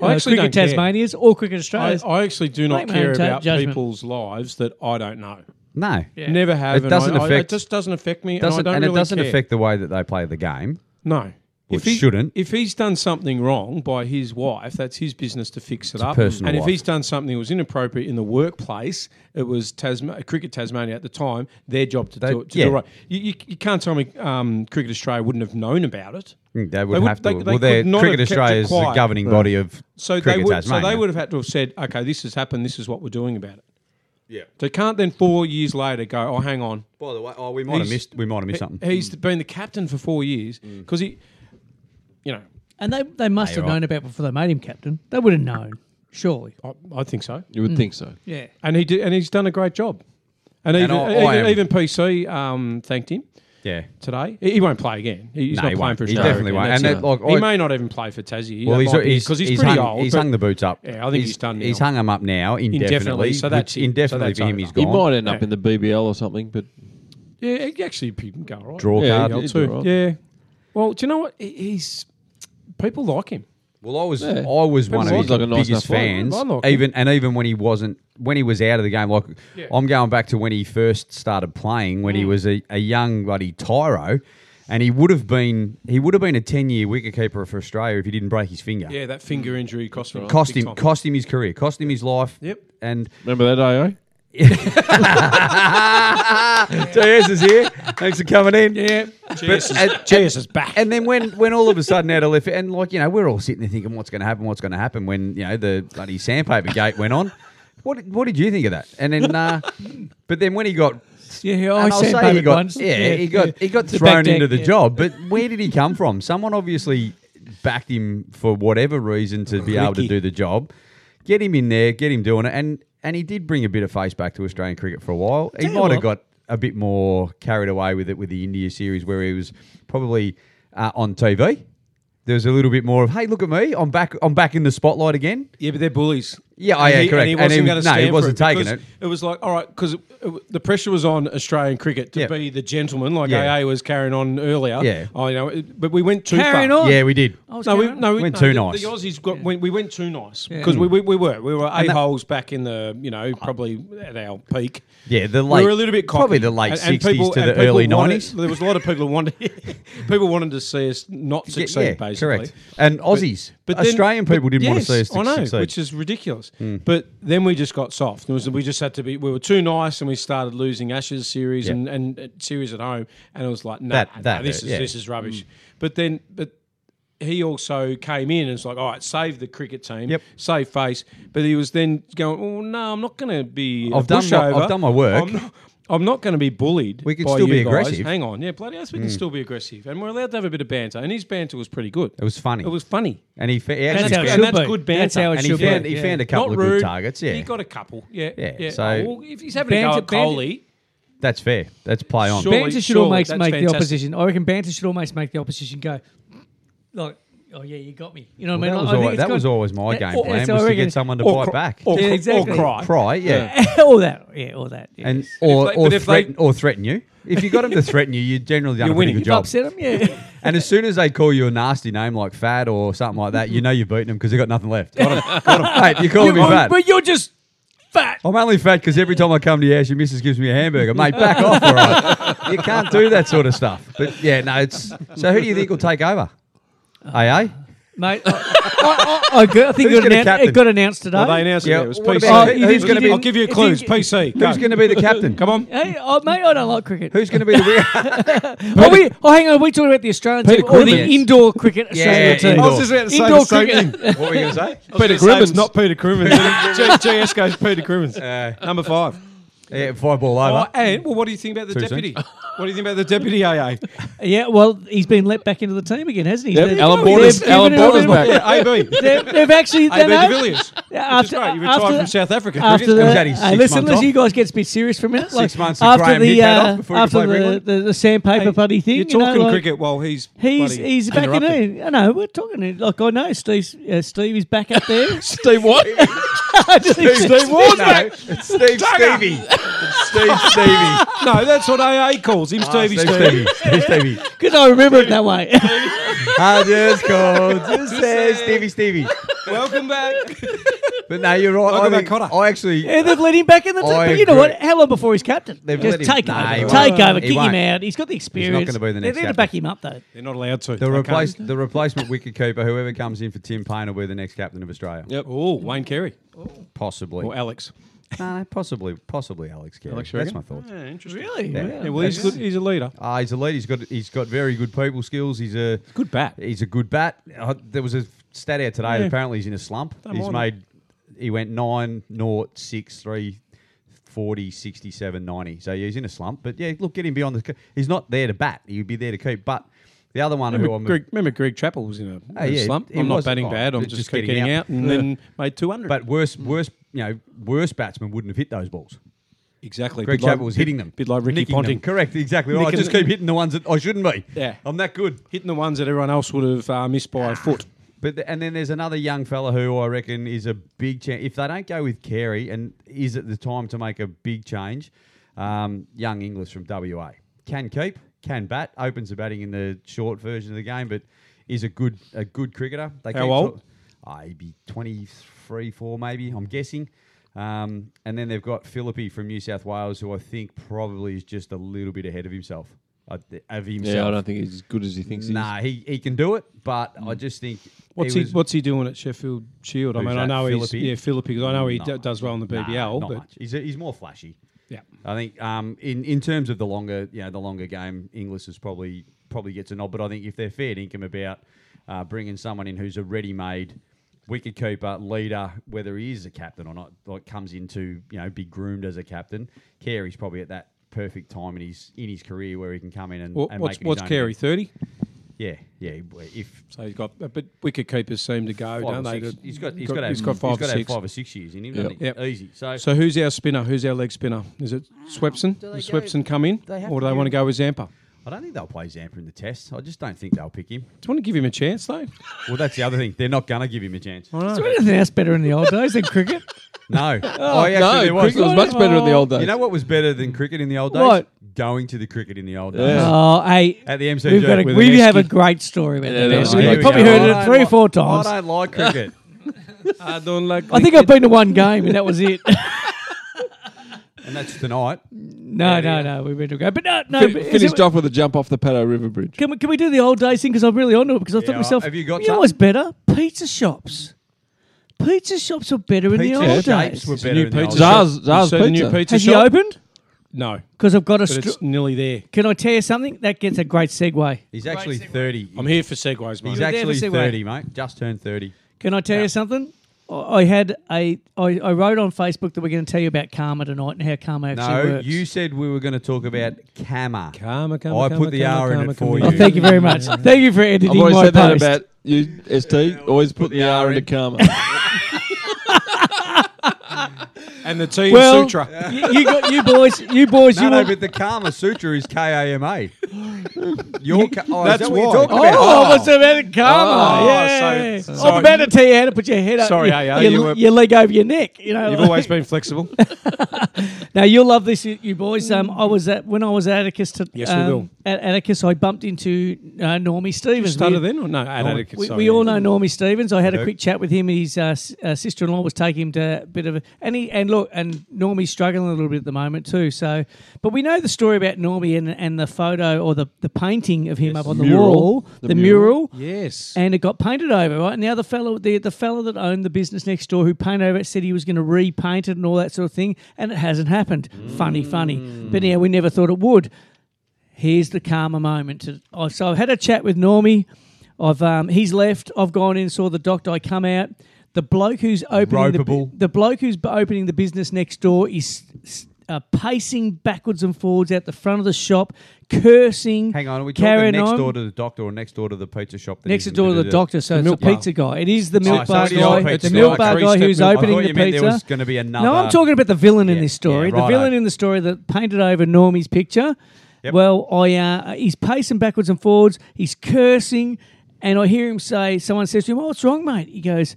Speaker 3: I
Speaker 2: uh,
Speaker 3: actually
Speaker 2: cricket
Speaker 3: don't care.
Speaker 2: Tasmania's or cricket
Speaker 3: I,
Speaker 2: Australia's.
Speaker 3: I actually do not
Speaker 2: Make my
Speaker 3: care
Speaker 2: own ta-
Speaker 3: about
Speaker 2: judgment.
Speaker 3: people's lives that I don't know.
Speaker 5: no.
Speaker 3: Never have.
Speaker 5: It
Speaker 3: and
Speaker 5: doesn't
Speaker 3: I- I-
Speaker 5: affect-
Speaker 3: it just doesn't affect me.
Speaker 5: Doesn't,
Speaker 3: and I don't
Speaker 5: and
Speaker 3: really
Speaker 5: it doesn't
Speaker 3: care.
Speaker 5: affect the way that they play the game.
Speaker 3: No.
Speaker 5: Well, it shouldn't.
Speaker 3: If he's done something wrong by his wife, that's his business to fix it up.
Speaker 5: personal
Speaker 3: and if
Speaker 5: life.
Speaker 3: he's done something that was inappropriate in the workplace, it was Tasma- Cricket Tasmania at the time, their job to,
Speaker 5: They-
Speaker 3: do, it- to
Speaker 5: yeah.
Speaker 3: do it right. You, you, you can't tell me um, Cricket Australia wouldn't have known about it.
Speaker 5: Mm, They would
Speaker 3: would-
Speaker 5: have
Speaker 3: they-
Speaker 5: to.
Speaker 3: they
Speaker 5: well,
Speaker 3: could
Speaker 5: they're,
Speaker 3: not have
Speaker 5: Cricket
Speaker 3: kept it
Speaker 5: Australia is the
Speaker 3: quiet.
Speaker 5: governing body of
Speaker 3: So
Speaker 5: Cricket
Speaker 3: they, would, so
Speaker 5: Tasmania.
Speaker 3: they would have had to have said, okay, this has happened, this is what we're doing about it.
Speaker 5: Yeah.
Speaker 3: They can't then four years later go, oh, hang on.
Speaker 5: By the way, oh, we might have
Speaker 3: He's-
Speaker 5: missed. We might have missed something.
Speaker 3: He's been the captain for four years because he, you know,
Speaker 2: and they they must have
Speaker 5: you're right.
Speaker 2: known about before they made him captain. They would have known, surely.
Speaker 3: I, I think so.
Speaker 6: You would think so.
Speaker 2: Yeah.
Speaker 3: and he did, and he's done a great job. And, even,
Speaker 5: I- I
Speaker 3: even,
Speaker 5: am-
Speaker 3: even PC um, thanked him
Speaker 5: yeah.
Speaker 3: today. He, he won't play again. He- He's
Speaker 5: No,
Speaker 3: not
Speaker 5: he
Speaker 3: playing
Speaker 5: won't.
Speaker 3: for
Speaker 5: He
Speaker 3: Australia.
Speaker 5: definitely
Speaker 3: again.
Speaker 5: won't. And
Speaker 3: That's it.
Speaker 5: that, like,
Speaker 3: he
Speaker 5: I-
Speaker 3: may not even play for Tassie.
Speaker 5: Well, he's, he's,
Speaker 3: because he's,
Speaker 5: he's
Speaker 3: pretty
Speaker 5: hung,
Speaker 3: old.
Speaker 5: He's
Speaker 3: but
Speaker 5: hung the boots up.
Speaker 3: Yeah, I think he's done
Speaker 5: He's
Speaker 3: now.
Speaker 5: hung them up now indefinitely.
Speaker 3: Indefinitely, so
Speaker 5: which
Speaker 3: that's it. So
Speaker 5: indefinitely
Speaker 3: that's
Speaker 5: for him.
Speaker 3: over.
Speaker 5: He's
Speaker 6: He
Speaker 5: gone.
Speaker 6: might end up
Speaker 3: Yeah.
Speaker 6: in the BBL or something, but
Speaker 3: Yeah, he actually he can go all right.
Speaker 5: Draw
Speaker 6: Yeah,
Speaker 5: card.
Speaker 6: he-
Speaker 3: Yeah,
Speaker 6: he'd
Speaker 3: too.
Speaker 6: be all right.
Speaker 3: Yeah. Well, do you know what? He- He's people like him.
Speaker 5: Well, I was I was one of
Speaker 6: He's
Speaker 5: his
Speaker 6: like a nice enough
Speaker 5: biggest
Speaker 6: bloke.
Speaker 5: fans.
Speaker 3: I like him.
Speaker 5: even and even when he wasn't when he was out of the game, like I'm going back to when he first started playing,
Speaker 3: Mm.
Speaker 5: when he was a, a young bloody tyro, and he would have been he would have been a ten year wicketkeeper for Australia if he didn't break his finger.
Speaker 3: Yeah, that finger injury cost him.
Speaker 5: Cost
Speaker 3: big
Speaker 5: him
Speaker 3: time.
Speaker 5: cost him his career, cost him his life.
Speaker 3: Yep.
Speaker 5: And
Speaker 6: remember that AO?
Speaker 5: JS is here. Thanks for coming in.
Speaker 3: Yeah. Cheers.
Speaker 5: and-
Speaker 3: Cheers is back.
Speaker 5: And then when, when all of a sudden out of left and like you know we're all sitting there thinking what's going to happen, what's going to happen when you know the bloody sandpaper gate went on. What did- what did you think of that? And then, uh, but then when he got
Speaker 2: Yeah, I
Speaker 5: and I'll
Speaker 2: said
Speaker 5: say he
Speaker 2: David
Speaker 5: got
Speaker 2: once.
Speaker 5: yeah, he got he got
Speaker 2: The
Speaker 5: thrown
Speaker 2: back deck,
Speaker 5: into the
Speaker 2: yeah.
Speaker 5: job. But where did he come from? Someone obviously backed him for whatever reason to be able to do the job. Get him in there, get him doing it, and and he did bring a bit of face back to Australian cricket for a while. He
Speaker 2: Tell you
Speaker 5: might have
Speaker 2: what.
Speaker 5: got a bit more carried away with it with the India series where he was probably uh, on TV. There was a little bit more of hey, look at me, I'm back, I'm back in the spotlight again.
Speaker 3: Yeah, but they're bullies.
Speaker 5: Yeah, oh, yeah,
Speaker 3: And he-
Speaker 5: correct.
Speaker 3: And he
Speaker 5: And
Speaker 3: wasn't
Speaker 5: he-
Speaker 3: going to
Speaker 5: no, he
Speaker 3: stand for
Speaker 5: wasn't
Speaker 3: it
Speaker 5: taking
Speaker 3: because
Speaker 5: it.
Speaker 3: It was like, all right, because the pressure was on Australian cricket to
Speaker 5: Yeah.
Speaker 3: be the gentleman, like
Speaker 5: Yeah.
Speaker 3: AA was carrying on earlier.
Speaker 5: Yeah.
Speaker 3: oh, you know, it- but we went too
Speaker 2: Carrying
Speaker 3: far.
Speaker 2: on.
Speaker 5: Yeah, we did.
Speaker 3: No, we, no, we
Speaker 5: Went
Speaker 3: no, the-
Speaker 5: too nice.
Speaker 3: The Aussies got we, we went too nice because we, we, we were we were a holes back in the you know probably at our peak.
Speaker 5: Yeah, the
Speaker 3: we
Speaker 5: late
Speaker 3: were a little bit cocky.
Speaker 5: probably the late
Speaker 3: And- and
Speaker 5: sixties
Speaker 3: people-
Speaker 5: to
Speaker 3: and
Speaker 5: the
Speaker 3: people
Speaker 5: early
Speaker 3: wanted-
Speaker 5: nineties.
Speaker 3: There was a lot of people who wanted people wanted to see us not
Speaker 5: Yeah,
Speaker 3: succeed.
Speaker 5: yeah,
Speaker 3: basically,
Speaker 5: correct. And Aussies, but,
Speaker 3: then-
Speaker 5: Australian
Speaker 3: but
Speaker 5: people didn't want to
Speaker 3: yes,
Speaker 5: see us
Speaker 3: I know,
Speaker 5: succeed. Hmm.
Speaker 3: which is ridiculous. But then we just got soft. It was, we just had to be. We were too nice, and we started losing Ashes series
Speaker 5: Yeah.
Speaker 3: and, and uh, series at home. And it was like, nah,
Speaker 5: That- that
Speaker 3: nah, this
Speaker 5: hurt,
Speaker 3: is
Speaker 5: yeah. Hmm.
Speaker 3: this is rubbish. But then, but he also came in and was like, all right, save the cricket team,
Speaker 5: Yep.
Speaker 3: save face. But he was then going, oh no, I'm not going to be. a
Speaker 5: I've done my- I've
Speaker 3: pushover.
Speaker 5: done my work."
Speaker 3: I'm not, I'm not going to be bullied.
Speaker 5: We can
Speaker 3: by
Speaker 5: still
Speaker 3: you
Speaker 5: be
Speaker 3: guys.
Speaker 5: aggressive. Hmm.
Speaker 3: Hang on, yeah, bloody yes, we can still be aggressive, and we're allowed to have a bit of banter. And his banter was pretty good.
Speaker 5: it was funny.
Speaker 3: It was funny.
Speaker 5: and he, fa- he
Speaker 2: That's
Speaker 5: actually
Speaker 2: how it
Speaker 3: good-
Speaker 2: should
Speaker 3: and that's
Speaker 2: be.
Speaker 3: good
Speaker 2: That's
Speaker 3: banter.
Speaker 2: how it
Speaker 5: and he
Speaker 2: should be.
Speaker 5: found, he
Speaker 2: yeah.
Speaker 5: found a couple
Speaker 3: Not
Speaker 5: of
Speaker 3: rude.
Speaker 5: good targets. Yeah,
Speaker 3: He got a couple. Yeah.
Speaker 5: Yeah,
Speaker 3: yeah.
Speaker 5: so-
Speaker 3: Oh, well, if he's having a go
Speaker 2: Banter-
Speaker 3: at Coley,
Speaker 5: that's fair. That's play on.
Speaker 3: Sure. Surely-
Speaker 2: banter should
Speaker 3: surely
Speaker 2: almost
Speaker 3: that's
Speaker 2: make the
Speaker 3: fantastic.
Speaker 2: opposition. I reckon banter should almost make the opposition go, like, oh yeah, you got me. You know what I
Speaker 5: Well, that
Speaker 2: mean?
Speaker 5: was
Speaker 2: Like, I think
Speaker 5: always,
Speaker 2: it's
Speaker 5: that
Speaker 2: got-
Speaker 5: was always my
Speaker 2: Yeah,
Speaker 5: game
Speaker 2: or-
Speaker 5: plan
Speaker 2: so I
Speaker 5: was to
Speaker 2: reckon-
Speaker 5: get someone to
Speaker 3: or
Speaker 5: bite
Speaker 3: cr-
Speaker 5: back,
Speaker 3: or,
Speaker 2: Yeah,
Speaker 3: cr-
Speaker 2: exactly.
Speaker 3: or cry.
Speaker 5: cry, yeah,
Speaker 2: all that, yeah, all that. Yeah.
Speaker 5: and
Speaker 2: Yes.
Speaker 5: or
Speaker 3: they-
Speaker 5: or
Speaker 3: but if they-
Speaker 5: threaten or threaten you. If you got him to threaten you, you generally done
Speaker 3: You're
Speaker 5: a pretty
Speaker 3: winning.
Speaker 5: good
Speaker 3: You've
Speaker 5: job.
Speaker 2: upset him, yeah.
Speaker 5: And as soon as they call you a nasty name like fat or something like that, you know you've beaten them because they got nothing left. Got 'em. Got 'em. Mate, you're calling me
Speaker 2: Oh,
Speaker 5: fat.
Speaker 2: but you're just fat.
Speaker 5: I'm only fat because every time I come to your house, your missus gives me a hamburger. Mate, back off, all right? You can't do that sort of stuff. But yeah, no, it's. So who do you think will take over? AA?
Speaker 2: mate. I, I, I, I go- I think
Speaker 5: Who's
Speaker 2: it got,
Speaker 5: gonna
Speaker 2: announced,
Speaker 5: captain?
Speaker 2: it got announced today.
Speaker 3: Well, they announced
Speaker 5: Yeah,
Speaker 3: it. It was
Speaker 5: what
Speaker 3: PC.
Speaker 5: about-
Speaker 2: Oh, you
Speaker 3: Who's
Speaker 2: didn't-
Speaker 3: gonna
Speaker 2: you
Speaker 3: be- I'll
Speaker 2: didn't-
Speaker 3: give you
Speaker 2: you didn't
Speaker 3: clues.
Speaker 2: get-
Speaker 3: PC.
Speaker 5: Who's going to be the captain?
Speaker 3: Come on.
Speaker 2: Hey, oh, mate, I don't like cricket.
Speaker 5: Who's going to be the winner?
Speaker 2: Are we, oh, hang on. Are we talking about the Australian
Speaker 6: Peter
Speaker 2: team or the
Speaker 5: Cribbins.
Speaker 2: indoor cricket Australian team? Oh,
Speaker 5: indoor.
Speaker 3: I was just about to say
Speaker 2: Indoor
Speaker 3: the same
Speaker 2: cricket.
Speaker 3: thing.
Speaker 5: what were you going to say?
Speaker 3: Peter
Speaker 6: Cribbins.
Speaker 3: not Peter Crimmins. GS goes Peter Crimmins. Number five.
Speaker 5: Yeah, five ball over.
Speaker 3: Oh, and well, what do you think about the
Speaker 5: Too soon.
Speaker 3: deputy? What do you think about the deputy AA?
Speaker 2: Yeah, well, he's been let back into the team again, hasn't he?
Speaker 6: Yep,
Speaker 2: They've-
Speaker 6: Alan
Speaker 2: they've
Speaker 6: Border's-
Speaker 2: given
Speaker 6: Alan
Speaker 2: him a
Speaker 6: Border's
Speaker 2: bit of-
Speaker 6: back.
Speaker 3: Yeah, AB.
Speaker 2: They've, they've actually
Speaker 3: AB
Speaker 2: done
Speaker 3: de Villiers.
Speaker 2: Yeah,
Speaker 3: Which is great. He retired
Speaker 2: after-
Speaker 3: from South Africa.
Speaker 2: After the,
Speaker 5: He's had his
Speaker 2: hey,
Speaker 5: six
Speaker 2: listen,
Speaker 5: months
Speaker 2: listen,
Speaker 5: off.
Speaker 2: you guys get a bit serious for a minute.
Speaker 5: Six months of
Speaker 2: after
Speaker 5: Graham Hick
Speaker 2: the
Speaker 5: that off before
Speaker 2: uh,
Speaker 5: he
Speaker 2: after
Speaker 5: played for
Speaker 2: the,
Speaker 5: England.
Speaker 2: the, the sandpaper putty thing.
Speaker 3: You're
Speaker 2: you know,
Speaker 3: talking
Speaker 2: like,
Speaker 3: cricket while he's
Speaker 2: He's
Speaker 3: bloody
Speaker 2: he's back in
Speaker 3: interrupted.
Speaker 2: there. I know we're talking. Like I know, Steve uh, Steve is back up there.
Speaker 6: Steve White.
Speaker 2: Steve
Speaker 5: No, it's Steve Stevie. It's Steve Stevie. Ah,
Speaker 3: No, that's what AA calls him, Stevie
Speaker 5: Steve
Speaker 3: Stevie.
Speaker 5: Stevie. Steve Stevie.
Speaker 2: because I remember it that way.
Speaker 5: I just called to say Stevie Stevie.
Speaker 3: Welcome back.
Speaker 5: But no, you're right.
Speaker 3: Look
Speaker 5: I,
Speaker 3: at that
Speaker 5: think,
Speaker 3: Cotter.
Speaker 5: I actually.
Speaker 2: yeah, they've let him back in the team.
Speaker 5: I
Speaker 2: But you know what?
Speaker 5: agree.
Speaker 2: How long before he's captain?
Speaker 5: They've
Speaker 2: Just
Speaker 5: let him-
Speaker 2: take
Speaker 5: Nah, he
Speaker 2: over,
Speaker 5: won't.
Speaker 2: take over,
Speaker 5: He
Speaker 2: kick him
Speaker 5: won't.
Speaker 2: out. He's got the experience.
Speaker 5: gonna be the
Speaker 2: They're
Speaker 5: next
Speaker 2: there to
Speaker 5: captain.
Speaker 2: back him up though.
Speaker 3: They're not allowed to.
Speaker 5: The
Speaker 3: They
Speaker 5: replace
Speaker 3: can't.
Speaker 5: the replacement wicket keeper, whoever comes in for Tim Payne, will be the next captain of Australia.
Speaker 3: Yep. Oh, Wayne Carey
Speaker 5: Possibly.
Speaker 3: or Alex.
Speaker 5: No, no, possibly, possibly Alex Carey.
Speaker 6: Alex, you
Speaker 5: That's my
Speaker 6: reckon?
Speaker 5: thought.
Speaker 3: interesting.
Speaker 2: Really?
Speaker 5: Yeah.
Speaker 3: well, he's good. He's a leader.
Speaker 5: Ah, he's a lead. He's got he's got very good people skills. He's a
Speaker 3: Good bat.
Speaker 5: He's a good bat. Uh, there was a stat out today.
Speaker 3: Yeah.
Speaker 5: Apparently, he's in a slump.
Speaker 3: Don't
Speaker 5: he's
Speaker 3: mind
Speaker 5: made he went nine naught six three. 40, 67, 90. So yeah, he's in a slump. But yeah, look, get him beyond the. c- He's not there to bat. He'd be there to keep. But the other one who
Speaker 3: Remember
Speaker 5: I'm.
Speaker 3: Greg, remember Greg Chappell was in a,
Speaker 5: Oh,
Speaker 3: in a
Speaker 5: yeah,
Speaker 3: slump.
Speaker 5: he
Speaker 3: I'm not
Speaker 5: was-
Speaker 3: batting
Speaker 5: oh,
Speaker 3: bad. I'm just, keep getting, out, and then made 200.
Speaker 5: But worse, worse, you know, worse batsmen wouldn't have hit those balls.
Speaker 3: exactly,
Speaker 5: Greg
Speaker 3: bit like-
Speaker 5: Chappell was hitting them.
Speaker 3: Bit like Ricky
Speaker 5: Nicking them.
Speaker 3: Ponting,
Speaker 5: Correct, exactly. right. I
Speaker 3: Nicking
Speaker 5: just
Speaker 3: them.
Speaker 5: keep hitting the ones that I shouldn't be.
Speaker 3: Yeah.
Speaker 5: I'm that good.
Speaker 3: hitting the ones that everyone else would have uh, missed by a foot.
Speaker 5: But th- and then there's another young fella who I reckon is a big change. If they don't go with Carey and is it the time to make a big change? Um, young English from WA can keep, can bat, opens the batting in the short version of the game, but is a good a good cricketer. They
Speaker 3: How
Speaker 5: keep
Speaker 3: old?
Speaker 5: talk- Ah, he'd be 23, 4 maybe, I'm guessing. Um, and then they've got Philippi from New South Wales, who I think probably is just a little bit ahead of himself. Uh, of himself.
Speaker 6: Yeah, I don't think he's as good as he thinks Mm. he is.
Speaker 5: Nah, he, he can do it, but I just think
Speaker 3: What's he,
Speaker 5: he was-
Speaker 3: What's he doing at Sheffield Shield? I
Speaker 5: Who's
Speaker 3: mean, I
Speaker 5: that,
Speaker 3: know he's
Speaker 5: Philippi?
Speaker 3: yeah Philippi because I know he
Speaker 5: Not
Speaker 3: d-
Speaker 5: much.
Speaker 3: does well in the
Speaker 5: Nah,
Speaker 3: BBL,
Speaker 5: not
Speaker 3: but
Speaker 5: much. He's, he's more flashy.
Speaker 3: yeah,
Speaker 5: I think um, in in terms of the longer, you know, the longer game, Inglis is probably probably gets a nod. But I think if they're fair income about uh, bringing someone in who's a ready-made wicketkeeper leader, whether he is a captain or not, like comes into you know be groomed as a captain. Carey's probably at that perfect time in his in his career where he can come in and,
Speaker 3: What-
Speaker 5: and
Speaker 3: what's
Speaker 5: make it
Speaker 3: what's
Speaker 5: his own
Speaker 3: Carey thirty?
Speaker 5: Yeah, yeah. If
Speaker 3: So he's got, but wicket keepers seem to go,
Speaker 5: five
Speaker 3: don't
Speaker 5: or
Speaker 3: they?
Speaker 5: six,
Speaker 3: to-
Speaker 5: he's got he's got,
Speaker 3: he's
Speaker 5: to
Speaker 3: got
Speaker 5: have-
Speaker 3: five
Speaker 5: he's got
Speaker 3: or
Speaker 5: to have
Speaker 6: six.
Speaker 5: five or six years in him.
Speaker 6: Yep.
Speaker 5: doesn't he?
Speaker 3: Yep.
Speaker 5: Easy. So,
Speaker 3: So who's our spinner? Who's our leg spinner? Is it Swepson? Does Swepson come in,
Speaker 5: they have
Speaker 3: or do
Speaker 5: to
Speaker 3: they
Speaker 5: give
Speaker 3: want to
Speaker 5: him-
Speaker 3: go with Zampa?
Speaker 5: I don't think they'll play Zampa in the test. I just don't think they'll pick him.
Speaker 3: Do you want to give him a chance though?
Speaker 5: Well, that's the other thing. They're not going to give him a chance.
Speaker 3: I
Speaker 2: Is
Speaker 3: know.
Speaker 2: there anything else better in the old days than cricket?
Speaker 5: No. oh, actually,
Speaker 6: no,
Speaker 5: there was.
Speaker 6: cricket was much better in the old days.
Speaker 5: You know what was better than cricket in the old days?
Speaker 2: What?
Speaker 5: Going to the cricket in the old days.
Speaker 6: Yeah.
Speaker 2: Oh, hey,
Speaker 5: At the MCG.
Speaker 2: we've got a,
Speaker 5: With
Speaker 2: we
Speaker 5: an
Speaker 2: have a
Speaker 5: Esky.
Speaker 2: great story about that.
Speaker 6: that
Speaker 5: Oh,
Speaker 6: was
Speaker 2: Esky.
Speaker 5: here
Speaker 2: You've
Speaker 5: we
Speaker 2: probably
Speaker 5: go.
Speaker 2: heard
Speaker 5: I
Speaker 2: it three or
Speaker 5: don't
Speaker 2: four
Speaker 5: like-
Speaker 2: times.
Speaker 5: I don't like cricket.
Speaker 3: I don't like.
Speaker 2: I think I've been to one game and that was it.
Speaker 5: and that's tonight.
Speaker 2: No, no, no. We've been to a game, but no, no.
Speaker 6: Fin-
Speaker 2: but is
Speaker 6: Finished
Speaker 2: it-
Speaker 6: off with a jump off the Paddo River Bridge.
Speaker 2: Can we, can we do the old days thing? Because I'm really onto it. Because I thought
Speaker 5: Yeah,
Speaker 2: to myself,
Speaker 5: have you got
Speaker 2: know what's better? Pizza shops. Pizza shops are better in the
Speaker 5: Pizza
Speaker 2: old
Speaker 5: shapes
Speaker 2: days.
Speaker 5: were better.
Speaker 3: new
Speaker 5: in the old
Speaker 3: pizza
Speaker 5: days.
Speaker 3: shop.
Speaker 6: Zars- Zars
Speaker 3: You see the new
Speaker 6: Pizza.
Speaker 3: pizza
Speaker 2: Has he
Speaker 3: shop?
Speaker 2: opened?
Speaker 3: No,
Speaker 2: Because I've got a.
Speaker 3: but
Speaker 2: Str-
Speaker 3: it's nearly there.
Speaker 2: can I tell you something? That gets a great segue.
Speaker 5: He's actually 30.
Speaker 3: I'm here for segues, mate.
Speaker 5: He's
Speaker 2: there
Speaker 5: actually
Speaker 2: for segue.
Speaker 5: 30, mate. Just turned 30.
Speaker 2: Can I tell you something? I I had a. I, I wrote on Facebook that we're going to tell you about karma tonight and how karma actually
Speaker 5: No,
Speaker 2: works.
Speaker 5: you said we were going to talk about Kama.
Speaker 3: Karma, karma,
Speaker 5: I
Speaker 3: karma,
Speaker 5: put the
Speaker 3: karma,
Speaker 5: R in
Speaker 3: karma,
Speaker 5: it for
Speaker 3: karma.
Speaker 5: you.
Speaker 2: oh, thank you very much. Thank you for editing
Speaker 6: I've always
Speaker 2: my
Speaker 6: said that
Speaker 2: post.
Speaker 6: about you, ST. Always put the R into karma.
Speaker 3: and the T
Speaker 2: well,
Speaker 3: in Sutra.
Speaker 2: y- you, got you boys. You boys.
Speaker 5: No,
Speaker 2: you
Speaker 5: no,
Speaker 2: want,
Speaker 5: but the Kama Sutra is K A M A. Your ka- oh, is
Speaker 3: That's
Speaker 5: that what you're
Speaker 3: why.
Speaker 5: talking
Speaker 2: Oh,
Speaker 5: about?
Speaker 2: I was about karma.
Speaker 3: Oh,
Speaker 2: yeah.
Speaker 3: so-
Speaker 2: I'm
Speaker 3: sorry.
Speaker 2: about to tell you how to put your head up.
Speaker 3: Sorry,
Speaker 2: your,
Speaker 3: AR,
Speaker 2: your,
Speaker 3: you were-
Speaker 2: your leg over your neck. You know.
Speaker 3: You've always been flexible.
Speaker 2: now you'll love this, you you boys. Um, I was at when I was at Atticus. To,
Speaker 3: Yes, we
Speaker 2: um,
Speaker 3: will.
Speaker 2: At Atticus, I bumped into uh, Normie Stevens.
Speaker 3: Started
Speaker 2: We-
Speaker 3: then or no? Ad- Addict,
Speaker 2: we,
Speaker 3: sorry,
Speaker 2: we
Speaker 3: yeah.
Speaker 2: all know Normie Stevens. I had a
Speaker 5: Hello.
Speaker 2: quick chat with him. His uh, s- uh, sister-in-law was taking him to a bit of a and he and look and Normie's struggling a little bit at the moment too. So, but we know the story about Normie and and the photo photo or the, the painting of him up on the
Speaker 6: Mural.
Speaker 2: wall, the,
Speaker 6: The
Speaker 2: mural,
Speaker 6: mural.
Speaker 3: Yes.
Speaker 2: and it got painted over. Right now, the fellow the the fellow that owned the business next door who painted over it said he was going to repaint it and all that sort of thing, and it hasn't happened. Funny, funny. But yeah, we never thought it would. Here's the karma moment. To, oh, so I've had a chat with Normie. I've um, he's left. I've gone in, saw the doctor. I come out. The bloke who's opening the, bu-
Speaker 5: Ropeable.
Speaker 2: the bloke who's bu- opening the business next door is s- uh, pacing backwards and forwards out the front of the shop, cursing.
Speaker 5: Hang on, are we talking
Speaker 2: carrying
Speaker 5: next
Speaker 2: on.
Speaker 5: door to the doctor or next door to the pizza shop? that
Speaker 2: Next
Speaker 5: isn't
Speaker 2: door to
Speaker 5: gonna
Speaker 2: the
Speaker 5: do-
Speaker 2: doctor, so it's a
Speaker 3: milk bar.
Speaker 2: pizza guy. It is the
Speaker 5: Oh,
Speaker 2: milk
Speaker 5: so
Speaker 2: bar
Speaker 5: it is all
Speaker 2: guy.
Speaker 5: pizza
Speaker 2: The milk
Speaker 5: guy.
Speaker 2: bar
Speaker 5: Three
Speaker 2: guy
Speaker 5: step
Speaker 2: who's
Speaker 5: milk- I
Speaker 2: opening
Speaker 5: thought
Speaker 2: the
Speaker 5: you meant
Speaker 2: pizza.
Speaker 5: there was gonna be another-
Speaker 2: No, I'm talking about the villain in
Speaker 5: Yeah,
Speaker 2: this story.
Speaker 5: yeah,
Speaker 2: the
Speaker 5: righto.
Speaker 2: villain in the story that painted over Normie's picture.
Speaker 5: Yep.
Speaker 2: Well, I uh, he's pacing backwards and forwards. He's cursing, and I hear him say, "Someone says to him, oh, what's wrong, mate?" He goes.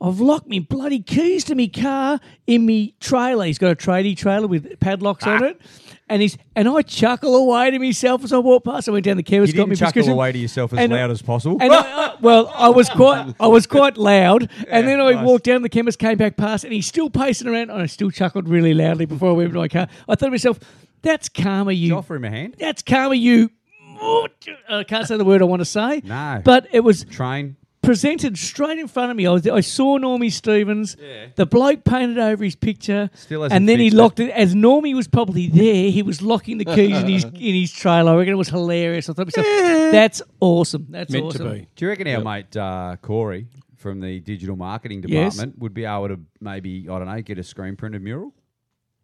Speaker 2: I've locked me bloody keys to me car in me trailer. He's got a tradie trailer with padlocks
Speaker 5: Ah.
Speaker 2: on it, and he's and I chuckle away to myself as I walk past. I went down the chemist,
Speaker 5: You
Speaker 2: got me
Speaker 5: didn't chuckle
Speaker 2: prescription.
Speaker 5: away to yourself as
Speaker 2: And-
Speaker 5: loud as possible.
Speaker 2: And I, I- well, I was quite, I was quite loud. and then I
Speaker 5: nice.
Speaker 2: walked down. The chemist came back past, and he's still pacing around. And I still chuckled really loudly before I went to my car. I thought to myself, "That's karma,
Speaker 5: Did you
Speaker 2: you.
Speaker 5: offer him a hand?
Speaker 2: That's karma, you." I can't say the word I want to say.
Speaker 5: No.
Speaker 2: But it was
Speaker 5: Train.
Speaker 2: presented straight in front of me. I, was, I saw Normie Stevens. The bloke painted over his picture,
Speaker 5: Still hasn't
Speaker 2: and then he
Speaker 5: fixed
Speaker 2: locked it. As Normie was probably there, he was locking the keys in his in his trailer. I reckon it was hilarious. I thought to myself, "That's awesome. That's
Speaker 3: Meant
Speaker 2: awesome."
Speaker 3: to be.
Speaker 5: Do you reckon our mate uh, Corey from the digital marketing
Speaker 2: Yes.
Speaker 5: department would be able to maybe I don't know get a screen printed mural?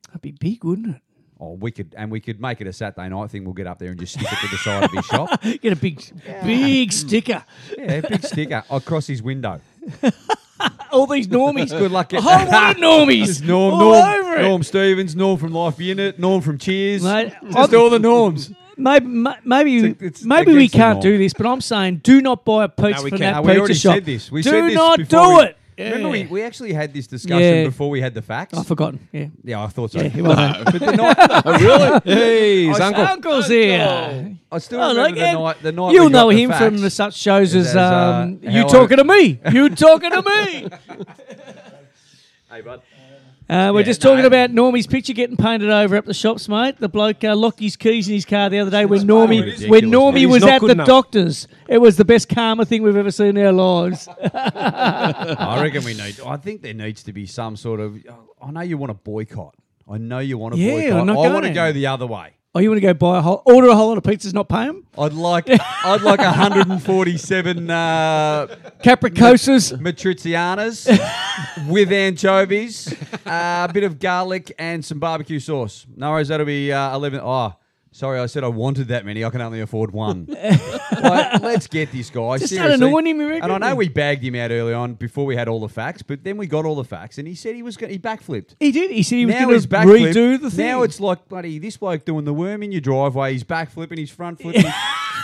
Speaker 2: That'd be big, wouldn't
Speaker 5: Oh, we could, and we could make it a Saturday night thing. We'll get up there and just stick it to the side of his shop.
Speaker 2: it? Get a big, big sticker.
Speaker 5: Yeah, big sticker across his window.
Speaker 2: All these normies.
Speaker 5: Good luck
Speaker 2: Oh, A
Speaker 5: getting
Speaker 2: whole lot of normies.
Speaker 5: Just Norm,
Speaker 2: all
Speaker 5: Norm,
Speaker 2: over it.
Speaker 5: Norm Stevens, Norm from Life Unit, Norm from Cheers.
Speaker 2: Mate,
Speaker 5: just
Speaker 2: I'm-
Speaker 5: all the norms.
Speaker 2: Maybe, ma- maybe,
Speaker 5: It's- it's
Speaker 2: maybe we
Speaker 5: against the
Speaker 2: can't
Speaker 5: norm.
Speaker 2: do this. But I'm saying, do not buy a pizza
Speaker 5: we
Speaker 2: from
Speaker 5: can't.
Speaker 2: that
Speaker 5: No,
Speaker 2: pizza
Speaker 5: we already
Speaker 2: shop.
Speaker 5: said this. We
Speaker 2: do
Speaker 5: said this
Speaker 2: not
Speaker 5: before
Speaker 2: do
Speaker 5: we-
Speaker 2: it.
Speaker 5: Remember, we,
Speaker 2: Yeah.
Speaker 5: we actually had this discussion
Speaker 2: Yeah.
Speaker 5: before we had the facts.
Speaker 2: I've forgotten. Yeah.
Speaker 5: yeah, I thought so.
Speaker 2: Yeah, he wasn't.
Speaker 5: but the night,
Speaker 4: really? Hey, his
Speaker 5: I-
Speaker 4: uncle.
Speaker 2: Uncle's here.
Speaker 5: I still
Speaker 2: Oh,
Speaker 5: remember
Speaker 2: look
Speaker 5: the
Speaker 2: at-
Speaker 5: night. The night
Speaker 2: You'll
Speaker 5: we got
Speaker 2: know
Speaker 5: the
Speaker 2: him from
Speaker 5: facts.
Speaker 2: the such shows
Speaker 5: As,
Speaker 2: as
Speaker 5: uh,
Speaker 2: um,
Speaker 5: how
Speaker 2: "You
Speaker 5: I-
Speaker 2: Talking to Me." You talking to me?
Speaker 5: Hey, bud.
Speaker 2: Uh, we're
Speaker 5: Yeah,
Speaker 2: just
Speaker 5: no.
Speaker 2: talking about Normie's picture getting painted over up the shops, mate. The bloke uh, locked his keys in his car the other day when Normie
Speaker 5: ridiculous,
Speaker 2: when
Speaker 5: mate.
Speaker 2: Normie
Speaker 3: He's
Speaker 2: was
Speaker 3: not
Speaker 2: at
Speaker 3: good
Speaker 2: the
Speaker 3: enough.
Speaker 2: doctor's. It was the best karma thing we've ever seen in our lives.
Speaker 5: I reckon we need. I think there needs to be some sort of. I know you want to boycott. I know you want to
Speaker 2: Yeah,
Speaker 5: boycott.
Speaker 2: I'm not
Speaker 5: I want to
Speaker 2: going.
Speaker 5: go the other way.
Speaker 2: Oh, you want to go buy a whole order a whole lot of pizzas, not pay them?
Speaker 5: I'd like. I'd like 147 uh,
Speaker 2: Capricosas.
Speaker 5: matricianas with anchovies, uh, a bit of garlic, and some barbecue sauce. No worries, that'll be uh, 11. Oh, sorry, I said I wanted that many. I can only afford one. Like, let's get this guy.
Speaker 2: Just start
Speaker 5: seriously.
Speaker 2: annoying him, you reckon?
Speaker 5: And I know we bagged him out early on before we had all the facts, but then we got all the facts, and he said he was going. He backflipped.
Speaker 2: He did. He said he was
Speaker 5: Now
Speaker 2: going
Speaker 5: he's
Speaker 2: to
Speaker 5: backflip.
Speaker 2: redo the thing.
Speaker 5: Now it's like bloody this bloke doing the worm in your driveway. He's backflipping, he's front flipping, he's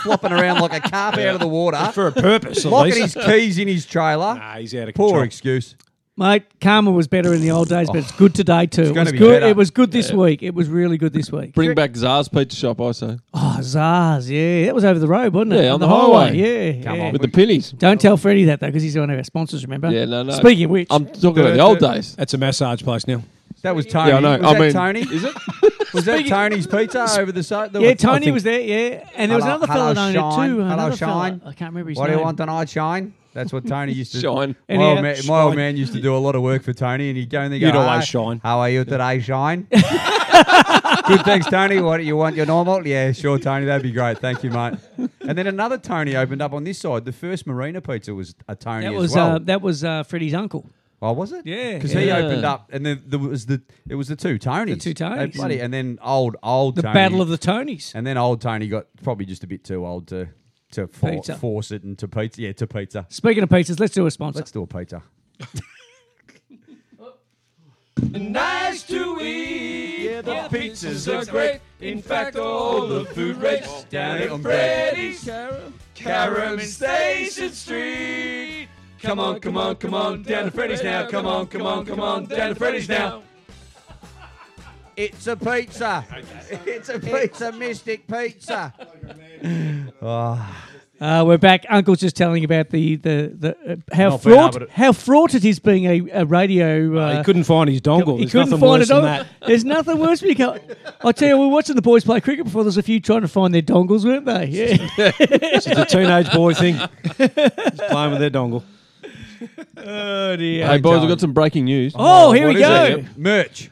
Speaker 5: flopping around like a carp out of the water.
Speaker 3: For a purpose, at
Speaker 5: Locking
Speaker 3: least.
Speaker 5: his keys in his trailer.
Speaker 3: Nah, he's out of
Speaker 5: Poor
Speaker 3: control.
Speaker 5: excuse.
Speaker 2: mate. Karma was better in the old days, but it's good today too. It
Speaker 5: Oh, gonna
Speaker 2: was
Speaker 5: be
Speaker 2: good.
Speaker 5: better.
Speaker 2: It was good this week. It was really good this week.
Speaker 6: Bring back Zars Pizza Shop, I say.
Speaker 2: Oh, Zars, yeah, that was over the road, wasn't it?
Speaker 6: Yeah, on the highway.
Speaker 2: Yeah,
Speaker 5: Come
Speaker 2: yeah.
Speaker 5: on.
Speaker 6: With the pennies.
Speaker 2: Don't tell Freddie that though, because he's one of our sponsors. Remember?
Speaker 6: Yeah, no, no.
Speaker 2: Speaking of which,
Speaker 6: I'm talking about the old days.
Speaker 3: That's a massage place now.
Speaker 5: That was Tony.
Speaker 6: Yeah, I know.
Speaker 5: Was
Speaker 6: I
Speaker 5: that
Speaker 6: mean-
Speaker 5: Tony? Is it? Was that Tony's pizza over the side?
Speaker 2: yeah, Tony was there. Yeah, and there was another fellow down there too.
Speaker 5: Hello,
Speaker 2: another fella.
Speaker 5: Shine.
Speaker 2: I can't remember his
Speaker 5: what
Speaker 2: name.
Speaker 5: do you want tonight, Shine? That's what Tony used to
Speaker 6: Shine.
Speaker 5: My,
Speaker 2: Anyhow,
Speaker 5: old man, my old man used to do a lot of work for Tony, and he'd go in there. and
Speaker 3: You'd
Speaker 5: go,
Speaker 3: always
Speaker 5: "Hi,
Speaker 3: shine."
Speaker 5: How are you today, Shine? Good, thanks, Tony. What do you want? Your normal? Yeah, sure, Tony. That'd be great. Thank you, mate. And then another Tony opened up on this side. The first Marina pizza was a Tony
Speaker 2: That
Speaker 5: as
Speaker 2: was
Speaker 5: well.
Speaker 2: uh, that was uh, Freddie's uncle.
Speaker 5: Oh, was it?
Speaker 2: Yeah.
Speaker 5: because he
Speaker 2: Yeah.
Speaker 5: opened up, and then there was the it was the two Tonys,
Speaker 2: The two Tonys.
Speaker 5: They bloody, and then old old
Speaker 2: The
Speaker 5: Tony,
Speaker 2: Battle of the Tonys.
Speaker 5: and then old Tony got probably just a bit too old to to for,
Speaker 2: Pizza.
Speaker 5: force it into pizza. Yeah, to pizza.
Speaker 2: Speaking of pizzas, let's do a sponsor.
Speaker 5: Let's do a pizza.
Speaker 8: nice to eat. Yeah, the pizzas are great. In fact, all the food rates down at Freddy's, Caram and Station Street. Come on, come on, come on, down to Freddy's now. Come on, come on, come on, down to Freddy's now.
Speaker 5: It's a pizza. it's a pizza, Mystic Pizza. Ah,
Speaker 2: Uh, we're back. Uncle's just telling about the the, the uh, how
Speaker 3: Not being able
Speaker 2: fraught
Speaker 3: to-
Speaker 2: how fraught it is being a, a radio. Uh,
Speaker 3: he couldn't find his dongle.
Speaker 2: he
Speaker 3: There's
Speaker 2: couldn't
Speaker 3: nothing
Speaker 2: find
Speaker 3: worse
Speaker 2: a
Speaker 3: than
Speaker 2: dongle.
Speaker 3: that.
Speaker 2: There's nothing worse when you go. I tell you, we were watching the boys play cricket before. There's a few trying to find their dongles, weren't they? Yeah.
Speaker 3: It's a teenage boy thing. He's playing with their dongle.
Speaker 2: oh dear.
Speaker 6: Hey, boys,
Speaker 3: Joe.
Speaker 6: I've got some breaking news.
Speaker 2: Oh, here we
Speaker 5: What is
Speaker 2: go.
Speaker 5: it? Merch.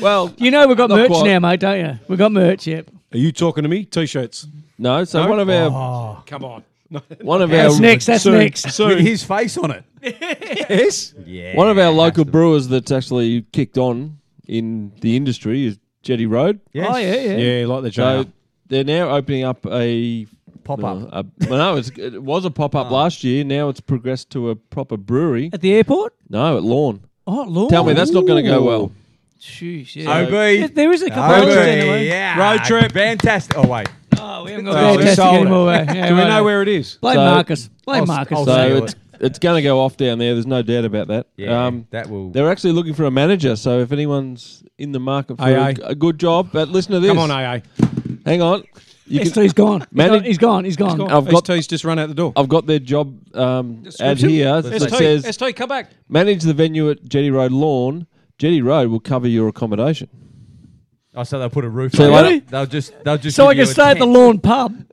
Speaker 6: Well,
Speaker 2: You know we've got
Speaker 6: Not
Speaker 2: merch
Speaker 6: quite.
Speaker 2: now, mate, don't you? We've got merch. Yep. Oh,
Speaker 3: Are you talking to me? T-shirts.
Speaker 6: no. So one of our
Speaker 3: Come on.
Speaker 6: one of
Speaker 2: That's
Speaker 6: our
Speaker 2: next. That's
Speaker 3: Soon.
Speaker 2: next.
Speaker 3: Soon.
Speaker 5: With his face on it.
Speaker 3: yes.
Speaker 5: Yeah.
Speaker 6: one of our local
Speaker 5: that's
Speaker 6: brewers that's actually kicked on in the industry is Jetty Road.
Speaker 5: the- Yes.
Speaker 2: Oh yeah, yeah.
Speaker 3: Yeah, like the
Speaker 6: So
Speaker 3: J.
Speaker 6: they're now opening up a
Speaker 5: Pop up.
Speaker 6: Uh, a- well, no, it's, it was a pop up last year. Now it's progressed to a proper brewery.
Speaker 2: At the airport.
Speaker 6: No, at Lawn.
Speaker 2: Oh Lord.
Speaker 6: Tell me that's not going to go well.
Speaker 2: Jeez, yeah.
Speaker 5: OB.
Speaker 2: There- There is a couple of others down the way.
Speaker 5: yeah.
Speaker 3: Road trip.
Speaker 5: Fantastic. Oh, wait.
Speaker 2: Oh, we haven't
Speaker 3: Oh,
Speaker 2: got
Speaker 3: we
Speaker 2: fantastic
Speaker 3: sold it.
Speaker 2: anymore. eh? Yeah,
Speaker 3: Do we
Speaker 2: righto.
Speaker 3: know where it is?
Speaker 2: Blame
Speaker 6: So-
Speaker 2: Marcus. Blame
Speaker 5: I'll-
Speaker 2: Marcus.
Speaker 5: I'll
Speaker 6: So
Speaker 5: Sure.
Speaker 6: it's it's going to go off down there. There's no doubt about that. Um,
Speaker 5: Yeah.
Speaker 2: Um,
Speaker 5: that will.
Speaker 6: they're actually looking for a manager. So if anyone's in the market for
Speaker 3: AA.
Speaker 6: a, a good job, but listen to this.
Speaker 3: Come on, AA.
Speaker 6: Hang on. You can,
Speaker 2: ST's gone. He's
Speaker 6: Manage-
Speaker 2: gone. He's gone. He's gone.
Speaker 6: I've got-
Speaker 3: ST's just run out the door.
Speaker 6: I've got their job um, ad
Speaker 3: Description?
Speaker 6: here that says
Speaker 3: ST, come back.
Speaker 6: manage the venue at Jetty Road Lawn. Jetty Road will cover your accommodation.
Speaker 5: Oh, so they'll put a roof
Speaker 6: So
Speaker 5: on
Speaker 6: they-
Speaker 5: it. They'll just. They'll just
Speaker 2: So I
Speaker 5: give
Speaker 2: can
Speaker 5: you a
Speaker 2: stay at the
Speaker 5: tent.
Speaker 2: lawn pub.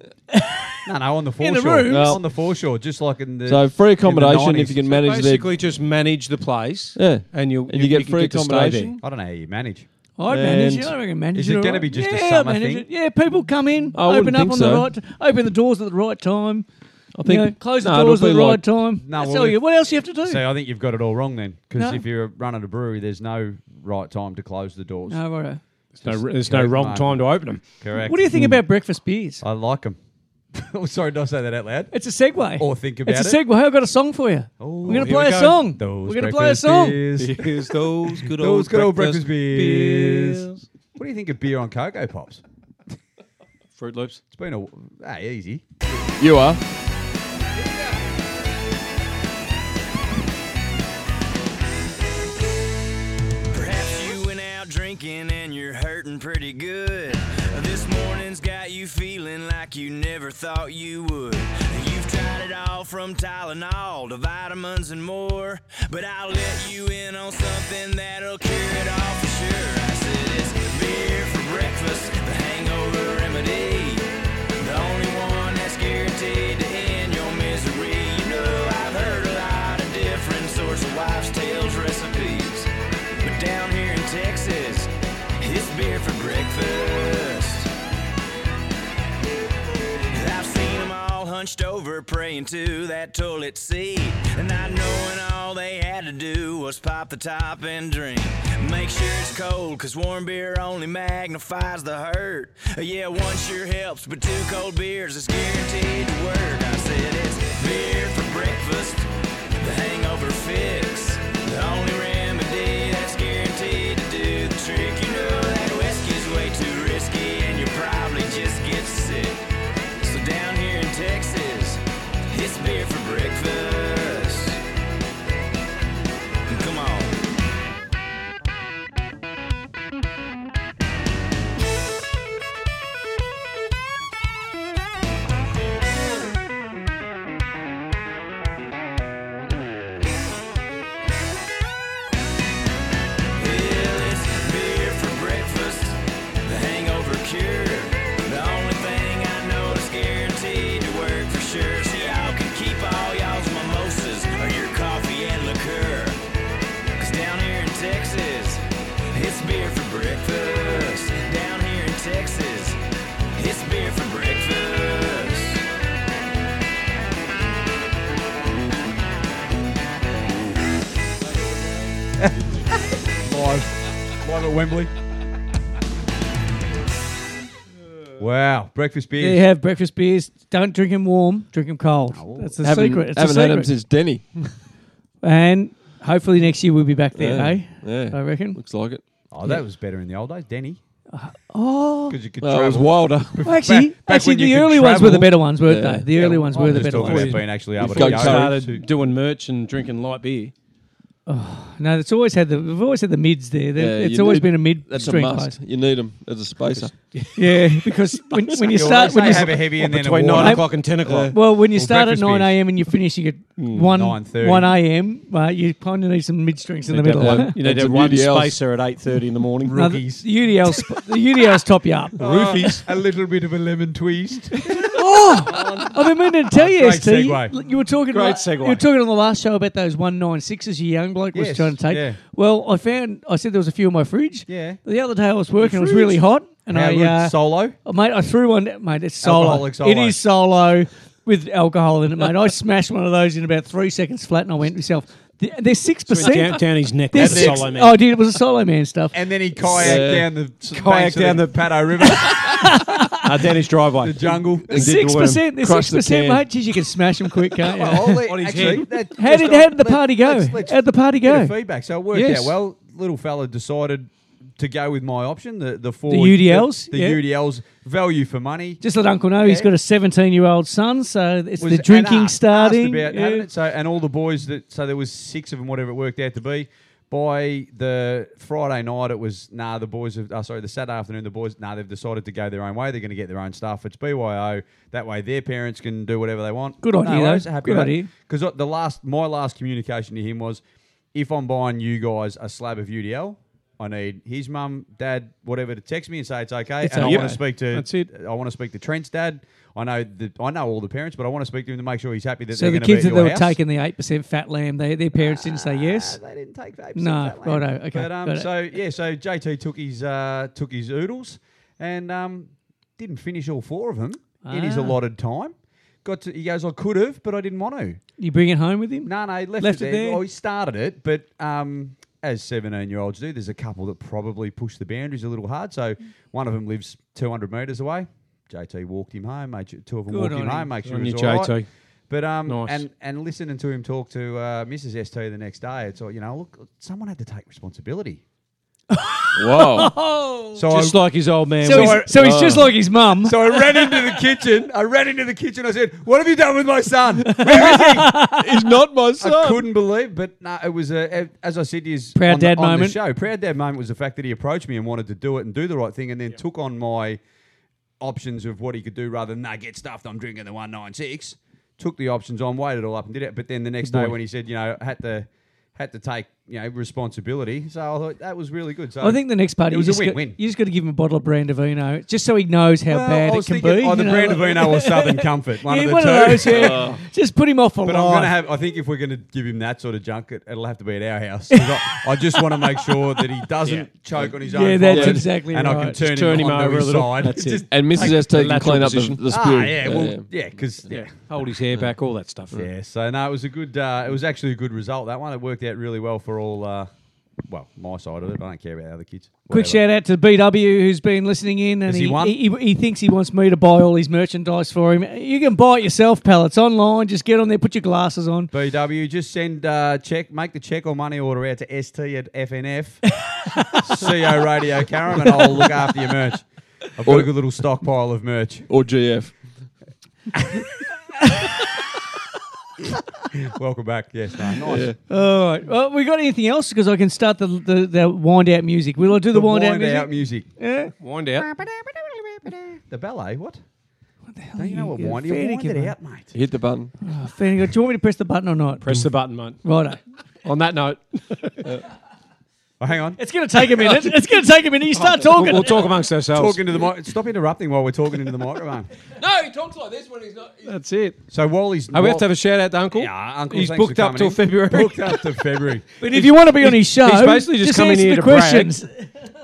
Speaker 5: No, no, on the
Speaker 2: In the
Speaker 5: foreshore.
Speaker 2: rooms.
Speaker 6: Well-
Speaker 5: on the foreshore, just like in the.
Speaker 6: So free
Speaker 5: in the
Speaker 6: accommodation
Speaker 5: 90s.
Speaker 6: if you can manage their.
Speaker 3: Basically, just manage the place.
Speaker 6: Yeah.
Speaker 3: And you
Speaker 6: And you get
Speaker 3: can
Speaker 6: free
Speaker 3: to stay there.
Speaker 6: accommodation?
Speaker 5: I don't know how you manage.
Speaker 2: I'd manage
Speaker 6: And-
Speaker 2: it. I reckon manage
Speaker 5: Is it
Speaker 2: all
Speaker 5: gonna
Speaker 2: right.
Speaker 5: be just a
Speaker 2: yeah, I'll
Speaker 5: summer
Speaker 2: manage
Speaker 5: thing?
Speaker 2: it. Yeah, people come in,
Speaker 6: I
Speaker 2: open
Speaker 6: wouldn't
Speaker 2: up
Speaker 6: think
Speaker 2: on the
Speaker 6: so.
Speaker 2: right, t- open the doors at the right time. I
Speaker 6: think-
Speaker 2: close the
Speaker 6: no, it'll
Speaker 2: doors at
Speaker 6: be
Speaker 2: the right
Speaker 6: like-
Speaker 2: time.
Speaker 5: No,
Speaker 2: That's
Speaker 5: well,
Speaker 2: all
Speaker 5: if-
Speaker 2: you. What else you have to do?
Speaker 5: So I think you've got it all wrong then, because
Speaker 2: No.
Speaker 5: if you're running a brewery, there's no right time to close the doors.
Speaker 2: no, righto.
Speaker 3: There's no, there's no wrong time to open them.
Speaker 5: Correct.
Speaker 2: What do you think about breakfast beers?
Speaker 5: I like them. oh, sorry, don't say that out loud.
Speaker 2: It's a segue.
Speaker 5: Or think about
Speaker 2: it's a
Speaker 5: it. Oh,
Speaker 2: segue. I've got a song for you. We're gonna
Speaker 5: here we
Speaker 2: play a
Speaker 3: go.
Speaker 2: song.
Speaker 5: Those
Speaker 2: We're gonna play a
Speaker 5: breakfast
Speaker 2: song.
Speaker 5: beers.
Speaker 3: Here's those good
Speaker 5: Those good old breakfast beers. What do you think of beer on Cocoa Pops?
Speaker 3: Fruit Loops.
Speaker 5: It's been a hey, easy.
Speaker 6: you are.
Speaker 1: Perhaps you went out drinking and you're hurting pretty good. This morning's got you feeling like you never thought you would. You've tried it all from Tylenol to vitamins and more. But I'll let you in on something that'll cure it all for sure. I said it's beer for breakfast, the hangover remedy. The only one that's guaranteed to end your misery. You know, I've heard a lot of different sorts of wives' tales recipes. But down here in Texas, it's beer for breakfast. I've seen them all hunched over praying to that toilet seat. And not knowing all they had to do was pop the top and drink. Make sure it's cold, cause warm beer only magnifies the hurt. Yeah, one sure helps, but two cold beers is guaranteed to work. I said it's beer for breakfast, the hangover fix. The only remedy that's guaranteed to do the trick. You know that whiskey's way too risky, and you probably just get sick. So down here in Texas, it's beer for breakfast. Come on. Well, it's beer for breakfast, the hangover cure. The only thing I know that's guaranteed to work for sure. So y'all can keep all y'all's mimosas or your coffee and liqueur. 'Cause down here in Texas, it's beer for breakfast. Down here in Texas, it's beer for breakfast.
Speaker 5: Live, live at Wembley. wow, breakfast
Speaker 2: There
Speaker 5: beers.
Speaker 2: you have breakfast beers. Don't drink them warm. Drink them cold.
Speaker 5: Oh,
Speaker 2: That's the
Speaker 6: Haven't,
Speaker 2: secret. It's a
Speaker 6: haven't had them
Speaker 2: secret.
Speaker 6: since Denny.
Speaker 2: And hopefully next year we'll be back there, eh?
Speaker 6: yeah.
Speaker 2: I reckon.
Speaker 6: Looks like it.
Speaker 5: Oh, that was better in the old days, Denny.
Speaker 2: Oh,
Speaker 5: Because you could
Speaker 6: Well, it was
Speaker 5: travel.
Speaker 6: wilder.
Speaker 2: well, actually,
Speaker 5: back
Speaker 2: actually,
Speaker 5: when you
Speaker 2: the
Speaker 5: could
Speaker 2: early ones were the
Speaker 5: travel.
Speaker 2: better ones, weren't
Speaker 6: Yeah.
Speaker 2: they? The early ones were
Speaker 5: I'm
Speaker 2: the
Speaker 5: just
Speaker 2: better
Speaker 5: talking
Speaker 2: ones.
Speaker 5: about being actually able to
Speaker 6: got
Speaker 5: go.
Speaker 6: curry.
Speaker 3: Started doing merch and drinking light beer.
Speaker 2: No, it's always had the we've always had the mids there. They're-
Speaker 6: Yeah,
Speaker 2: it's
Speaker 6: you
Speaker 2: always
Speaker 6: need-
Speaker 2: been a mid
Speaker 6: That's
Speaker 2: stream
Speaker 6: a
Speaker 2: place.
Speaker 6: must. You need them as a spacer.
Speaker 2: Yeah, because when, when you start when you
Speaker 5: have a heavy and then a
Speaker 3: Between nine
Speaker 5: water.
Speaker 3: o'clock and ten o'clock.
Speaker 2: well when you start at
Speaker 5: breakfast Hmm,
Speaker 2: nine a.m. and you're finishing at one
Speaker 5: 9:30.
Speaker 2: one a.m. Uh, you kind of need some mid strings in the
Speaker 3: You need to
Speaker 2: middle.
Speaker 3: have
Speaker 2: No,
Speaker 3: one- you need to
Speaker 6: It's
Speaker 3: have
Speaker 6: a
Speaker 3: one
Speaker 6: UDLs.
Speaker 3: spacer at eight thirty in the morning.
Speaker 2: the UDLs the UDLs top you
Speaker 5: Oh,
Speaker 2: up.
Speaker 5: Roofies. a little bit of a lemon twist.
Speaker 2: I've been meaning to tell you,
Speaker 5: Oh, Great
Speaker 2: ST. You,
Speaker 5: segue.
Speaker 2: you were talking.
Speaker 3: Great
Speaker 2: la-
Speaker 3: segue.
Speaker 2: You were talking on the last show about those one nine sixes your young bloke was
Speaker 5: Yes,
Speaker 2: trying to take.
Speaker 5: yeah.
Speaker 2: Well, I found I said there was a few in my fridge.
Speaker 5: Yeah.
Speaker 2: The other day I was working. It was really hot, and
Speaker 5: How
Speaker 2: I
Speaker 5: good?
Speaker 2: uh,
Speaker 5: Solo?
Speaker 2: Oh, mate, I threw one. Mate, it's solo.
Speaker 5: Alcoholic solo.
Speaker 2: It is solo with alcohol in it, mate. I smashed one of those in about three seconds flat, and I went to myself. "Th- They're six
Speaker 3: down,
Speaker 2: percent.
Speaker 3: down his neck.
Speaker 2: They're
Speaker 3: That's
Speaker 2: six.
Speaker 3: solo man.
Speaker 2: Oh, dude, it was a solo man stuff.
Speaker 5: And then he kayaked
Speaker 6: Yeah.
Speaker 5: down the
Speaker 3: Kayaked
Speaker 5: banks of
Speaker 3: down
Speaker 5: the,
Speaker 3: the-
Speaker 5: Paddo River,
Speaker 3: Uh, down his driveway.
Speaker 5: the jungle.
Speaker 2: Six percent. They're
Speaker 6: Crush
Speaker 2: six
Speaker 6: the
Speaker 2: percent,
Speaker 6: can.
Speaker 2: mate. Geez, you can smash them quick, can't you?
Speaker 5: Well, let-
Speaker 3: On his
Speaker 5: actually,
Speaker 3: head.
Speaker 5: that-
Speaker 2: How
Speaker 5: let's
Speaker 2: did
Speaker 5: go-
Speaker 2: how did the
Speaker 5: let-
Speaker 2: party go?
Speaker 5: let's- let's
Speaker 2: How'd the party
Speaker 5: bit of
Speaker 2: go?
Speaker 5: feedback. So it worked
Speaker 6: Yes.
Speaker 5: out well. Little fella decided to go with my option, the the four
Speaker 2: UDLs,
Speaker 5: the,
Speaker 2: yeah.
Speaker 5: UDLs value for money.
Speaker 2: Just let Uncle know he's
Speaker 5: Yeah.
Speaker 2: got a 17 year old son, so it's
Speaker 5: was
Speaker 2: the
Speaker 5: and
Speaker 2: drinking
Speaker 5: asked-
Speaker 2: starting.
Speaker 5: asked about
Speaker 2: yeah.
Speaker 5: having it. So and all the boys that so there was six of them, whatever it worked out to be. By the Friday night, it was nah. The boys have uh, sorry. The Saturday afternoon, the boys nah. They've decided to go their own way. They're going to get their own stuff. It's BYO. That way, their parents can do whatever they want.
Speaker 2: Good idea, though. Good idea.
Speaker 5: Because the last my last communication to him was, if I'm buying you guys a slab of UDL. I need his mum, dad, whatever, to text me and say it's okay,
Speaker 2: It's
Speaker 5: and I
Speaker 2: okay.
Speaker 5: want to speak to
Speaker 3: That's it.
Speaker 5: I want to speak to Trent's dad. I know the, I know all the parents, but I want to speak to him to make sure he's happy that
Speaker 2: So the
Speaker 5: they're going to be
Speaker 2: kids
Speaker 5: at
Speaker 2: that they
Speaker 5: your
Speaker 2: were
Speaker 5: house.
Speaker 2: taking the 8% fat lamb, they, their parents didn't say yes.
Speaker 5: They didn't take vapes.
Speaker 2: No,
Speaker 5: that lame.
Speaker 2: righto, okay,
Speaker 5: But um,
Speaker 2: got it.
Speaker 5: so yeah, so JT took his uh, took his oodles and um, didn't finish all four of them in his
Speaker 2: Ah.
Speaker 5: allotted time. Got to, he goes, I could have, but I didn't want to.
Speaker 2: You bring it home with him?
Speaker 5: No, no, he left,
Speaker 2: Left
Speaker 5: it,
Speaker 2: it
Speaker 5: there.
Speaker 2: there?
Speaker 5: Oh, he started it, but um, as 17 year olds do, there's a couple that probably push the boundaries a little hard. So one of them lives 200 metres away. JT walked him home, made sure, two of them
Speaker 2: Good
Speaker 5: walked him
Speaker 2: on
Speaker 5: home,
Speaker 2: him.
Speaker 5: make sure
Speaker 3: On
Speaker 5: he
Speaker 3: your
Speaker 5: was all right.
Speaker 3: JT.
Speaker 5: But um,
Speaker 3: Nice.
Speaker 5: and and listening to him talk to uh, Mrs. St the next day, it's all you know. Look, someone had to take responsibility.
Speaker 6: Wow.
Speaker 5: So
Speaker 3: Just
Speaker 5: I,
Speaker 3: like his old man.
Speaker 2: So,
Speaker 3: was.
Speaker 2: he's, so he's just like his mum.
Speaker 5: uh, so I ran into the kitchen. I ran into the kitchen. I said, "What have you done with my son?"
Speaker 6: He's not my
Speaker 5: I
Speaker 6: son.
Speaker 5: couldn't believe, but no, it was a as I said, is
Speaker 2: Proud
Speaker 5: on the-
Speaker 2: dad
Speaker 5: on the
Speaker 2: moment.
Speaker 5: show. Proud dad moment was the fact that he approached me and wanted to do it and do the right thing, and then took on my options of what he could do rather than nah, get stuffed. I'm drinking the one nine six. Took the options on, weighed it all up, and did it. But then the next day, when he said, you know, had to had to take you know responsibility. So I thought that was really good. So
Speaker 2: I think the next party
Speaker 5: uh, It was
Speaker 2: you
Speaker 5: a
Speaker 2: just got-
Speaker 5: win-win.
Speaker 2: you just got to give him a bottle of Brandavino just so he knows how
Speaker 5: Well,
Speaker 2: bad
Speaker 5: I
Speaker 2: it
Speaker 5: was
Speaker 2: can
Speaker 5: thinking
Speaker 2: be. you
Speaker 5: either
Speaker 2: know,
Speaker 5: Brand of
Speaker 2: like-
Speaker 5: Uno or Southern Comfort, one
Speaker 2: yeah,
Speaker 5: of the
Speaker 2: one
Speaker 5: two. Oh.
Speaker 2: of those, yeah. just put him off for
Speaker 5: But I'm
Speaker 2: life.
Speaker 5: gonna have. I think if we're gonna give him that sort of junk, it, it'll have to be at our house. 'Cause I, I just want to make sure that he doesn't choke on his own.
Speaker 2: Yeah, that's
Speaker 6: Yeah.
Speaker 2: exactly
Speaker 5: And I
Speaker 2: right.
Speaker 5: can turn him,
Speaker 3: Just turn him
Speaker 5: onto
Speaker 3: over
Speaker 5: his
Speaker 3: a little.
Speaker 5: side.
Speaker 3: That's it.
Speaker 5: Just-
Speaker 6: And Mrs. ST can
Speaker 3: lateral
Speaker 6: clean up the,
Speaker 3: position.
Speaker 6: the
Speaker 5: ah,
Speaker 6: spew.
Speaker 5: yeah, well, yeah, because yeah.
Speaker 3: Hold his hair back, all that stuff.
Speaker 5: yeah. So no, it was a good. Uh, it was actually a good result. That one. It worked out really well for all. Uh, well, my side of it. I don't care about the other kids.
Speaker 2: Quick
Speaker 5: Whatever.
Speaker 2: shout out to BW who's been listening in, and
Speaker 5: Has he
Speaker 2: he,
Speaker 5: won?
Speaker 2: he, he thinks he wants me to buy all his merchandise for him. You can buy it yourself, pal. It's online. Just get on there, put your glasses on.
Speaker 5: BW, just send uh, check, make the check or money order out to st at fnf, co radio Karam, and I'll look after your merch. I've got a good little stockpile of merch.
Speaker 6: Or GF.
Speaker 5: Welcome back. Yes, no, nice.
Speaker 6: Yeah.
Speaker 2: All right. Well, uh, we got anything else? Because I can start the, the the wind out music. Will I do the,
Speaker 5: The
Speaker 2: wind, out
Speaker 5: wind
Speaker 2: music?
Speaker 5: out music.
Speaker 2: Yeah.
Speaker 3: Wind out.
Speaker 5: Mm. The ballet, what?
Speaker 2: The hell
Speaker 5: Don't you know what
Speaker 2: you're
Speaker 5: wind? You
Speaker 2: fair
Speaker 5: wind
Speaker 2: dinkum,
Speaker 5: it
Speaker 2: mate.
Speaker 5: out, mate.
Speaker 6: Hit the button.
Speaker 2: Oh, fair dinkum. do you want me to press the button or not?
Speaker 3: Press the button, mate.
Speaker 2: Righto.
Speaker 3: On that note,
Speaker 5: Oh, hang on.
Speaker 2: It's going to take a minute. It's going to take a minute. You start talking.
Speaker 3: we'll, we'll talk amongst ourselves.
Speaker 5: Talking to the mic. Stop interrupting while we're talking into the microphone.
Speaker 6: No, he talks like this when he's not.
Speaker 3: That's it.
Speaker 5: So Wally's.
Speaker 3: Oh, we have to have a shout out to Uncle.
Speaker 5: Yeah, Uncle.
Speaker 3: He's
Speaker 5: thanks for
Speaker 3: booked up
Speaker 5: coming
Speaker 3: till
Speaker 5: in.
Speaker 3: February.
Speaker 5: Booked up to February.
Speaker 2: but if you want to be on his show,
Speaker 3: he's basically just coming
Speaker 2: answer
Speaker 3: here
Speaker 2: the
Speaker 3: to brag.
Speaker 2: questions.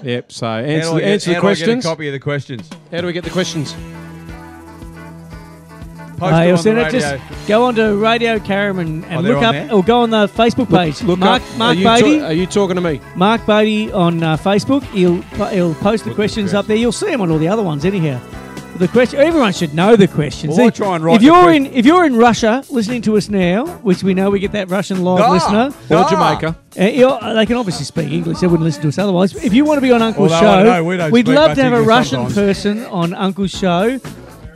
Speaker 3: Yep. So
Speaker 5: How
Speaker 3: answer,
Speaker 5: do I get-
Speaker 3: answer the
Speaker 5: how do I get
Speaker 3: questions.
Speaker 5: a copy of the questions.
Speaker 3: How do we get the questions?
Speaker 2: Uh,
Speaker 5: Post them
Speaker 2: you'll
Speaker 5: on the
Speaker 2: send it,
Speaker 5: radio.
Speaker 2: just go on to Radio Karam and, and
Speaker 5: Oh, they're
Speaker 2: look
Speaker 5: on
Speaker 2: up,
Speaker 5: there?
Speaker 2: or go on the Facebook page. Mark
Speaker 3: up-
Speaker 2: Mark
Speaker 3: are you ta-
Speaker 2: Beatty,
Speaker 3: are you talking to me?
Speaker 2: Mark Beatty on uh, Facebook. He'll he'll post the questions up there. You'll see him on all the other ones anyhow. The question everyone should know the questions.
Speaker 5: Well, I
Speaker 2: If-
Speaker 5: try and write
Speaker 2: if
Speaker 5: the
Speaker 2: you're
Speaker 5: que-
Speaker 2: in if you're in Russia listening to us now, which we know we get that Russian live
Speaker 5: Ah,
Speaker 2: listener.
Speaker 5: ah.
Speaker 3: Or Jamaica?
Speaker 2: Uh, you know, they can obviously speak English. They wouldn't listen to us otherwise. If you want to be on Uncle's
Speaker 5: Although
Speaker 2: show,
Speaker 5: I know we don't
Speaker 2: would
Speaker 5: speak
Speaker 2: love
Speaker 5: much
Speaker 2: to have a
Speaker 5: English
Speaker 2: Russian
Speaker 5: sometimes.
Speaker 2: person on Uncle's show.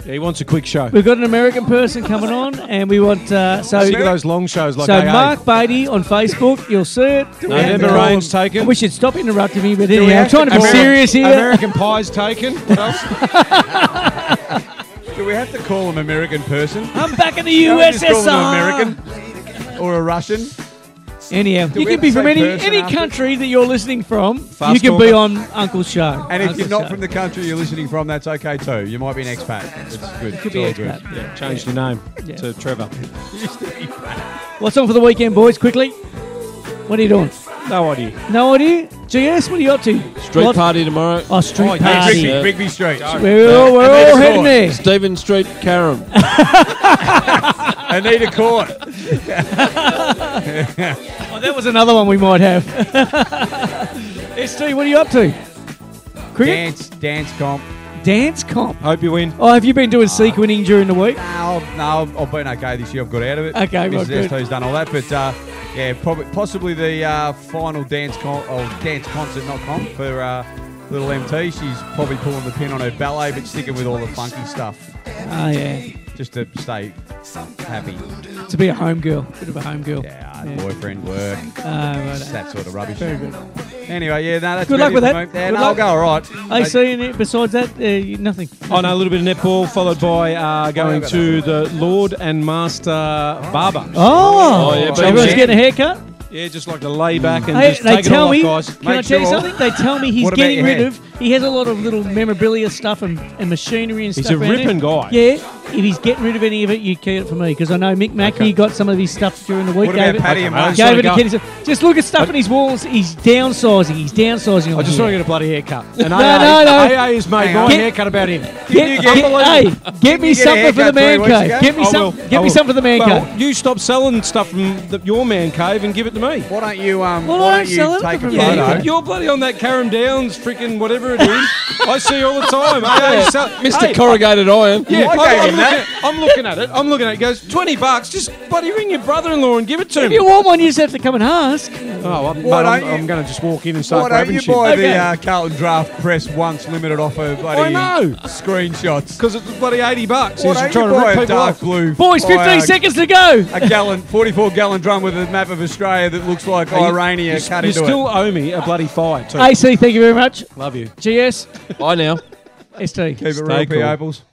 Speaker 3: Yeah, he wants a quick show.
Speaker 2: We've got an American person coming on, and we want uh, so.
Speaker 3: Sick of those long shows like
Speaker 2: so
Speaker 3: AA.
Speaker 2: Mark Beatty on Facebook, you'll see it.
Speaker 3: November
Speaker 2: And, um,
Speaker 3: Rain's taken.
Speaker 2: We should stop interrupting me, but
Speaker 3: Do we
Speaker 2: anyway, I'm
Speaker 3: have to-
Speaker 2: trying to be
Speaker 3: Ameri-
Speaker 2: serious here.
Speaker 3: American Pie's taken. What else?
Speaker 5: Do we have to call him American person
Speaker 2: I'm back in the
Speaker 5: we just call them
Speaker 2: USSR.
Speaker 5: or a Russian?
Speaker 2: Anyhow, you
Speaker 5: we
Speaker 2: can
Speaker 5: have
Speaker 2: be
Speaker 5: to
Speaker 2: from
Speaker 5: say
Speaker 2: any
Speaker 5: person
Speaker 2: any
Speaker 5: after?
Speaker 2: country that you're listening from.
Speaker 5: Fast
Speaker 2: you can be
Speaker 5: forward.
Speaker 2: on Uncle's show.
Speaker 5: And if you're
Speaker 2: Uncle's
Speaker 5: not
Speaker 2: show.
Speaker 5: from the country you're listening from, that's okay too. You might be an expat. It's good.
Speaker 2: could
Speaker 5: it's
Speaker 2: be
Speaker 5: all
Speaker 2: expat.
Speaker 5: good.
Speaker 3: Yeah, changed your name
Speaker 2: Yeah.
Speaker 3: to Trevor.
Speaker 2: what's on for the weekend, boys? Quickly, what are you doing?
Speaker 3: No idea.
Speaker 2: No idea. GS, what are you up to?
Speaker 6: Street
Speaker 2: Lot-
Speaker 6: party tomorrow.
Speaker 2: Oh, street
Speaker 5: Hey,
Speaker 2: party.
Speaker 5: Rigby,
Speaker 6: Yeah.
Speaker 5: Rigby Street.
Speaker 2: We're all, Oh, we're
Speaker 5: And
Speaker 2: all
Speaker 5: next
Speaker 2: heading
Speaker 5: door.
Speaker 2: there.
Speaker 6: Stephen Street, Caram.
Speaker 5: Anita Court.
Speaker 2: Oh, that was another one we might have. ST, what are you up to? Cricket?
Speaker 5: Dance, dance comp.
Speaker 2: Dance, comp.
Speaker 3: Hope you win.
Speaker 2: Oh, have you been doing sequinning during the week?
Speaker 5: No, no, I've been okay this year. I've got out of it.
Speaker 2: Okay, well,
Speaker 5: Mrs.
Speaker 2: good.
Speaker 5: ST's done all that, but uh, yeah, probably possibly the uh, final dance con- oh, dance concert, not comp for uh, little MT. She's probably pulling the pin on her ballet, but sticking with all the funky stuff
Speaker 2: Oh, yeah.
Speaker 5: just to stay happy.
Speaker 2: To be a home girl. Bit of a home girl.
Speaker 5: Yeah, boyfriend, work,
Speaker 2: Uh, right.
Speaker 5: that sort of rubbish.
Speaker 2: Very good.
Speaker 5: Anyway, yeah, no, that's
Speaker 2: Good luck
Speaker 5: about
Speaker 2: with
Speaker 5: it
Speaker 2: that.
Speaker 5: for me. Yeah,
Speaker 2: Good
Speaker 5: no, I'll
Speaker 2: luck.
Speaker 5: go all right.
Speaker 2: Hey, so any- besides that, uh, you- nothing.
Speaker 3: Oh no, a little bit of netball, followed by uh, going to the Lord and Master Barber.
Speaker 2: Oh,
Speaker 6: Oh, yeah, but-
Speaker 2: everyone's getting a haircut.
Speaker 3: Yeah, just like to lay back and
Speaker 2: Hey,
Speaker 3: just
Speaker 2: they
Speaker 3: take
Speaker 2: tell me.
Speaker 3: it all off, guys.
Speaker 2: Can I
Speaker 3: Make
Speaker 2: tell you
Speaker 3: sure-
Speaker 2: something? They tell me he's
Speaker 5: What about
Speaker 2: getting
Speaker 5: your
Speaker 2: rid
Speaker 5: head?
Speaker 2: of. He has a lot of little memorabilia stuff and, and machinery and
Speaker 3: He's
Speaker 2: stuff.
Speaker 3: a
Speaker 2: around
Speaker 3: ripping
Speaker 2: it.
Speaker 3: guy.
Speaker 2: Yeah. If he's getting rid of any of it, you keep it for me because I know Mick Mackey got some of his stuff during the week.
Speaker 5: What
Speaker 2: gave
Speaker 5: about Paddy and
Speaker 2: it,
Speaker 5: Mark?
Speaker 2: gave it to
Speaker 3: I
Speaker 2: Kenny. Just look at stuff in his walls. He's downsizing. He's downsizing.
Speaker 3: I
Speaker 2: on
Speaker 3: just
Speaker 2: here.
Speaker 3: want to get a bloody haircut. And
Speaker 2: No,
Speaker 3: AA,
Speaker 2: no, no.
Speaker 3: AA has made
Speaker 5: Hang
Speaker 3: my
Speaker 5: on.
Speaker 2: Get-
Speaker 3: haircut about him.
Speaker 2: Get, get, hey, get me
Speaker 5: you get a
Speaker 2: something for the
Speaker 5: haircut
Speaker 2: man
Speaker 5: three weeks
Speaker 2: cave.
Speaker 5: ago?
Speaker 2: Get me
Speaker 3: I will.
Speaker 2: something.
Speaker 3: I
Speaker 2: Get me
Speaker 3: will.
Speaker 2: something for the man
Speaker 3: Well,
Speaker 2: cave.
Speaker 3: you stop selling stuff from the, your man cave and give it to me.
Speaker 5: Why don't you um?
Speaker 2: Well, I
Speaker 5: why
Speaker 2: don't
Speaker 5: don't
Speaker 2: sell it
Speaker 5: you take
Speaker 2: for
Speaker 5: a
Speaker 2: me.
Speaker 5: photo?
Speaker 2: Yeah,
Speaker 3: You're bloody on that Karen Downs freaking whatever it is. I see all the time. AA sell-
Speaker 6: Mr.
Speaker 3: Hey,
Speaker 6: Corrugated Iron.
Speaker 3: Yeah,
Speaker 5: I
Speaker 3: I'm,
Speaker 5: gave
Speaker 3: I'm
Speaker 5: him
Speaker 3: looking, I'm looking at it. I'm looking at it. He goes, 20 bucks. Just buddy ring your brother in law and give it to
Speaker 2: If
Speaker 3: me.
Speaker 2: you want one, you just have to come and ask.
Speaker 3: Oh, I'm,
Speaker 5: Why
Speaker 3: I'm,
Speaker 5: don't you-
Speaker 3: I'm going to just walk in and
Speaker 5: Why
Speaker 3: start
Speaker 5: don't
Speaker 3: grabbing
Speaker 5: you
Speaker 3: shit.
Speaker 5: buy
Speaker 2: Okay.
Speaker 5: the uh, Carlton Draft Press once limited offer, buddy?
Speaker 3: I know.
Speaker 5: Screenshots.
Speaker 3: Because it's bloody 80 bucks.
Speaker 5: Why
Speaker 3: He's trying
Speaker 5: don't you
Speaker 3: to
Speaker 5: buy
Speaker 3: rip
Speaker 5: a
Speaker 3: people
Speaker 5: dark
Speaker 3: off.
Speaker 5: blue?
Speaker 2: Boys,
Speaker 5: buy
Speaker 2: 15
Speaker 5: a-
Speaker 2: seconds to go.
Speaker 5: A gallon, 44 gallon drum with a map of Australia that looks like Irania
Speaker 3: You,
Speaker 5: cut
Speaker 3: you
Speaker 5: into
Speaker 3: still owe me a bloody five, too.
Speaker 2: AC, thank you very much.
Speaker 3: Love you.
Speaker 2: GS,
Speaker 6: I now.
Speaker 2: ST.
Speaker 5: it. Keep it
Speaker 3: Stay
Speaker 5: real,
Speaker 3: cool.
Speaker 5: P. Opals.